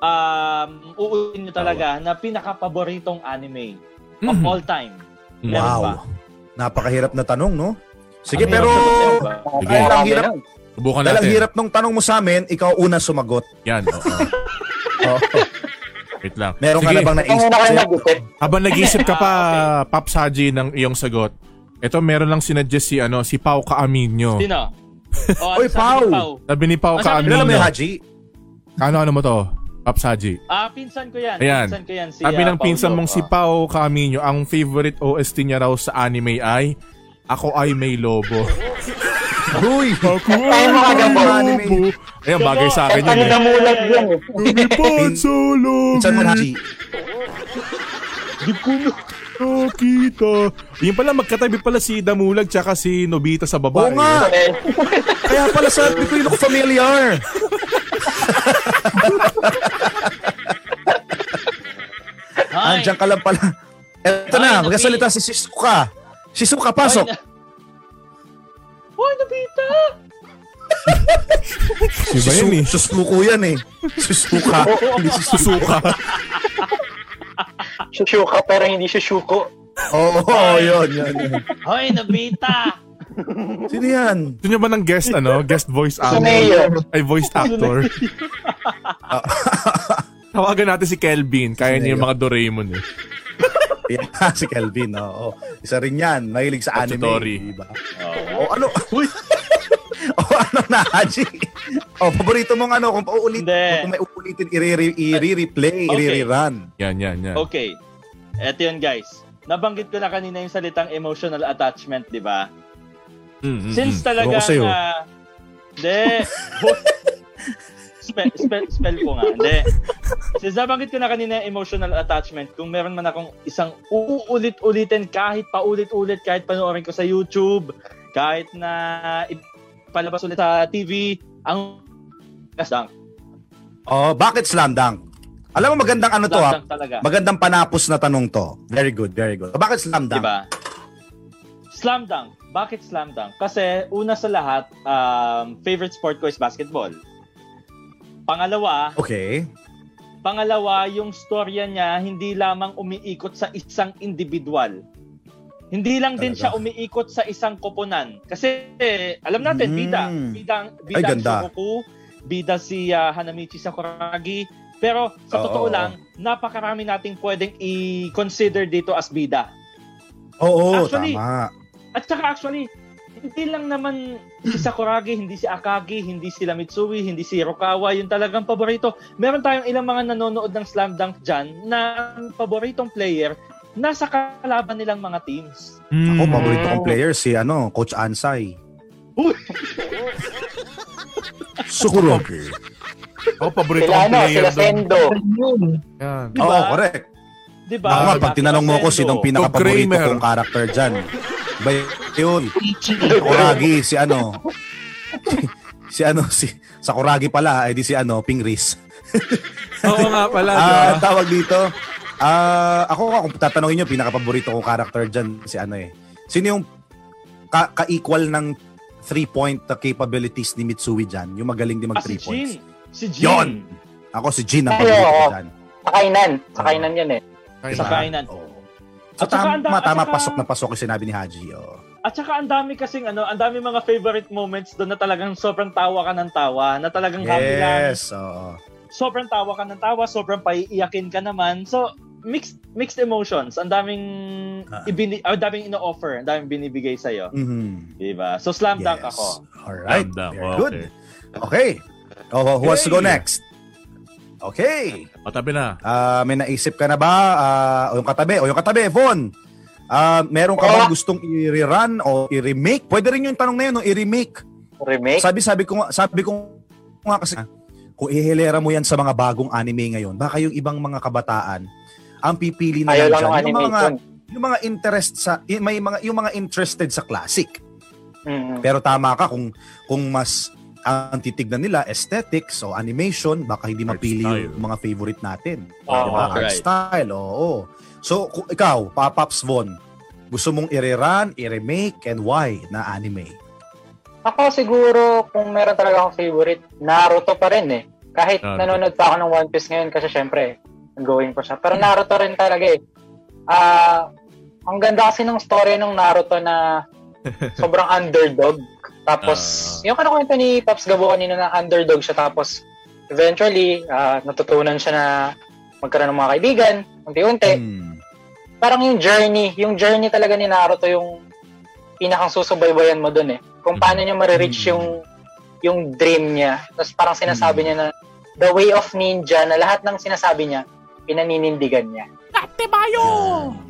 um uulitin nyo talaga na pinaka-paboritong anime of all time. Meron ba? Wow. Napakahirap na tanong, no? Sige, Ang pero hirap na tanong diba? ba? Sige. dahil ang hirap, Subukan dahil ang Ano natin. hirap nung tanong mo sa amin, ikaw una sumagot. Yan, oo. *laughs* Oo. Wait lang. Meron ka Sige, na bang Ang naisip? una kayo nag-isip. Habang nag-isip ka *laughs* pa, Ah, Pops Haji, ng iyong sagot. Ito, meron lang sinuggest si, ano, si Pau Kaaminyo. *laughs* Sino? Oh, ano Oy, sabi ni Pau! Pau? Sabi ni Pau Ah, sabi- Kilala mo Kaaminyo. yung Haji? Ano-ano ano mo to, Pops Haji? Ah, pinsan ko yan. Ayan. Pinsan ko yan. Si, Sabi ah, ng pinsan Paolo. mong si Pao Camino, ang favorite OST niya raw sa anime ay Ako ay may lobo. Uy! Ako Ay, mga lobo. Ayan, bagay sa akin yun Ano eh. na mulag yun eh. Lumipad sa Minsan mo lobo, Haji. Di ko na. nakita. Yun pala, magkatabi pala si Damulag tsaka si Nobita sa Oo baba. nga! eh. Eh, Kaya pala sabi ko yun ako familiar. Ah, Hi. Andiyan ka lang pala. Eto Ay, na, napi. magkasalita si Shizuka. Shizuka, pasok. Hoy, na- Hoy, Nobita! Si ba yan eh? Shizu- Shizuku yan *laughs* eh. Shizuka. Hindi Shizuka. Shushuka pero hindi shushuko. Oo, oh, yun, yun, yun. Hoy, *laughs* Nobita! Sino yan? Gusto nyo ba ng guest, ano? Guest voice actor? Suneo. Ay, voice Ano actor. *laughs* Tawagan natin si Kelvin. Kaya niya yung mga Doraemon eh. Yeah, *laughs* si Kelvin, oo. Isa rin yan. Mahilig sa anime. Patutori. Diba? O ano? *laughs* o ano na, Haji? O, paborito mong ano, kung pauulit, Hindi. kung may uulitin, i-re- i-re-replay, Okay. i-re-rerun. Yan, yan, yan. Okay. Eto yun, guys. Nabanggit ko na kanina yung salitang emotional attachment, di ba? Mm, mm, mm. Since talaga Ewan ko sa'yo. na... *laughs* Hindi. spell, spell, spell ko nga. Hindi. Since nabanggit ko na kanina yung emotional attachment, kung meron man akong isang uulit-ulitin kahit paulit-ulit, kahit panoorin ko sa YouTube, kahit na ipalabas ulit sa TV, ang kasang. Oh, bakit slam dunk? Alam mo magandang ano to ha? Lasang talaga. Magandang panapos na tanong to. Very good, very good. Bakit slam dunk? Diba? Slam dunk. Bakit slam dunk? Kasi una sa lahat, um, favorite sport ko is basketball. Pangalawa, Okay. pangalawa yung storya niya hindi lamang umiikot sa isang individual. Hindi lang Talaga. din siya umiikot sa isang koponan. Kasi eh, alam natin, Mm. bida. Bida, ang- bida Ay, ang ganda. Shugoku, bida si ah, Hanamichi Sakuragi. Pero sa Oo, totoo oo. lang, napakarami nating pwedeng i-consider dito as bida. Oo, Actually, tama. At saka actually, hindi lang naman si Sakuragi, hindi si Akagi, hindi si Mitsui, hindi si Hirokawa, yung talagang paborito. Meron tayong ilang mga nanonood ng slam dunk dyan na ang paboritong player nasa kalaban nilang mga teams. Mm. Ako, paborito kong player si ano, Coach Ansay. Sukuroki. Ako, Oh, paborito kong Sila ano, player sila doon. Sendo. Yan. Diba? Oo, correct. Di ba? Ako nga, pag tinanong mo ko sinong pinaka-paborito Kramer. kong character dyan. Ba yun? Kuragi, si ano. *laughs* si ano, si... Sa Kuragi pala, ay di si ano, Pingris. *laughs* Oo nga pala. Ah, diba? tawag dito. Ah, ako nga kung tatanungin niyo pinaka-paborito kong character diyan si ano eh. Sino yung ka- ka-equal ng three point capabilities ni Mitsui diyan? Yung magaling din mag Ah, si three points. Jin. Si Jin. Yon. Ako si Jin ang Ay, paborito oo. ko diyan. Sa kainan. Sa kainan yan eh. Ayun. Sa kainan. Oo. So, At saka tama, ang da- at tama saka- pasok na pasok yung sinabi ni Haji. Oh. At saka ang dami kasing ano, ang dami mga favorite moments doon na talagang sobrang tawa ka ng tawa, na talagang happy lang, Yes. oo. sobrang tawa ka ng tawa, sobrang paiiyakin ka naman. So, mixed mixed emotions. Ang daming Ah. ibini, ang daming ino-offer, ang daming binibigay sa iyo, Mhm. 'di ba? So slam dunk Yes. ako. All right. Slam dunk, Very okay. good. Okay. Oh, who wants to go Hey. next? Okay. O, tabi na. Ah, may naisip ka na ba? Ah, o yung katabi, o yung katabi, Von. Ah, meron ka Oh. bang gustong i-rerun o i-remake? Pwede rin yung tanong na yun, no? i-remake. Remake. Sabi, sabi ko, nga- sabi ko nga kasi, kung ihilera mo yan sa mga bagong anime ngayon, baka yung ibang mga kabataan, ang pipili na lang Ayaw lang ng dyan, yung mga, animation. yung mga interest sa, yung, may mga, yung mga interested sa classic. Mm. Pero tama ka kung kung mas ang titignan nila aesthetics o animation baka hindi Art mapili style. yung mga favorite natin. Oo, Diba? Art right. style, oo. So ku- ikaw, Papaps Von, gusto mong i-rerun, i-remake and why na anime? Ako siguro, kung meron talaga akong favorite, Naruto pa rin eh. Kahit Naruto. nanonood pa ako ng One Piece ngayon kasi syempre, ongoing pa siya. Pero Naruto rin talaga eh. Ah, ang ganda kasi ng story ng *laughs* Naruto na sobrang underdog. Tapos, Ah. yung kanakwento ni Pops Gabo kanina na underdog siya. Tapos, eventually, ah, natutunan siya na magkaroon ng mga kaibigan, unti-unti Mm. Hmm. parang yung journey, yung journey talaga ni Naruto yung pinakang susubaybayan mo dun eh. Kung paano niya marireach Mm. yung yung dream niya. Tapos parang sinasabi niya na the way of ninja na lahat ng sinasabi niya, pinaninindigan niya. *laughs*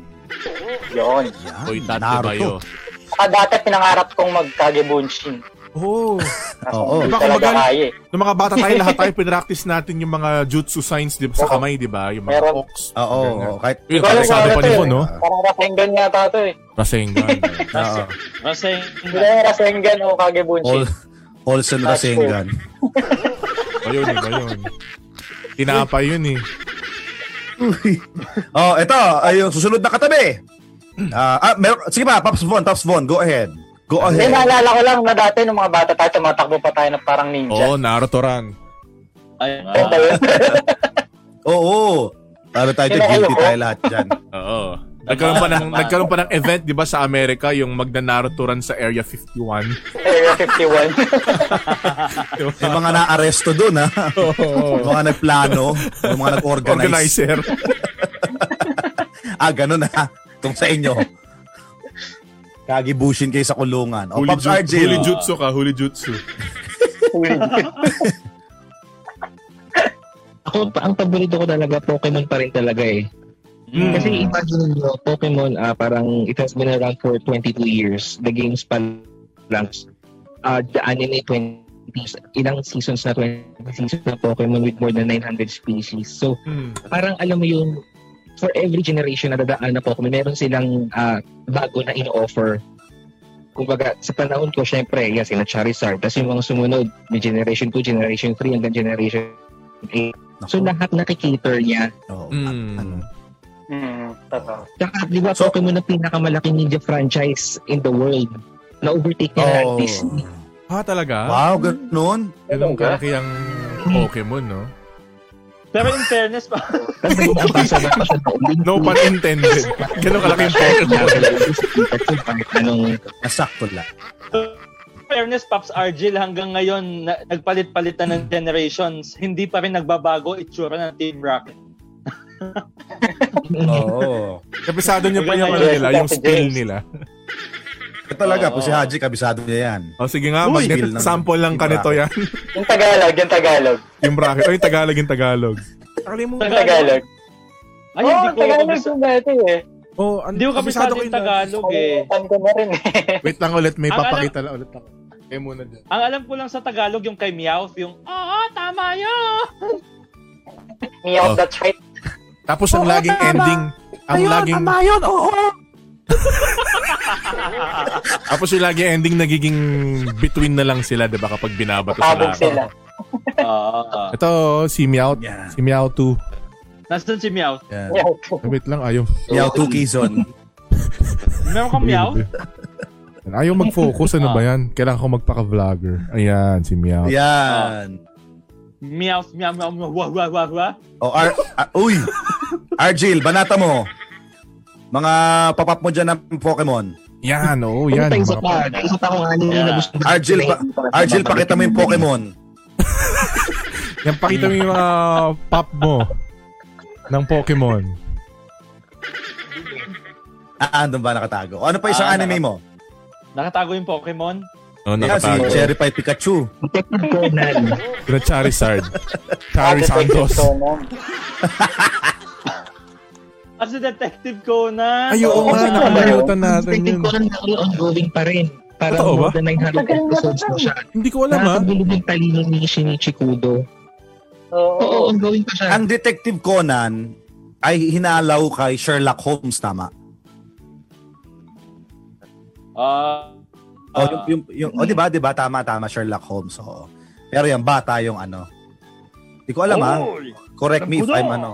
Yun. Yan. Uy, Yan. tatlo kayo. Naruto. Saka dati pinangarap kong mag-kagebunshin. Oo. Kaso Oo. hindi Baka talaga magaling- kaya eh. mm. Oh. Nung mga bata tayo, lahat tayo pinractice natin yung mga jutsu signs di ba, sa Oo. kamay, di ba? Yung mga Meron. ox. Oo, oo, kahit Yun, Wala kabisado wala pa to ni eh. Bon, no? Parang Rasengan yata ito eh. Rasengan. Kasi oo. kasi Hindi lang Rasengan o All, Kagebunshin. Olsen That's Rasengan. Iba yun, iba yun. Tinapa yun eh. Oh, ito, ay yung susunod na katabi. Ah, ah, mer- sige pa, Pops Von, Pops Von, go ahead. Go ahead. Hindi, Eh, naalala ko lang na dati nung mga bata tayo, tumatakbo pa tayo ng parang ninja. Oo, Naruto Ran. Ay, Ayun ba yun? Oo. Para tayo dyan, guilty tayo lahat dyan. Oo. Nagkaroon pa ng nagkaroon pa ng event 'di ba sa Amerika yung magna Naruto Run sa Area 51. Area 51. Yung mga na-aresto dun, ha? *laughs* Oo. Yung mga nagplano, yung mga *laughs* nag-organize. Organizer. Ah, ganun, ha? Itong sa inyo. Kagibusin kayo sa kulungan. O, Huli, Pops ju- RJ. huli jutsu ka, huli jutsu. Ako, pa- ang paborito ko talaga, Pokemon pa rin talaga eh. Mm. Kasi imagine nyo, Ah, Pokemon, ah, parang it has been around for 22 years. The games pa lang. Uh, the anime 20 ilang seasons na 20 seasons na Pokemon with more than 900 species. So, Hmm. parang alam mo yung for every generation na dadaan na Pokemon, meron silang ah, bago na in-offer. Kumbaga, sa panahon ko, syempre, yan sila Charizard. Tapos yung mga sumunod, may Generation 2, Generation 3, hanggang Generation Oh, 8. So, lahat nakikater niya. Oo. ano? Hmm. Mm-hmm. Hmm, totoo. Tsaka, di ba, So- Pokemon ang pinakamalaking ninja franchise in the world na overtake niya Oo. ng Disney. Ha Ah, talaga? Oh. Wow, ganun. Ganun kalaki ang Pokemon, no? Pero in fairness pa, *laughs* Tapos may nabasa *laughs* na siya na ulit. No pun intended. Ganun kalaki ang Pokemon. Anong Nasakto lang. fairness Pops Argil hanggang ngayon na, nagpalit-palit na ng generations, hindi pa rin nagbabago itsura ng Team Rocket. Oo. Kapisado niya pa yung ano nila, yung skill nila. Ito Eh, talaga, po Oo. si Haji, kabisado niya yan. O sige nga, Uy, magnet skill ng- sample lang ka nito yan. Yung Tagalog, yung Tagalog. yung bracket. O yung Tagalog, yung Tagalog. Yung Tagalog. Oo, Ay, hindi yung ko Tagalog kabisa- yung dati eh. Oh, Hindi ko kabisado yung Tagalog eh. Kalimutan ko na rin eh. *laughs* Wait lang ulit, may Ang papakita lang ulit ako. Eh muna dyan. Ang alam ko lang sa Tagalog yung kay Meowth, yung, oo, tama yun! Oh. Meow, that's right. Tapos ang laging ending, ang laging tapos yung laging ending nagiging between na lang sila, 'di ba, kapag binabato Tabog sila. sila. Ah, Ito, si Meow, Yeah. si Meow 2. Nasaan si Meowth? Yan. Meow. Wait lang, ayaw. Yaw Tukizon. *laughs* Meron kang Meowth? Ayaw mag-focus, ano ba yan? Kailangan ko magpaka-vlogger. Ayan, si Ano Meow. Yan. Meowth, meow, meow, meow, wah, wah, wah, wah. O, Ar... Ar- Oh, ah, uy! Argil, banata mo. Mga papap mo dyan ng Pokemon. Yan, oo, Oh, yan. Pumunta isa Mga- pa. Isa pa kung ano yung gusto ko. Argel pa- Argil, pakita mo yung Pokemon. Yan, pakita mo yung mga pop mo ng Pokemon. Ah, andun ba nakatago? O, ano pa isang Ah, anime naka- mo? Nakatago yung Pokemon? Oh, Yan, si Cherry Pie Pikachu. Detective Conan. Na *laughs* Charizard. Sabi Ah, Charizard ko, Santos. gusto mo. As a Detective Conan. Ay, Ah, oo nga, Kasi nakalimutan natin Detective yun. Conan actually ongoing pa rin. Parang Totoo ba? more than 900 episodes na siya. *laughs* Hindi ko alam ha. Nakakabilib yung talino ni Shinichi Kudo. Oo. Oo, ongoing pa siya. Ang Detective Conan ay hinalaw kay Sherlock Holmes, tama? Ah, O, Oh, yung, yung, yung, o, di ba? Di ba? Tama, tama, Sherlock Holmes. Oo. Pero yung bata yung ano. Hindi ko alam, ha? Oy! Correct me if Nabulo. I'm ano.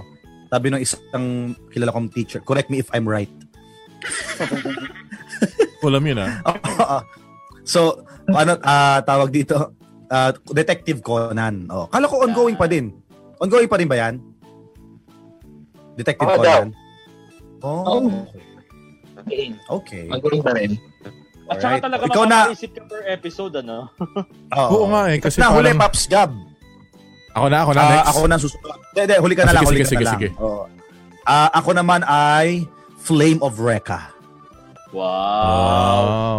Sabi ng isang kilala kong teacher, correct me if I'm right. Alam yun ah. ha. Oo. so, ano ah, tawag dito? Ah, Detective Conan. Oh, kala ko ongoing pa din. Ongoing pa rin ba 'yan? Detective Oo Conan. Oo. Oh. Eh, Okay. Ano? Ongoing pa rin. At saka Alright. talaga Ikaw na. makakaisip ka per episode, ano? Oo nga eh, kasi Nahuli, parang... Pops Gab. Ako na, ako na, Ah, next. ako na ang susunod. Hindi, hindi, huli ka na Ah, lang, sige, huli ka sige, na lang. sige, Oo. Ah, ako naman ay Flame of Rekka. Wow. Wow.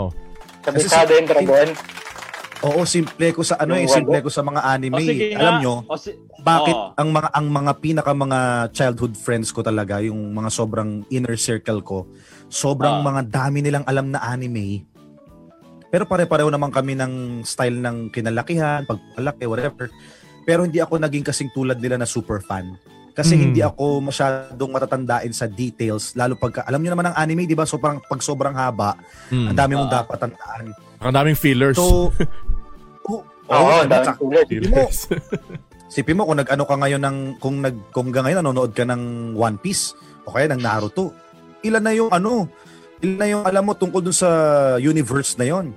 Kabisado yung dragon. Oo, simple ko sa ano eh, Yung simple ko sa mga anime. Alam nyo, O, si- bakit Oo. ang mga ang mga pinaka mga childhood friends ko talaga yung mga sobrang inner circle ko sobrang Ah. mga dami nilang alam na anime pero pare-pareho naman kami ng style ng kinalakihan pagpalaki whatever pero hindi ako naging kasing tulad nila na super fan kasi Hmm. hindi ako masyadong matatandain sa details lalo pagka alam niyo naman ang anime di ba so parang pag sobrang haba Hmm. ang dami mong Ah. dapat tandaan *laughs* Ang daming fillers. so oh, ano, oo, Oo, oo, daming tsaka- tulad. hindi mo- Fillers. Sipin mo kung nag-ano ka ngayon ng kung nag kung hanggang ngayon nanonood ka ng One Piece o kaya ng Naruto. Ilan na yung ano? Ilan na yung alam mo tungkol dun sa universe na yon.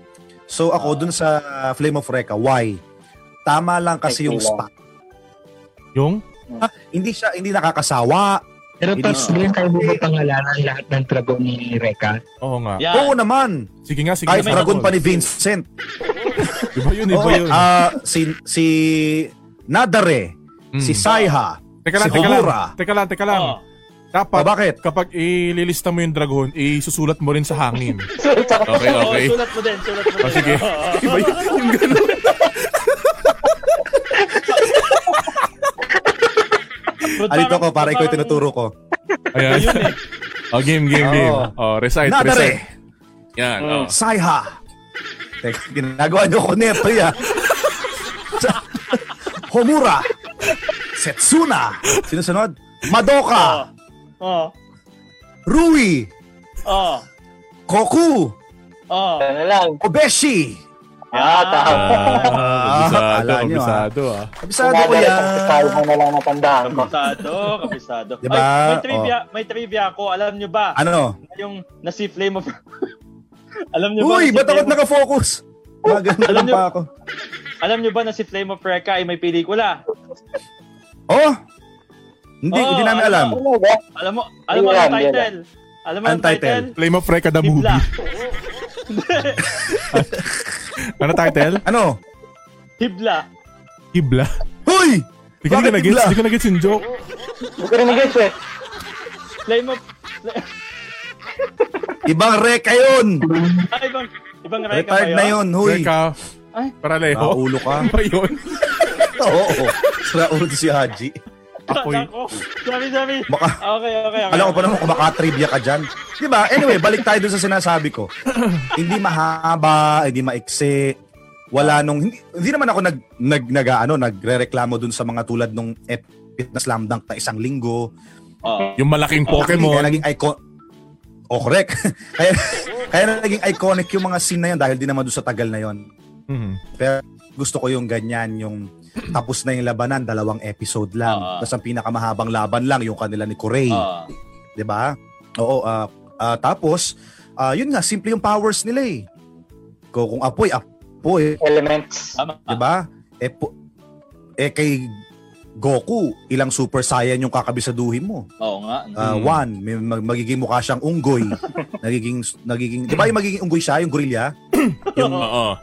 So ako dun sa Flame of Recca, why? Tama lang kasi Ay, yung kulang. spot. Yung? Ah, hindi siya hindi nakakasawa. Pero Hindi Pops, siya- Glenn, kaya mo ba pangalanan lahat ng dragon ni Reka? Oo nga. Yeah. Oo naman. Sige nga, sige Kahit nga. dragon pa ni Vincent. Iba yun, iba Oo, yun. ah, si si Nadare, Mm. si Saiha. Teka lang, si teka lang. Homura. Teka lang, teka lang. Oo. Pa, Dapat, bakit? kapag ililista mo yung dragon, isusulat mo rin sa *laughs* hangin. Sorry, tsaka- Okay, Oo, okay. sulat mo din, sulat mo din. Oh, sige. Oo. Iba yun. Yung ganun. But Alito parang- ko para ikaw yung parang- tinuturo ko. Ayan. Yun eh. *laughs* Oh, game, game, game. Oh, recite, recite. Nadare, Yan, Mm. oh. Saiha. Teka, ginagawa niyo ko neto ya. Sa- Homura. Setsuna. Sino sunod? Oo. Madoka. Oo. Rui. Oo. Koku. Oo. Ano lang. Obeshi. Ah, tama. Ah, kabisado, Akala nyo, ah. kabisado, ah. Kabisado ko yan. Style mo na lang natandaan ko. Kabisado, kabisado. Diba? Ay, may trivia, may trivia ako. Alam nyo ba? Ano? Yung na si Flame of... *laughs* Alam nyo ba? Uy, na Diba, si ba't Flame ako't of- nakafocus? Maganda Alam lang niyo- pa ako. Alam nyo ba na si Flame of Recca ay may pelikula? Oh? Hindi, Oo, hindi namin ano? alam. Ano ba? Alam mo, Hindi alam mo ang ko alam, title. Alam mo ang Ang title? title? Flame of Recca the Kidla. movie. Ano *laughs* title? Ano? Hibla. Hibla. Hoy! Hindi ko Bakit na gets, hibla? hindi ko na gets yung joke. Hindi ko rin nag-gets eh. Flame of... *laughs* Fla- Ibang reka yun! Ah, ibang, ibang Recca ba Retired na yun, huy. Recca. Ay. Paraleho. Naulo *laughs* ka. Ano *laughs* ba yun? Oo, oo. Sira ulo si Haji. *laughs* Ako yun. Ako. Sorry, sorry. Baka- Okay, okay, okay. Alam ko pa naman kung makatrivia ka dyan. Di ba? Anyway, balik tayo dun sa sinasabi ko. hindi mahaba, hindi maiksi. Wala nung... Hindi, hindi naman ako nag, nag, nag, ano, nagre-reklamo dun sa mga tulad nung epic na slam dunk na isang linggo. Oo. Yung malaking Kaya Pokemon. naging icon... Oh, correct. *laughs* kaya, kaya na naging iconic yung mga scene na yun dahil di naman dun sa tagal na yun. Mhm. Pero gusto ko yung ganyan, yung tapos na yung labanan, dalawang episode lang. Ah. Tapos ang pinakamahabang laban lang, yung kanila ni Corey. Oo. 'di ba? Oo, ah, ah, tapos ah, yun nga simple yung powers nila eh. Kung, kung apoy, apoy, Elements. Tama. 'di Ah, ba? Eh, po- eh kay Goku, ilang super saiyan yung kakabisaduhin mo. Oo nga. no? Ah, Mm. One, may, mag- magiging mukha siyang unggoy. nagiging nagiging 'di ba yung magiging unggoy siya, yung gorilla? yung Oo.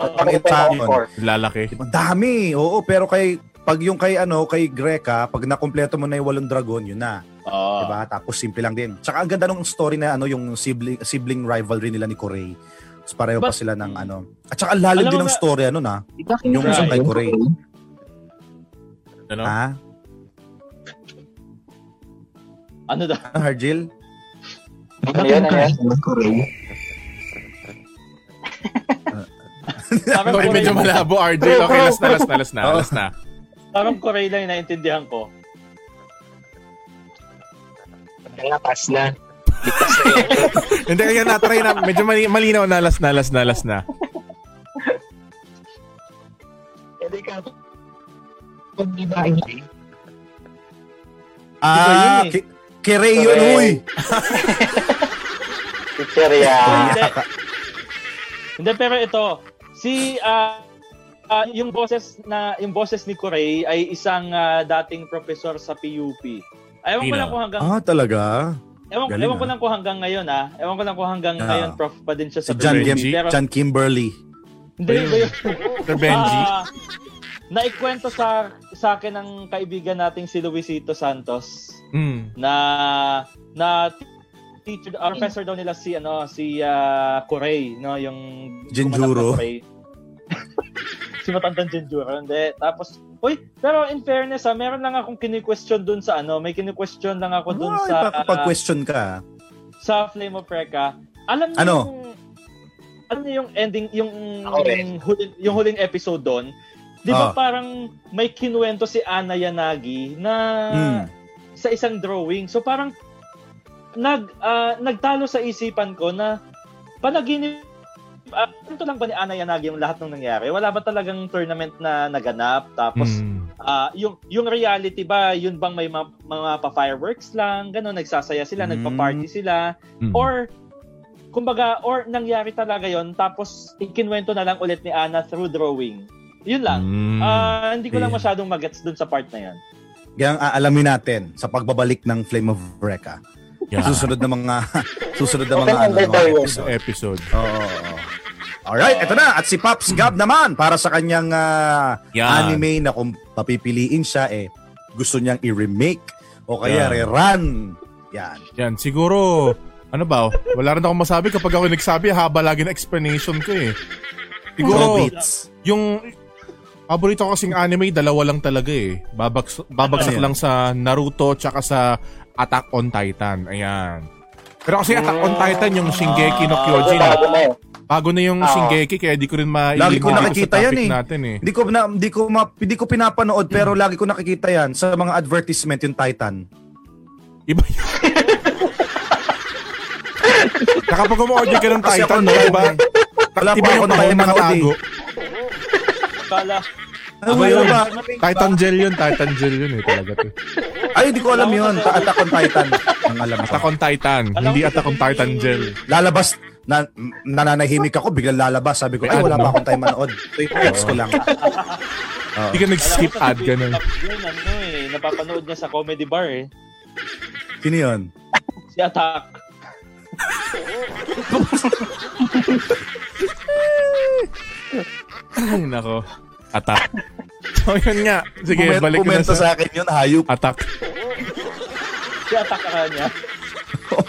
ang itapon. Lalaki. Ang dami. Oo, pero kay pag yung kay ano, kay Greca, pag nakumpleto mo na yung walong dragon, yun na. Oo. Diba? Tapos simple lang din. Tsaka ang ganda nung story na ano yung sibling sibling rivalry nila ni Corey. Tapos pareho pa But- sila ng ano. At tsaka ang lalim Alam din mo ng ba- story ano na. Yung isang kay Corey. Ano? Ha? Ano *laughs* daw? Ano, Harjil? Ano Ayan, yun? ayan. Parang Sorry, medyo Korea- malabo, RJ. Okay, last na, last na, last na, Oo. last na. Parang Korea lang yung naintindihan ko. Kaya pass na. Hindi, kaya na-try na. Medyo mali- malinaw na, last na, last na, last na. Pwede ka. Kung di ba hindi? Ah, yun eh. Ki- Kirei yun, Corey. huy! Ah. Pizzeria. *laughs* Hindi. Hindi, pero ito, si, ah, ah, yung boses na, yung boses ni Corey ay isang ah, dating professor sa PUP. Ewan ko Sino? lang kung hanggang, Ah, talaga? ewan, galing, ewan ko ah. lang kung hanggang ngayon ah. Ewan ko lang kung hanggang Ah. ngayon prof pa din siya Si sa John, PUP. Benji? Kim- Pero, John Kimberly. hindi ba yun? Sir Benji. Ah, naikwento sa, sa akin ng kaibigan nating si Luisito Santos Mm. na na teacher ah, professor daw nila si ano si ah, Corey no yung Jinjuro. kumanap na Corey. *laughs* si matandang Jinjuro hindi tapos uy pero in fairness ah meron lang akong kini-question dun sa ano may kini-question lang ako dun Ay, sa baka pag-question ka. sa Flame of Recca alam niyo Ano? yung- ano yung ending yung Ako rin. yung huling, yung huling episode doon 'di Ah. ba parang may kinuwento si Ana Yanagi na Hmm. sa isang drawing. So parang nag ah, nagtalo sa isipan ko na panaginip ah, ganito lang ba ni Ana Yanagi yung lahat ng nangyari? Wala ba talagang tournament na naganap? Tapos Mm. ah, yung yung reality ba, yun bang may ma- mga pa-fireworks lang, ganun nagsasaya sila, Hmm. Mm. nagpa-party sila Mm. or kumbaga or nangyari talaga yon tapos ikinwento na lang ulit ni Ana through drawing. Yun lang. Mm. Ah, hindi ko lang Yeah. masyadong magets dun sa part na yon. Yan ang aalamin natin sa pagbabalik ng Flame of Recca. Yeah. Susunod na mga *laughs* susunod na mga Open ano, ended daw yun. Sa episode. episode. Hmm. Oo. oo. Alright, eto na. At si Pops Gab naman para sa kanyang ah, Yan. anime na kung papipiliin siya eh gusto niyang i-remake o kaya Yan. re-run. Yan. Yan, siguro, ano ba? oh, Wala rin akong masabi kapag ako nagsabi, haba lagi na explanation ko eh. Go Siguro, Beats. yung paborito ko kasing anime, dalawa lang talaga eh. Babaks, babagsak Ano yan? lang sa Naruto tsaka sa Attack on Titan. Ayan. Pero kasi Attack on Titan, yung Shingeki no Medyo Kyojin, bago na yun. Mm. Ah, bago na yung Oo. Shingeki, kaya di ko rin mailin Lagi ko dito sa nakikita topic yan eh. natin eh. Hindi ko na hindi ko ma, hindi ko pinapanood pero Hmm. lagi ko nakikita yan sa mga advertisement yung Titan. Iba yun. *laughs* Saka pag umu-order ka ng Kasi Titan, ako- no, iba, iba Wala pa ako yung pahong nakalimutan eh. nakatago. Kala, Ano yun ba? Titan gel yun, Titan gel yun eh talaga. to. Ay, hindi ko alam yun. Ta- Attack on Titan. Ang alam ko. Attack on Titan, hindi Attack on Titan gel. Lalabas, na, nananahimik ako, biglang lalabas. Sabi ko, ay, wala pa akong time manood. Ito yung ex ko lang. Hindi ka nag-skip Alam ko ad, si ganun. Pop Yun, ano eh, napapanood niya sa comedy bar eh. Sino yun? Si Attack. Ay, nako. *laughs* Attack. So, Oh, yun nga. Sige, Kumen- balik ko na kumento sa... sa akin yun, hayop. Attack. Si Attack ka niya.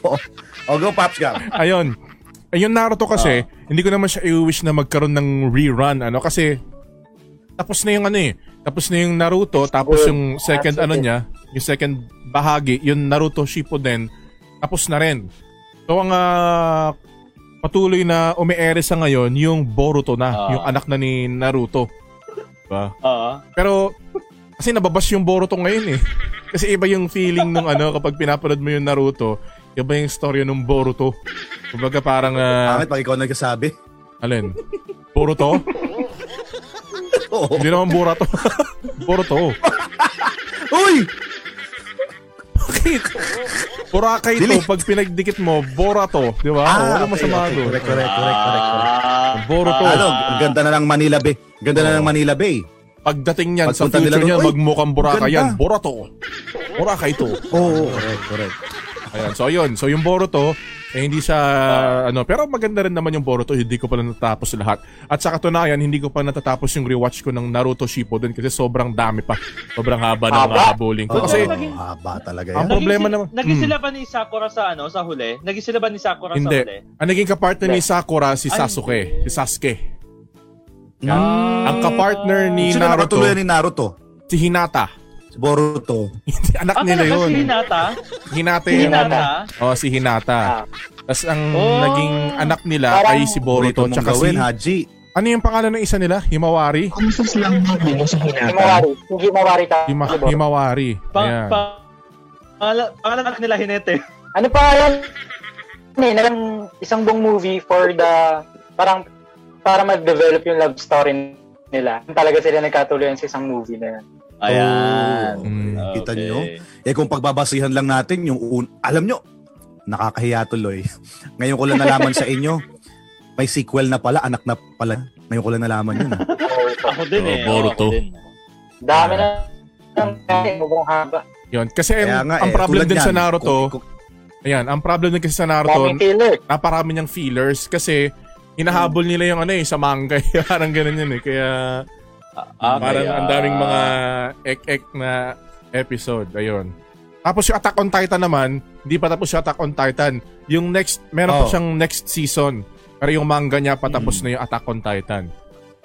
o, Oh, go, Pops Gab. Ayun. Ayun, Naruto kasi, hindi ko naman siya i-wish na magkaroon ng rerun. Ano, kasi tapos na yung ano eh. Tapos na yung Naruto, tapos yung second ano niya, yung second bahagi, yung Naruto Shippuden, tapos na rin. So ang ah, patuloy na umiere sa ngayon, yung Boruto na, Ah. yung anak na ni Naruto. Diba? Oo. Pero kasi nababas yung Boruto ngayon eh. Kasi iba yung feeling nung ano kapag pinapanood mo yung Naruto, iba yung storya ng Boruto. Kumbaga parang ah, Pangit, pag ikaw nagkasabi. alin? Boruto? *laughs* Oo. Hindi naman Boruto. *laughs* Boruto. Uy! Bakit? Boracay to, Dili. pag pinagdikit mo, Bora to. Di ba? Ah, Wala okay, masama okay. doon. Correct, correct, correct, correct. correct. Boro to. Ano, ang ganda na ng Manila Bay. Ang Ganda na ng Manila Bay. Pagdating niyan sa Pagpunta future nila doon, niya, "Uy, magmukhang Boracay ganda." yan. Bora to. Boracay to. Oo, correct, correct. Ayan, so yun. So yung Boruto, eh, hindi siya, ano, pero maganda rin naman yung Boruto, hindi ko pala natatapos lahat. At sa katunayan, hindi ko pa natatapos yung rewatch ko ng Naruto Shippuden kasi sobrang dami pa. Sobrang haba ng Haba. hahabulin ko. Kasi, Oo, haba Ang talaga yan. Naging problema si- naman- Naging Hmm. sila ba ni Sakura sa ano, sa huli? Naging sila ba ni Sakura hindi. sa huli? Ang naging kapartner ni Sakura, si Ay. Sasuke. Si Sasuke. Ang kapartner ni Sino Naruto, nakatuloyan ni Naruto? si Hinata. *laughs* Si Boruto. Anak Ah, nila talaga yun. si Hinata? Hinata Si yun. Hinata? Oh, si Hinata. Ah. Tapos ang Oh. naging ano, anak nila Parang- ay si Boruto Boruto mong tsaka si... gawin, Haji. Ano yung pangalan ng isa nila? Himawari? Kamusas lang mo din sa hinata. Himawari. Hindi Himawari tayo. Hima, Diba? Himawari. Pa, Ayan. pa, pangalan, pangalan anak nila Hinete. Ano pa yan? Eh, Nalang isang buong movie for the... Parang para mag-develop yung love story nila. Talaga sila nagkatuloyan sa isang movie na yun. Ayan. Mm. Oh, Kita Oh. nyo? Eh kung pagbabasihan lang natin yung un- alam nyo, nakakahiya tuloy. *laughs* Ngayon ko lang nalaman sa inyo, may sequel na pala, anak na pala. Ngayon ko lang nalaman yun. *laughs* ah. Ako din Oh, eh. Boruto. Ako din. Dami na ng kaya, sobrang haba. Yun. Kasi Kaya ang, nga ang eh, problem tulad din sa yan, Naruto, kung- kung- ayan, ang problem din kasi sa Daming Naruto, filler. naparami niyang fillers kasi hinahabol nila yung ano eh, sa manga. eh. *laughs* parang ganun yun eh. Kaya Ah, parang kaya- ang daming mga ek-ek na episode. Ayun. Tapos yung Attack on Titan naman, hindi pa tapos yung Attack on Titan. Yung next, meron pa Oh. siyang next season. Pero yung manga niya patapos na yung Attack on Titan.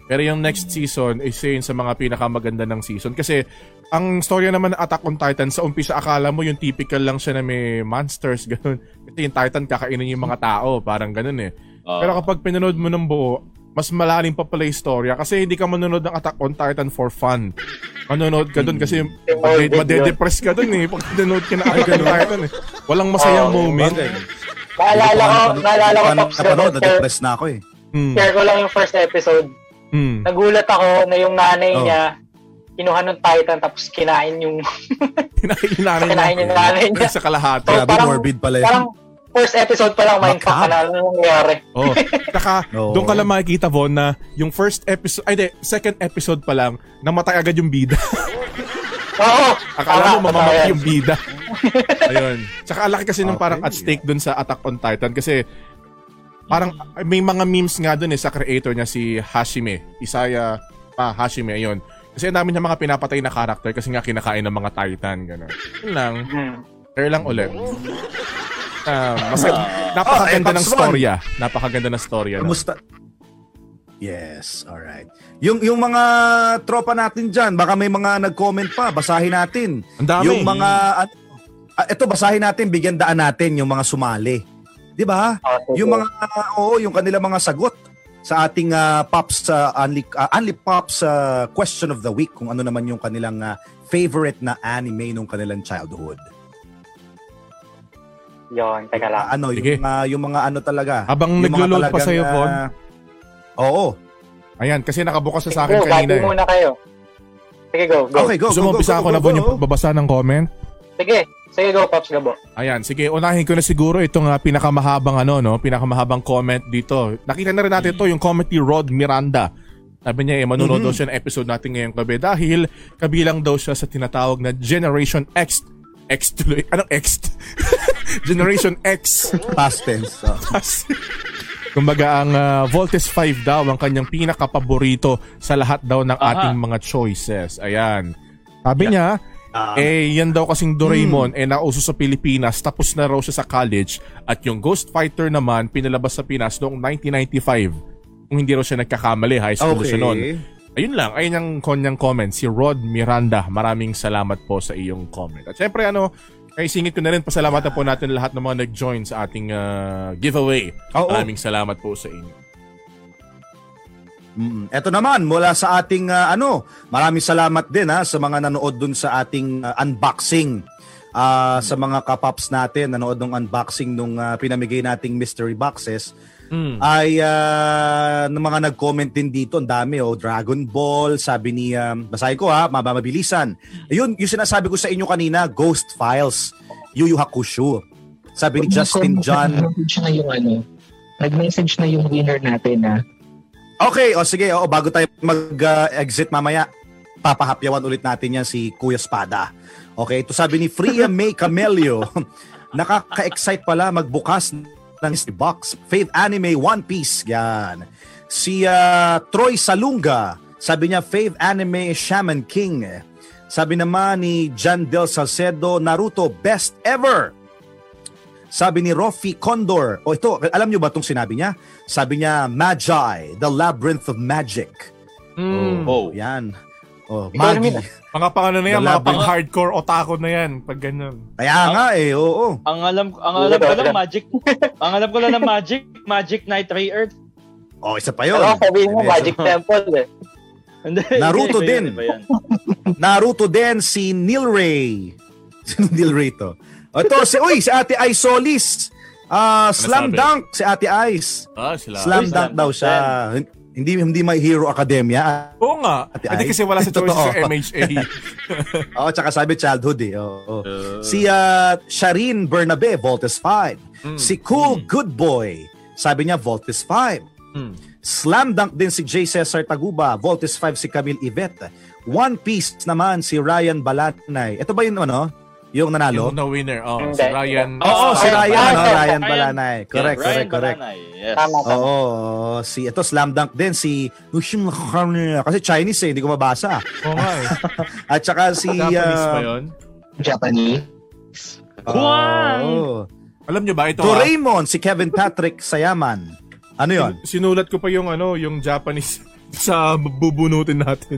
Pero yung next season is yun sa mga pinakamaganda ng season. Kasi ang storya naman ng Attack on Titan, sa umpisa akala mo yung typical lang siya na may monsters, *laughs* ganun. Kasi yung Titan kakainin yung mga tao, parang ganun eh. Oo. Pero kapag pinanood mo ng buo, mas malalim pa pala yung storya kasi hindi ka manonood ng Attack on Titan for fun. Manonood ka doon kasi made, madedepress ka doon eh. Pag nanonood ka na Attack on Titan eh. Walang masayang moment. Bagay. Naalala Hindi ko ko, Ano pa naalala ko, napanood- Pops, napanood, Gab, share- na-depress na ako eh. Mm. share ko lang yung first episode. Mm. Nagulat ako na yung nanay Oh. niya kinuha ng Titan tapos kinain yung Kinain yung nanay niya. Kinain yung nanay niya. Sa kalahati. Grabe, Parang- morbid pala parang first episode pa lang mindfuck ka na ano nangyari. Oh, saka Oo. doon ka lang makikita Von na yung first episode, ay di, second episode pa lang, namatay agad yung bida. Oo. Akala mo tama, tama mamamatay yan. yung bida. *laughs* Ayun. Saka alaki kasi nung parang at stake dun sa Attack on Titan kasi parang may mga memes nga dun eh sa creator niya si Hashime. Isaya pa Hashime, ayun. Kasi ang dami niya mga pinapatay na character kasi nga kinakain ng mga Titan, gano'n. Yun lang. Hmm. Fair lang ulit. Ah, mas, napakaganda Ah, eh, ng Pax Von. storya. Napakaganda ng storya. nun. Kamusta? Yes, alright. Yung yung mga tropa natin diyan, baka may mga nag-comment pa, basahin natin. Ang dami. Yung mga at, ah, eto basahin natin, bigyan daan natin yung mga sumali. 'Di ba? Ah, sige. Yung mga oo, yung kanila mga sagot sa ating ah, Pops ah, Only ah, Only Pops ah, question of the week kung ano naman yung kanilang ah, favorite na anime nung kanilang childhood. Yun, teka lang. Ah, ano yung Sige. mga yung mga ano talaga. Habang yung mga naglo-load pa talagang, sa'yo, Von. ah, Oo. Ayan, kasi nakabukas na sa Oh, Go, akin kanina gabi eh. muna kayo. Sige, go, go. Okay, go. Gusto go, mo go, umpisa go, ako go, na Von go. yung pagbabasa ng comment? Sige, sige go, Pops Gabo. Ayan, sige, unahin ko na siguro itong ah, pinakamahabang ano, no? Pinakamahabang comment dito. Nakita na rin natin ito, yung comment ni Rod Miranda. Sabi niya, eh, manunood daw siya ng episode natin ngayong gabi dahil kabilang daw siya sa tinatawag na Generation X. X tuloy. Anong X? *laughs* Generation X. Past tense. Ah, oh. Tapos, *laughs* Kumbaga ang ah, Voltes 5 daw ang kanyang pinakapaborito sa lahat daw ng Aha. ating mga choices. Ayan. Sabi niya, Ah. eh yan daw kasing Doraemon eh nauso sa Pilipinas tapos na raw siya sa college at yung Ghost Fighter naman pinalabas sa Pinas noong 1995. Kung hindi raw siya nagkakamali, high school Okay. siya noon. Ayun lang, ayun ang kanyang comment. Si Rod Miranda, maraming salamat po sa iyong comment. At syempre ano, kay singit ko na rin, pasalamatan po natin lahat ng mga nag-join sa ating ah, giveaway. Oo. Maraming salamat po sa inyo. Mm. Ito naman mula sa ating ah, ano, maraming salamat din ha sa mga nanood dun sa ating ah, unboxing. Ah, sa mga kapaps natin nanood ng unboxing nung ah, pinamigay nating mystery boxes Hmm. ay ah, ng mga nag-comment din dito ang dami oh Dragon Ball sabi ni um, basahin ko ha mababilisan ayun yung sinasabi ko sa inyo kanina Ghost Files Yu Yu Hakusho sabi ni Justin John Nag-message na yung ano. Nag-message na yung winner natin na Okay, o sige, o bago tayo mag-exit mamaya, papahapyawan ulit natin yan si Kuya Spada. Okay, ito sabi ni Freya May Camelio. *laughs* Nakaka-excite pala magbukas ng box. Fave anime One Piece. Yan. Si ah, Troy Salunga. Sabi niya, fave anime Shaman King. Sabi naman ni Jan Del Salcedo, Naruto, best ever. Sabi ni Rofi Condor, o ito, alam niyo ba itong sinabi niya? Sabi niya, Magi, The Labyrinth of Magic. Oh. Yan. Oh, Ikaw naman. Magi. Mga pangano na yan, mga Lalaban. pang-hardcore otaku na yan. Pag ganun. Kaya nga eh, oo. Ang alam ang alam ko lang magic. ang alam ko lang ng magic, Magic Knight Ray Earth. *laughs* Oh, isa pa yun. Pero sabihin mo, Medyo- Magic Temple eh. Hindi, Naruto iba yun, din. iba yun. Naruto din si Neil Ray. *laughs* Sino Neil Ray to? O, Ito, si, uy, si Ate Ice Solis. Ah, slam sabi? dunk si Ate Ice. Ah, sila. Slam Uy, dunk slam daw dunk siya. Hindi hindi my hero academia. Oo nga. Ate Hindi Ai. kasi wala sa choices *laughs* Totoo. sa MHA. Oo, tsaka sabi childhood eh. Oo, oo. Uh. si ah, Sharin Bernabe, Voltes 5. Hmm. Si Cool Good Boy, sabi niya Voltes 5. Hmm. Slam dunk din si J. Cesar Taguba, Voltes 5 si Camille Yvette. One Piece naman si Ryan Balanay. Ito ba yun ano? Yung nanalo? Yung na winner. Oh, si Hindi. Ryan. Oo, Oo, si Ryan Ryan, ano, Ryan Balanay. Ryan. Balanay. Correct, Ryan correct, correct. Balanay, Yes. Tama, tama. Oo, si ito slam dunk din si kasi Chinese eh, hindi ko *laughs* mabasa. Oo nga *laughs* eh. At saka si Japanese ba uh, yun? Japanese. Huang! ah, oo. Alam nyo ba ito? To ah, Raymond, si Kevin Patrick Sayaman. Ano yon? Sinulat ko pa yung ano, yung Japanese *laughs* sa bubunutin natin.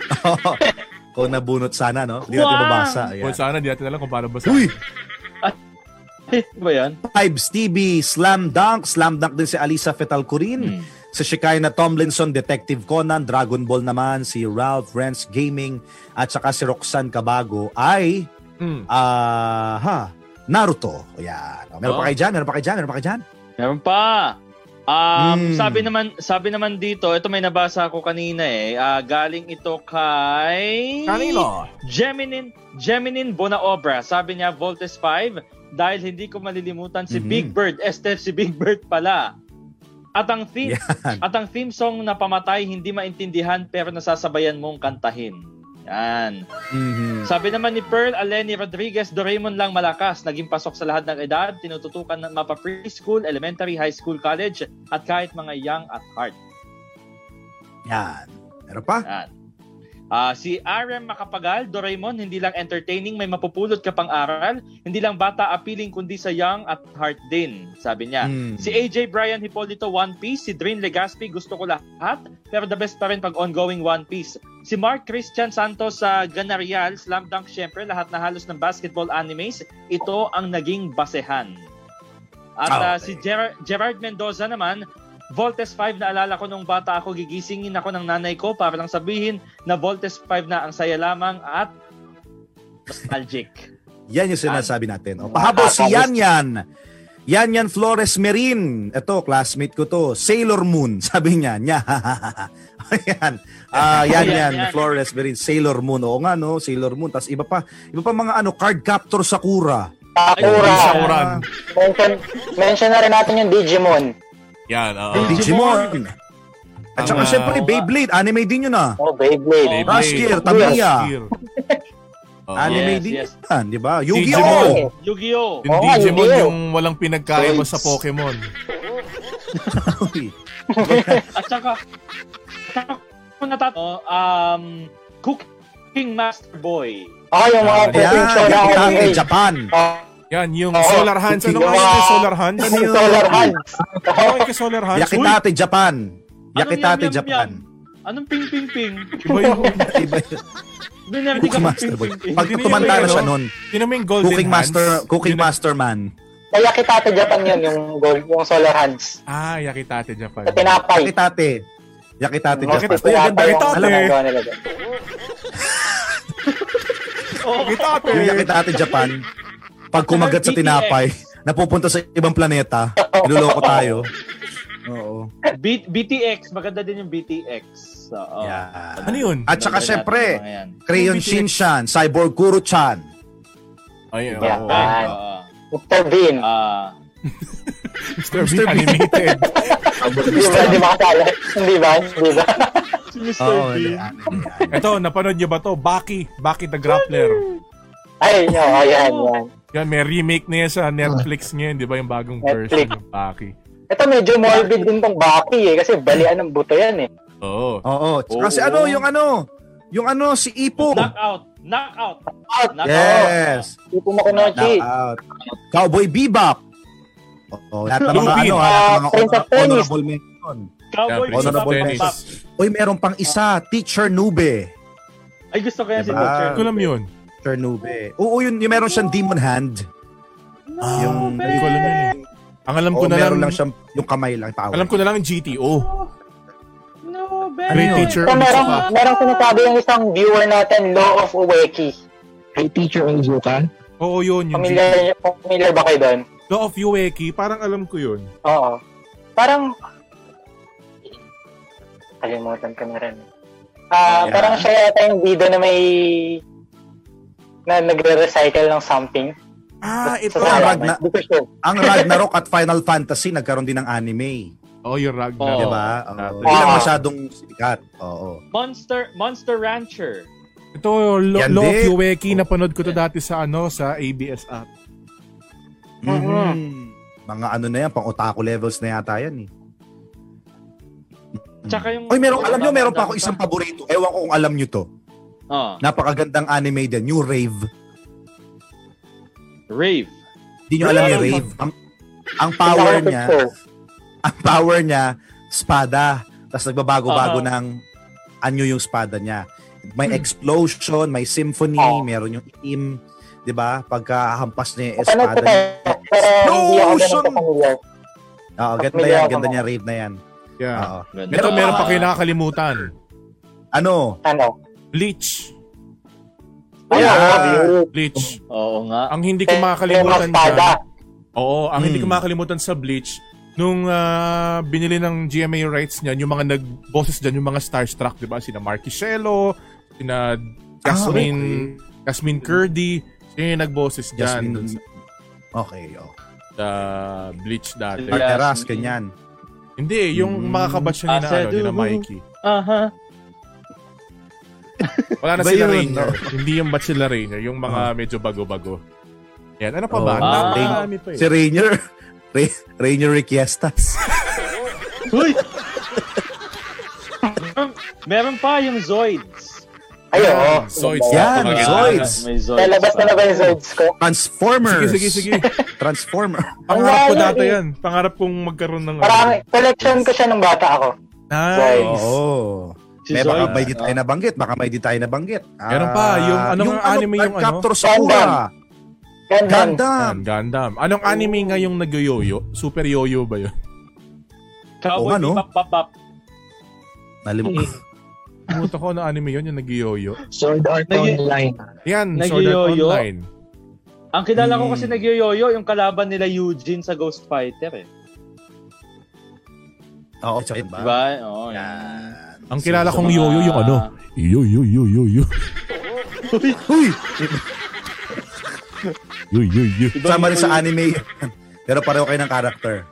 *laughs* Kung nabunot sana, no? Hindi natin Wow! mabasa. Kung Ayan. sana, di natin alam kung paano ba sa... Uy! Oh, Iba yun. Vibes TV, Slam Dunk, Slam Dunk din si Alisa Fetalcurin. Hmm. Sa Shekinah Tomlinson, Detective Conan, Dragon Ball naman, si Ralph Renz Gaming, at saka si Roxanne Cabago ay, Mm. Oh, ah, ha, Naruto. Ayan. Meron pa kayo dyan, meron pa kayo dyan, meron pa kayo dyan. Meron pa. Um, Hmm. sabi naman sabi naman dito, ito may nabasa ako kanina eh. ah, galing ito kay Kanino? Geminin Geminin Bonaobra. Sabi niya Voltes 5 dahil hindi ko malilimutan si Mhm. Big Bird. Este si Big Bird pala. At ang theme Yan. at ang theme song na pamatay hindi maintindihan pero nasasabayan mong kantahin. Yan. Mhm. Sabi naman ni Pearl Aleni Rodriguez, Doraemon lang malakas. Naging pasok sa lahat ng edad, tinututukan ng mapa preschool, elementary, high school, college, at kahit mga young at heart. Yan. Meron pa? Yan. Ah, si RM Makapagal, Doraemon, hindi lang entertaining, may mapupulot ka pang aral, hindi lang bata appealing kundi sa young at heart din, sabi niya. Mm. Si AJ Brian Hipolito, One Piece. Si Drin Legaspi, gusto ko lahat. Pero the best pa rin pag ongoing One Piece. Si Mark Christian Santos sa Ganarial, Slam Dunk, syempre, lahat na halos ng basketball animes. Ito ang naging basehan. At Ah, ah, okay. si Ger- Gerard Mendoza naman, Voltes 5 naalala ko nung bata ako, gigisingin ako ng nanay ko para lang sabihin na Voltes 5 na ang saya lamang at nostalgic. Yan yung sinasabi natin. O, pahabol si Yan Yan. Yan Yan Flores Merin. Ito, classmate ko to. Sailor Moon, *laughs* sabi niya. Nya. Ayan. Ah, yan, yan, Yan, yan. Flores Merin. Sailor Moon. Oo nga, no? Sailor Moon. Tapos iba pa. Iba pa mga ano, card captor Sakura. Sakura. Ay, Sakura. Mention, mention na rin natin yung Digimon. Yan, oo. Ah, Digimon. At saka Ang, ah, syempre, Beyblade. Anime din yun ah. Oh, Beyblade. Beyblade. Last year, Tamiya. Last year. Oo. Anime Yes, din yes. yan, di ba? *laughs* Digimon. Yu-Gi-Oh! Yu-Gi-Oh! Yung Oo, Digimon, hindi. yung walang pinagkaya mo sa Pokemon. At saka, at saka kung Oh, natatanaw, um, Cooking Master Boy. Oh, yung mga Yan, cooking show na ako. yan, yan, eh. Japan. Oh, Yan, yung Oo. Solar Hands. Ano nga yun yung Solar Hands? Ano yun? Solar Hands. Ano yung kay Solar Hands? Uy, Yakitate, Japan. Ano Yakitate, yum, yum, Japan. Anong ping-ping-ping? iba yung, Iba yun. Binardi ka Cooking pang Master Boy. ping-ping-ping. Pag Hindi kumanta yun, na *laughs* siya ano? nun, yun naman yung Golden Cooking Hands. Master, Yun Cooking ang- Master Man. Kaya kita Japan yun, yung, gold, yung Solar Hands. Ah, Yakitate Japan. Sa tinapay. Yakitate. Yakitate, Mga Japan. Bakit? Uy, ang ganda tinapay nito, yung ate. ginagawa nila doon. Yakitate. Yung Yakitate, Japan. Pag kumagat sa tinapay, napupunta sa ibang planeta. Niloloko tayo. Oo. B- BTX. Maganda din yung BTX. Oo. Yan. Ano yun? At saka Maganda syempre, natin mga yan. Crayon BTS. Shinshan, Cyborg Guru-chan. Ayun, Yeah. oo. Ah. Ay, oo. Mr. Bean. Ah, Mr. Bean animated. Hindi ba? Hindi ba kasali? Hindi ba? Hindi ba? si Mr. Oo, Bean. yan, yan. Ito, napanood niyo ba to? Baki. Baki the Grappler. Ay, no, ayan, yan. Yan, may remake na yan sa Netflix ngayon. Di ba yung bagong version Netflix. ng Baki? Ito medyo morbid din tong Baki eh, kasi balian ng buto yan eh. Oo. Oo. Oo. Kasi ano, yung ano, yung ano, si Ipo. Knockout. Knockout. Out! Knockout. Yes. Ipo Makunochi. Knockout. Cowboy Bebop. Oo. Lahat ng mga Lupin. ano, ha, lahat ng Prince mga of Tennis. honorable mention. Cowboy Yeah, Prince Bebop. of Tennis. Bebop. Uy, meron pang isa, Teacher Nube. Ay, gusto ko yan si Diba? Teacher. Hindi ko alam yun. Teacher Nube. Oo, yun, yung meron siyang demon hand. yung, Hindi ko alam yun eh. Ang alam ko Oo, na lang, meron lang siyang yung kamay lang, power. alam ko na lang yung GTO. No, Ano babe. Great teacher. Ito merong, Ah. merong sinasabi yung isang viewer natin, Law of Uweki. Hey, Teacher Ozuka. Oo, yun. Yung GTO. Familiar, familiar ba kayo doon? Law of Yueki, parang alam ko yun. Oo. Parang, kalimutan ko na rin. Ah, Yeah. parang siya yata yung bida na may na nagre-recycle ng something. Ah, ito. *laughs* Sa ang sarap, Ragna- Hindi ko sure. Ang Ragnarok at Final Fantasy nagkaroon din ng anime. Oh, yung Di Ragnarok. Oo. ba? Oo. Ah. Oo. Hindi lang masyadong sikat. Oo. Monster, Monster Rancher. Ito, Lo- Yan Law of din. Yueki, napanood ko to dati sa ano, sa ABS app. Mm-hmm. Mhm. Mga ano na yan, pang otaku levels na yata yan eh. Tsaka yung... Uy, meron, alam nyo, meron pa ako isang paborito. Ewan ko kung alam nyo to. Ah, Napakagandang anime din, New Rave. Rave. Hindi nyo alam yung Rave. Ang, ang power Hindi niya, ko sure. ang power niya, spada. Tapos nagbabago-bago Oo. ng anyo yung spada niya. May explosion, may symphony, Oo. meron yung itim. 'Di ba? Pagkahampas niya yung Napanood espada ko tayo, niya. pero hindi ako ganun Explosion! ka-familiar. Oo, ganda yan. Ganda niya, Rave na yan. Yeah. Oo. Ito, Meron- Ah. meron pa kayo nakakalimutan. Ano? Ano? Bleach. Ano? Yeah. Review. Bleach. Oo nga. Ang hindi ko Yung makakalimutan eh, mga spada. dyan. Oo, ang hindi ko Hmm. makakalimutan sa Bleach, nung ah, binili ng GMA rights niyan, yung mga nag-boses dyan, yung mga starstruck, di ba? Sina Marquishello, sina Ah, Jasmine, Jasmine Curdy, sino yung nagboses Jasmine dyan dun Dun- Okay, oh. sa ah, Bleach dati? Sila- Arteras, ganyan. Hindi, yung Mm. mga kabatch niya na, Ah, ano, sa ni na dugo. Mikey. Aha. Wala na Ba sila yun? Ah. Rainier. Hindi yung batch sila Rainier, yung mga medyo bago-bago. Yan, ano pa ba? Oh. Ang Ah, dami- dami pa eh. Si Rainier. *laughs* Ra- Rainier Requiestas. Uy! *laughs* Meron pa yung Zoids. Ayun, oh. Zoids. Yan, Napakaganda. Ano, Zoids. May Zoids. Lalabas na na ba yung Zoids ko? Transformers. Sige, sige, sige. Transformer. Pangarap ko Wala dati eh. yan. Pangarap kong magkaroon ng... ano. Parang collection ko siya nung bata ako. Nice. Oo. Si May Eh, baka Zoids. may di tayo nabanggit. Baka may di tayo nabanggit. Ah, Meron pa, yung anong anime yung ano? Captor Sakura. Gundam. Gundam. Yan, Gundam. Anong anime nga yung nag-yoyo? Super yoyo ba *laughs* yun? Cowboy Oo nga, no? Bebop, Bop, Bop. Nalimutan. Pumunta ko na anime yun, yung nag-yoyo. Sword Art Nag- Online. Yan, Sword Art Nag-yoyo? Online. Ang kilala ko Hmm. kasi nagyoyoyo yung kalaban nila Eugene sa Ghost Fighter eh. *laughs* Oo, tsaka ba? Diba? Oo. yun. Yan. Ang kilala Sa kong mga- yoyo yung ano? Yo, yo, yo, yo, yo. Uy! Yo, yo, yo. Ibang- Sama rin sa *laughs* anime. Pero pareho kayo ng character.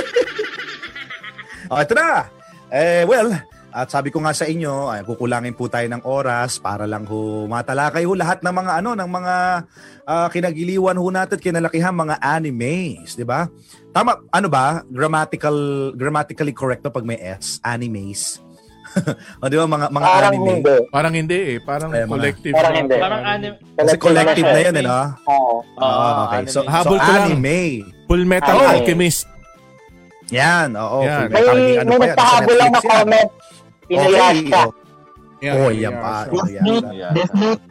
*laughs* oh, ito na. Eh, well, at sabi ko nga sa inyo, ay, kukulangin po tayo ng oras para lang ho matalakay ho lahat ng mga ano, ng mga ah, kinagiliwan ho natin, kinalakihan mga animes, di ba? Tama, ano ba? Grammatical, grammatically correct ba pag may S? Animes. *laughs* o di ba, mga, mga Parang anime. hindi. Parang hindi eh. Parang Ay, mga- collective. Parang hindi. Parang anime. Kasi collective na yun, eh, no? Oo. Oo, Ah, okay. So, Ah, anime. Habol so ko lang. anime. Full Metal Oh. Oo. Alchemist. Yan, oo. Yan. Full Metal May, Gear, ano pa yan? may Nasa nagpahabol lang na Netflix yan. comment. Inuyasha. Okay, oh, yan pa. Oh, yan. Yeah. Death Note.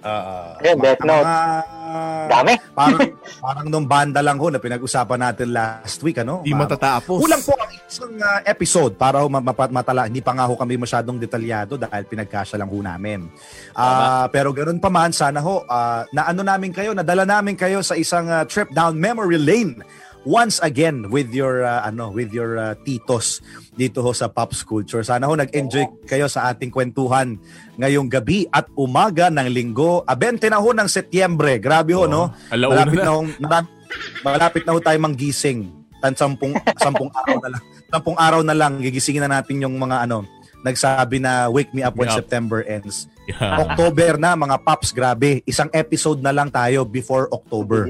Ah, Ayun, Death Note. mga- Dami. parang, parang nung banda lang ho na pinag-usapan natin last week, ano? Di Parang- matatapos. Kulang po ang isang ah, episode para ho ma- mapa- matala. Hindi pa nga ho kami masyadong detalyado dahil pinagkasya lang ho namin. Ah, pero ganoon pa man, sana ho, ah, na ano namin kayo, nadala namin kayo sa isang ah, trip down memory lane once again with your ah, ano with your ah, titos dito ho sa pop culture sana ho nag-enjoy kayo sa ating kwentuhan ngayong gabi at umaga ng linggo a 20 na ho ng Setyembre grabe ho no Alauna Malapit na. na, hong- mara- malapit na ho tayo manggising. Tan sampung, sampung araw na lang. Sampung araw na lang gigisingin na natin yung mga ano nagsabi na wake me up when Yeah. September ends. Yeah. October na mga paps, grabe. Isang episode na lang tayo before October.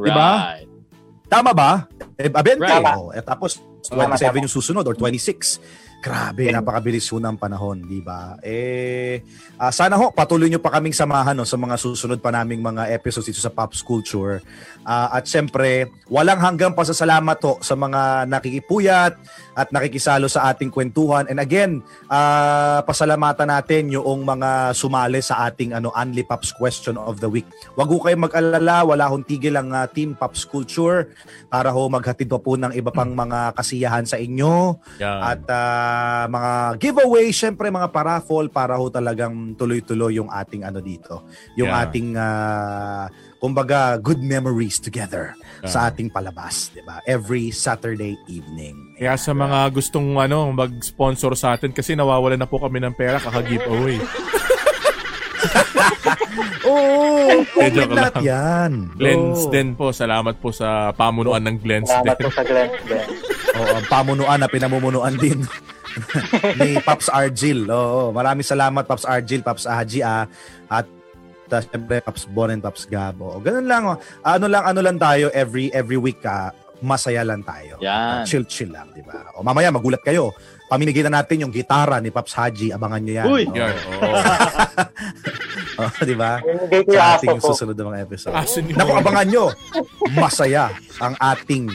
Diba? Right. Tama ba? Eh, abente. Tama. Oh, eh, tapos Tama, Eh. 27 yung susunod or 26. Grabe, napakabilis ho ng panahon, di ba? Eh, ah, sana ho, patuloy nyo pa kaming samahan no, sa mga susunod pa naming mga episodes dito sa Pops Culture. Ah, at syempre, walang hanggang pasasalamat ho sa mga nakikipuyat at nakikisalo sa ating kwentuhan. And again, ah, pasalamatan natin yung mga sumali sa ating ano, Unli Pops Question of the Week. Huwag ho kayong mag-alala, wala hong tigil ang ah, Team Pops Culture para ho maghatid pa po ng iba pang mga kasiyahan sa inyo Yan. at ah, mga giveaway syempre mga paraffol para ho talagang tuloy-tuloy yung ating ano dito yung Yeah. ating ah, kumbaga good memories together Yeah. sa ating palabas di ba every Saturday evening Kaya sa mga gustong ano, mag-sponsor sa atin kasi nawawala na po kami ng pera kaka-giveaway. *laughs* oo Eh, joke complete lahat lang. yan Glens Oo. din po. Salamat po sa pamunuan ng Glens Salamat din. po sa Glenn. Oo, ang pamunuan na pinamumunuan din *laughs* ni Pops Argil. Oo, maraming salamat Pops Argil, Pops Haji ah. at uh, syempre Pops Bon and Pops Gab. Oo, ganun lang. oh. Ano lang ano lang tayo every every week ah, masaya lang tayo. Yan. Chill chill lang, di ba? O mamaya magulat kayo. Paminigin na natin yung gitara ni Pops Haji. Abangan niyo yan. Uy! *laughs* Oo. *laughs* Yan. Oo. Oo, di ba? Hindi ko yung Sa aso ating ko. susunod na mga episode. Aso ni Naku, abangan nyo. Masaya ang ating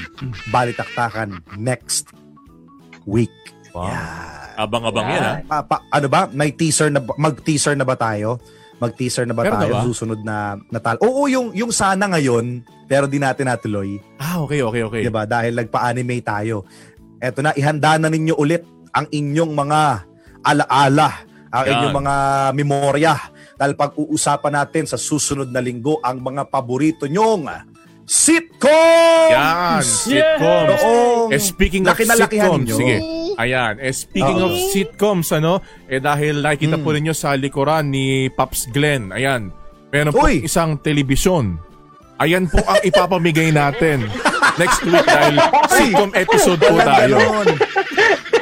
balitaktakan next week. Wow. ah. Yan. Abang-abang Oh. yan ah. ha. Pa, pa- ano ba? May teaser na ba- mag-teaser na ba tayo? Mag-teaser na ba Meron na tayo ba? susunod na natal? Oo, yung yung sana ngayon pero di natin natuloy, Ah, okay, okay, okay. 'di ba? Dahil nagpa-anime tayo. Eto na, ihanda na ninyo ulit ang inyong mga alaala, ang Yan. inyong mga memorya dahil pag-uusapan natin sa susunod na linggo ang mga paborito nyong sitcom Ayan, Yes! sitcoms. Noong Eh, speaking of nakinalakihan sitcoms, nyo. sige. Ayan, eh, speaking of sitcoms, ano, eh dahil nakikita Mm. po ninyo sa likuran ni Pops Glenn, ayan, meron po Uy! isang telebisyon. Ayan po ang ipapamigay *laughs* natin next week dahil sitcom episode po Walang tayo. *laughs* ganon.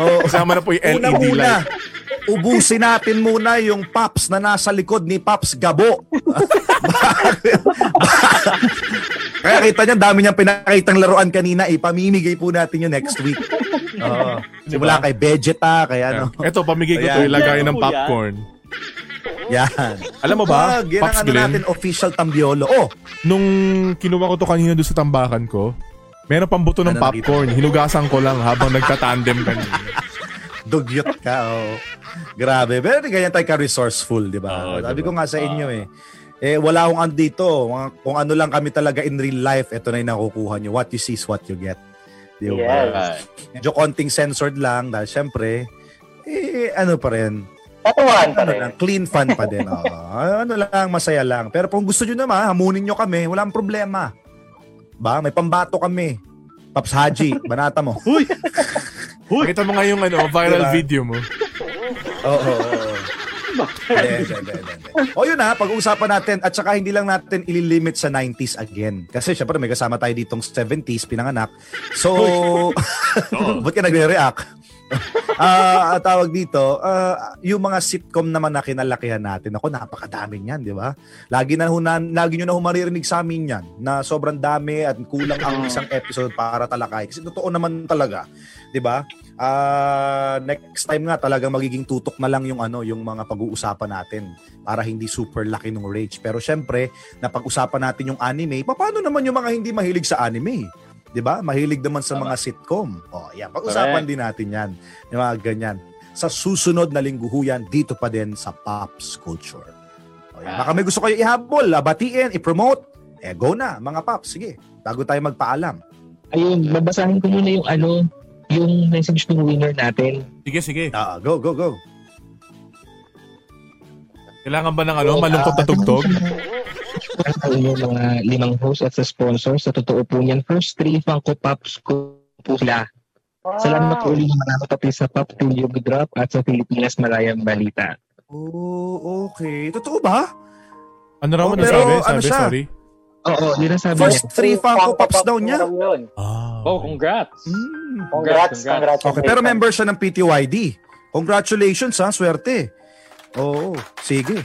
Oo. Kasama na po yung Una LED muna, light. ubusin natin muna yung Pops na nasa likod ni Pops Gabo. *laughs* Kaya kita niya, dami niyang pinakitang laruan kanina. Ipamimigay po natin yun next week. Oo. diba? Simula kay Vegeta, kaya ano. Ito, pamigay ko Ayan. to, ilagay Yan ng po popcorn. Yan. Alam mo Ano ba, Ah, yan ang Pops ano Glenn, natin, official tambiolo. Oh, nung kinuha ko to kanina doon sa tambakan ko, meron pang buto ng Ano nakita? popcorn. Hinugasan ko lang habang nagtatandem kanina. dugyot ka. Oh. Grabe. Pero ganyan tayo ka-resourceful, di ba? Oo, di Sabi ba? Ah. ko nga sa inyo eh. Eh, wala akong ano dito. Mga- Kung ano lang kami talaga in real life, ito na yung nakukuha nyo. What you see is what you get. Di ba? Yes. Alright. medyo konting censored lang dahil syempre eh ano pa rin Tatuan pa ano rin. lang clean fun pa din oo. ano lang masaya lang pero kung gusto nyo naman hamunin nyo kami walang problema ba may pambato kami Paps Haji banata mo *laughs* Uy! Nakita mo nga yung *laughs* ano, viral Diba? video mo. Oo, oo, oo. Hindi, hindi, hindi, hindi. O yun ha, pag-uusapan natin at saka hindi lang natin ililimit sa 90s again. Kasi syempre may kasama tayo ditong 70s pinanganak. *laughs* So, ba't ka nagre-react? *laughs* Ah, ang tawag dito, ah, yung mga sitcom naman na kinalakihan natin. Ako, napakadami niyan, di ba? Lagi na hunan, lagi nyo na humaririnig sa amin yan na sobrang dami at kulang ang isang episode para talakay. Kasi totoo naman talaga, di ba? Ah, next time nga talagang magiging tutok na lang yung ano, yung mga pag-uusapan natin para hindi super laki ng rage. Pero syempre, napag-usapan natin yung anime. Pa- Paano naman yung mga hindi mahilig sa anime? 'Di ba? Mahilig naman sa mga sitcom. Oh, yeah, pag-usapan Correct. din natin 'yan. Yung mga ganyan. Sa susunod na lingguhuyan dito pa din sa Pops Culture. O, yan. Baka may gusto kayo ihabol, ah, batiin, i-promote. Eh, go na, mga Pops. Sige, bago tayo magpaalam. Ayun, babasahin ko muna yung ano, yung message ng winner natin. Sige, sige. Ah, go, go, go. Kailangan ba ng ano, malungkot na Ah, tugtog? Ang inyong mga limang host at sa sponsor, sa totoo po niyan, first three Funko Pops ko po sila. Ah. Salamat po ulit marami pati sa Pop Tulio Drop at sa Pilipinas Malayang Balita. Oh, okay. Totoo ba? Ano raw Oh, oh, pero sabi? ano Sabi, siya? sorry. Oo, yun ang sabi First niya. three Funko Pops daw Pop niya. daw yun. Ah, okay. Oh, congrats. Mm. Congrats, congrats. Okay, pero member siya ng PTYD. Congratulations ha, swerte. Oo, sige.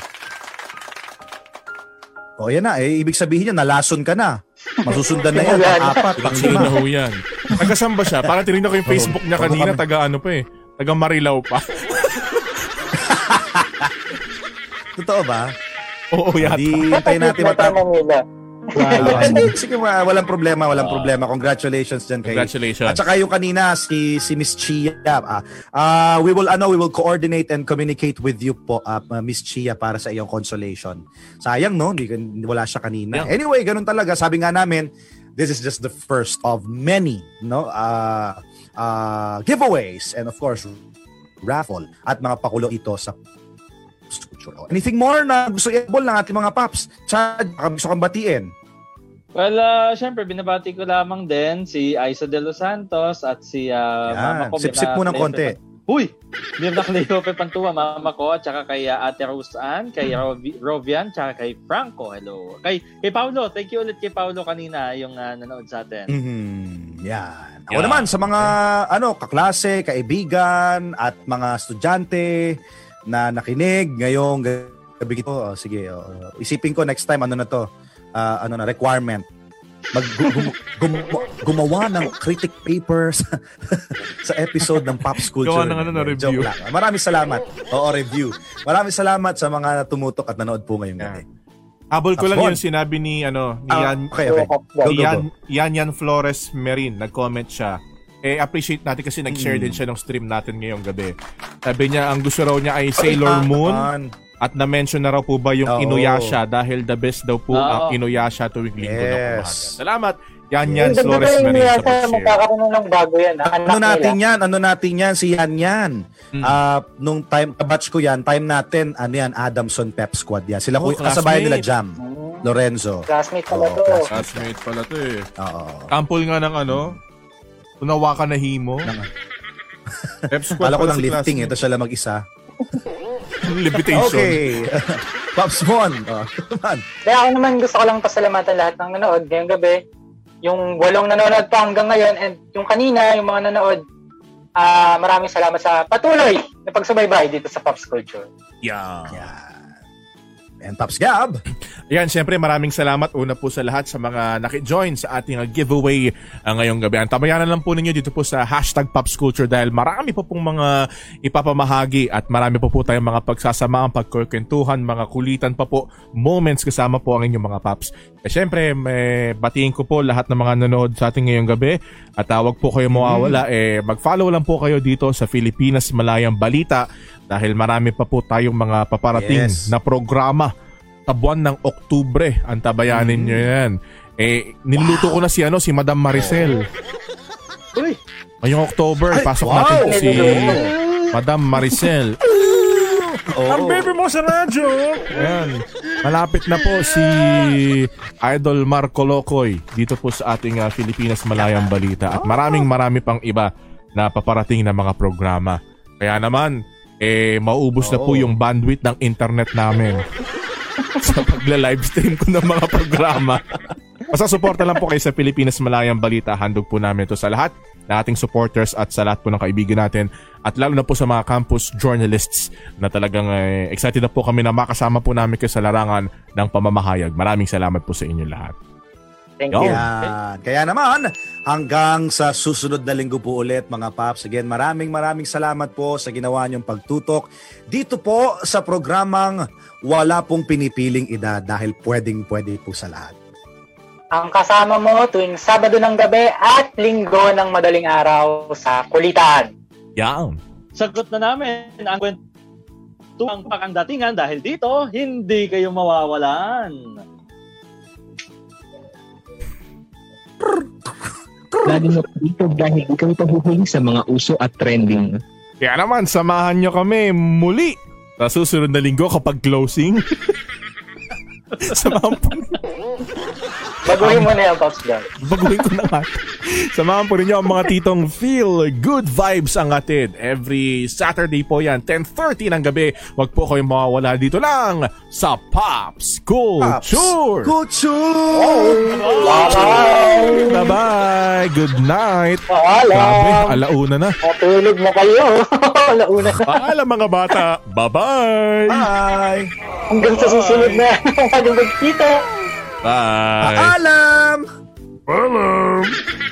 O yan na, eh, ibig sabihin niya, nalason ka na. Masusundan na yan, ang apat, ang Sunod lima. na ho yan. Oh, Tagasam ba siya? Para tinignan ko yung Facebook niya Oo, kanina, kami. taga ano pa eh. Taga Marilao pa. *laughs* Totoo ba? Oo, yata. Hindi, hintayin natin matapos. Manila. Ah, ano, sige, sige, wa- walang problema, walang problema. Congratulations dyan kay Congratulations. At saka yung kanina si si Miss Chia. Ah, ah, we will ano, we will coordinate and communicate with you po ah, Miss Chia para sa iyong consolation. Sayang no, hindi ka- wala siya kanina. Yeah. Anyway, ganun talaga. Sabi nga namin, this is just the first of many, no? Ah, ah, giveaways and of course raffle at mga pakulo ito sa Culture. Anything more na gusto i-ball ng ating mga paps? Chad, baka gusto kang batiin. Well, uh, syempre, binabati ko lamang din si Isa De Los Santos at si ah, Mama Yan. ko. Sip-sip mo ng Mirna konti. Cleope- Uy! Mirna Cleope Pantua, Mama ko, at saka kay ah, Ate Rusan, kay Hmm. Rovi- Rovian, tsaka kay Franco. Hello. Kay, kay Paolo, thank you ulit kay Paolo kanina yung ah, nanood sa atin. Mhm. Yan. Ako Yeah. naman sa mga ano kaklase, kaibigan at mga estudyante na nakinig ngayong gabi ito. Oh, sige, oh, isipin ko next time ano na to. ah, ano na requirement. Mag gum- gum- gumawa ng critic papers *laughs* sa episode ng Pop Culture. Gawa ng ano na review. Joke lang. Maraming salamat. Oo, review. Maraming salamat sa mga tumutok at nanood po ngayong gabi. Habol ko lang yun, Tapos. sinabi ni, ano, ni Ah, Yan, okay, okay. Go, ni go, Yan, go. Yan Yan Flores Merin. Nag-comment siya. Eh, appreciate natin kasi nag-share Hmm. din siya ng stream natin ngayong gabi. Sabi niya, ang gusto raw niya ay Sailor Moon. Yan. At na-mention na raw po ba yung Oo. Inuyasha dahil the best daw po Oo. ang Inuyasha tuwing linggo ng Yes. umaga. Salamat. Yan yan, Yung Flores dagdagan Marin sa niya sa pag-share. magkakaroon na ng bago yan. ah. Anak ano natin nila. yan? Ano natin yan? Si Yan Yan. Mm. Ah, nung time, batch ko yan, time natin, ano yan, Adamson Pep Squad yan. Sila Oh, ko, kasabay nila classmate. Jam. Lorenzo. Classmate pala Oo, to. Classmate pala to eh. Oo. Sample nga ng ano, tunawa ka na himo. F squad Kala ko pala ng si lifting, eh. ito classmate. siya lang mag-isa. *laughs* Levitation. Okay. *laughs* Pops Mon. Oh, *laughs* man. Kaya ako naman gusto ko lang pasalamatan lahat ng nanood ngayong gabi. Yung walong nanonood pa hanggang ngayon and yung kanina, yung mga nanood, ah maraming salamat sa patuloy na pagsubaybay dito sa Pops Culture. Yeah. And Pops Gab. Ayan, syempre maraming salamat una po sa lahat sa mga nakijoin sa ating uh, giveaway uh, ngayong gabi. Ang tamayanan lang po ninyo dito po sa hashtag Pops Culture dahil marami po pong mga ipapamahagi at marami po po tayong mga pagsasamaang, pagkukwentuhan, mga kulitan pa po, moments kasama po ang inyong mga Pops. Eh, syempre, may batiin ko po lahat ng mga nanonood sa ating ngayong gabi at tawag po kayo mawawala. Eh, mag-follow lang po kayo dito sa Pilipinas Malayang Balita dahil marami pa po tayong mga paparating Yes. na programa sa buwan ng Oktubre. Ang tabayanin nyo yan. Eh, niluluto ko na si ano, si Madam Maricel. Uy! Ngayong October, pasok wow! natin si Madam Maricel. Oh. mo sa radyo! Ayan. Malapit na po si Idol Marco Locoy dito po sa ating ah, Pilipinas Malayang Balita. At maraming marami pang iba na paparating na mga programa. Kaya naman, eh, maubos na po Oo. yung bandwidth ng internet namin *laughs* sa pagla-livestream ko ng mga programa. Basta suporta lang po kayo sa Pilipinas Malayang Balita. Handog po namin ito sa lahat na ating supporters at sa lahat po ng kaibigan natin at lalo na po sa mga campus journalists na talagang eh, excited na po kami na makasama po namin kayo sa larangan ng pamamahayag. Maraming salamat po sa inyo lahat. Thank Yo. you. Yan. Kaya naman, hanggang sa susunod na linggo po ulit mga Paps. Again, maraming maraming salamat po sa ginawa niyong pagtutok dito po sa programang Wala pong pinipiling edad dahil pwedeng pwede po sa lahat. Ang kasama mo tuwing Sabado ng gabi at Linggo ng madaling araw sa Kulitan. Yan. Sagot na namin ang kwento ang pakang datingan dahil dito, hindi kayo mawawalan. Lagi na dito dahil di kami pahuhuli sa mga uso at trending. Kaya naman, samahan nyo kami muli sa susunod na linggo kapag closing. *laughs* Samahan po Baguhin mo na yung Pops Gab. Baguhin ko na nga. Samahan po ninyo ang mga titong Feel Good Vibes ang atin. Every Saturday po yan, 10.30 ng gabi. Huwag po kayong mawawala dito lang sa Pops Paps, Culture. Kultsur! Bye-bye. Good night. Grabe, Paalam! alauna na. Matulog na kayo. *laughs* Launa na. Paalam mga bata. Bye-bye. Bye! Hanggang sa susunod na. *laughs* Hanggang magkita. Bye. Paalam! Paalam.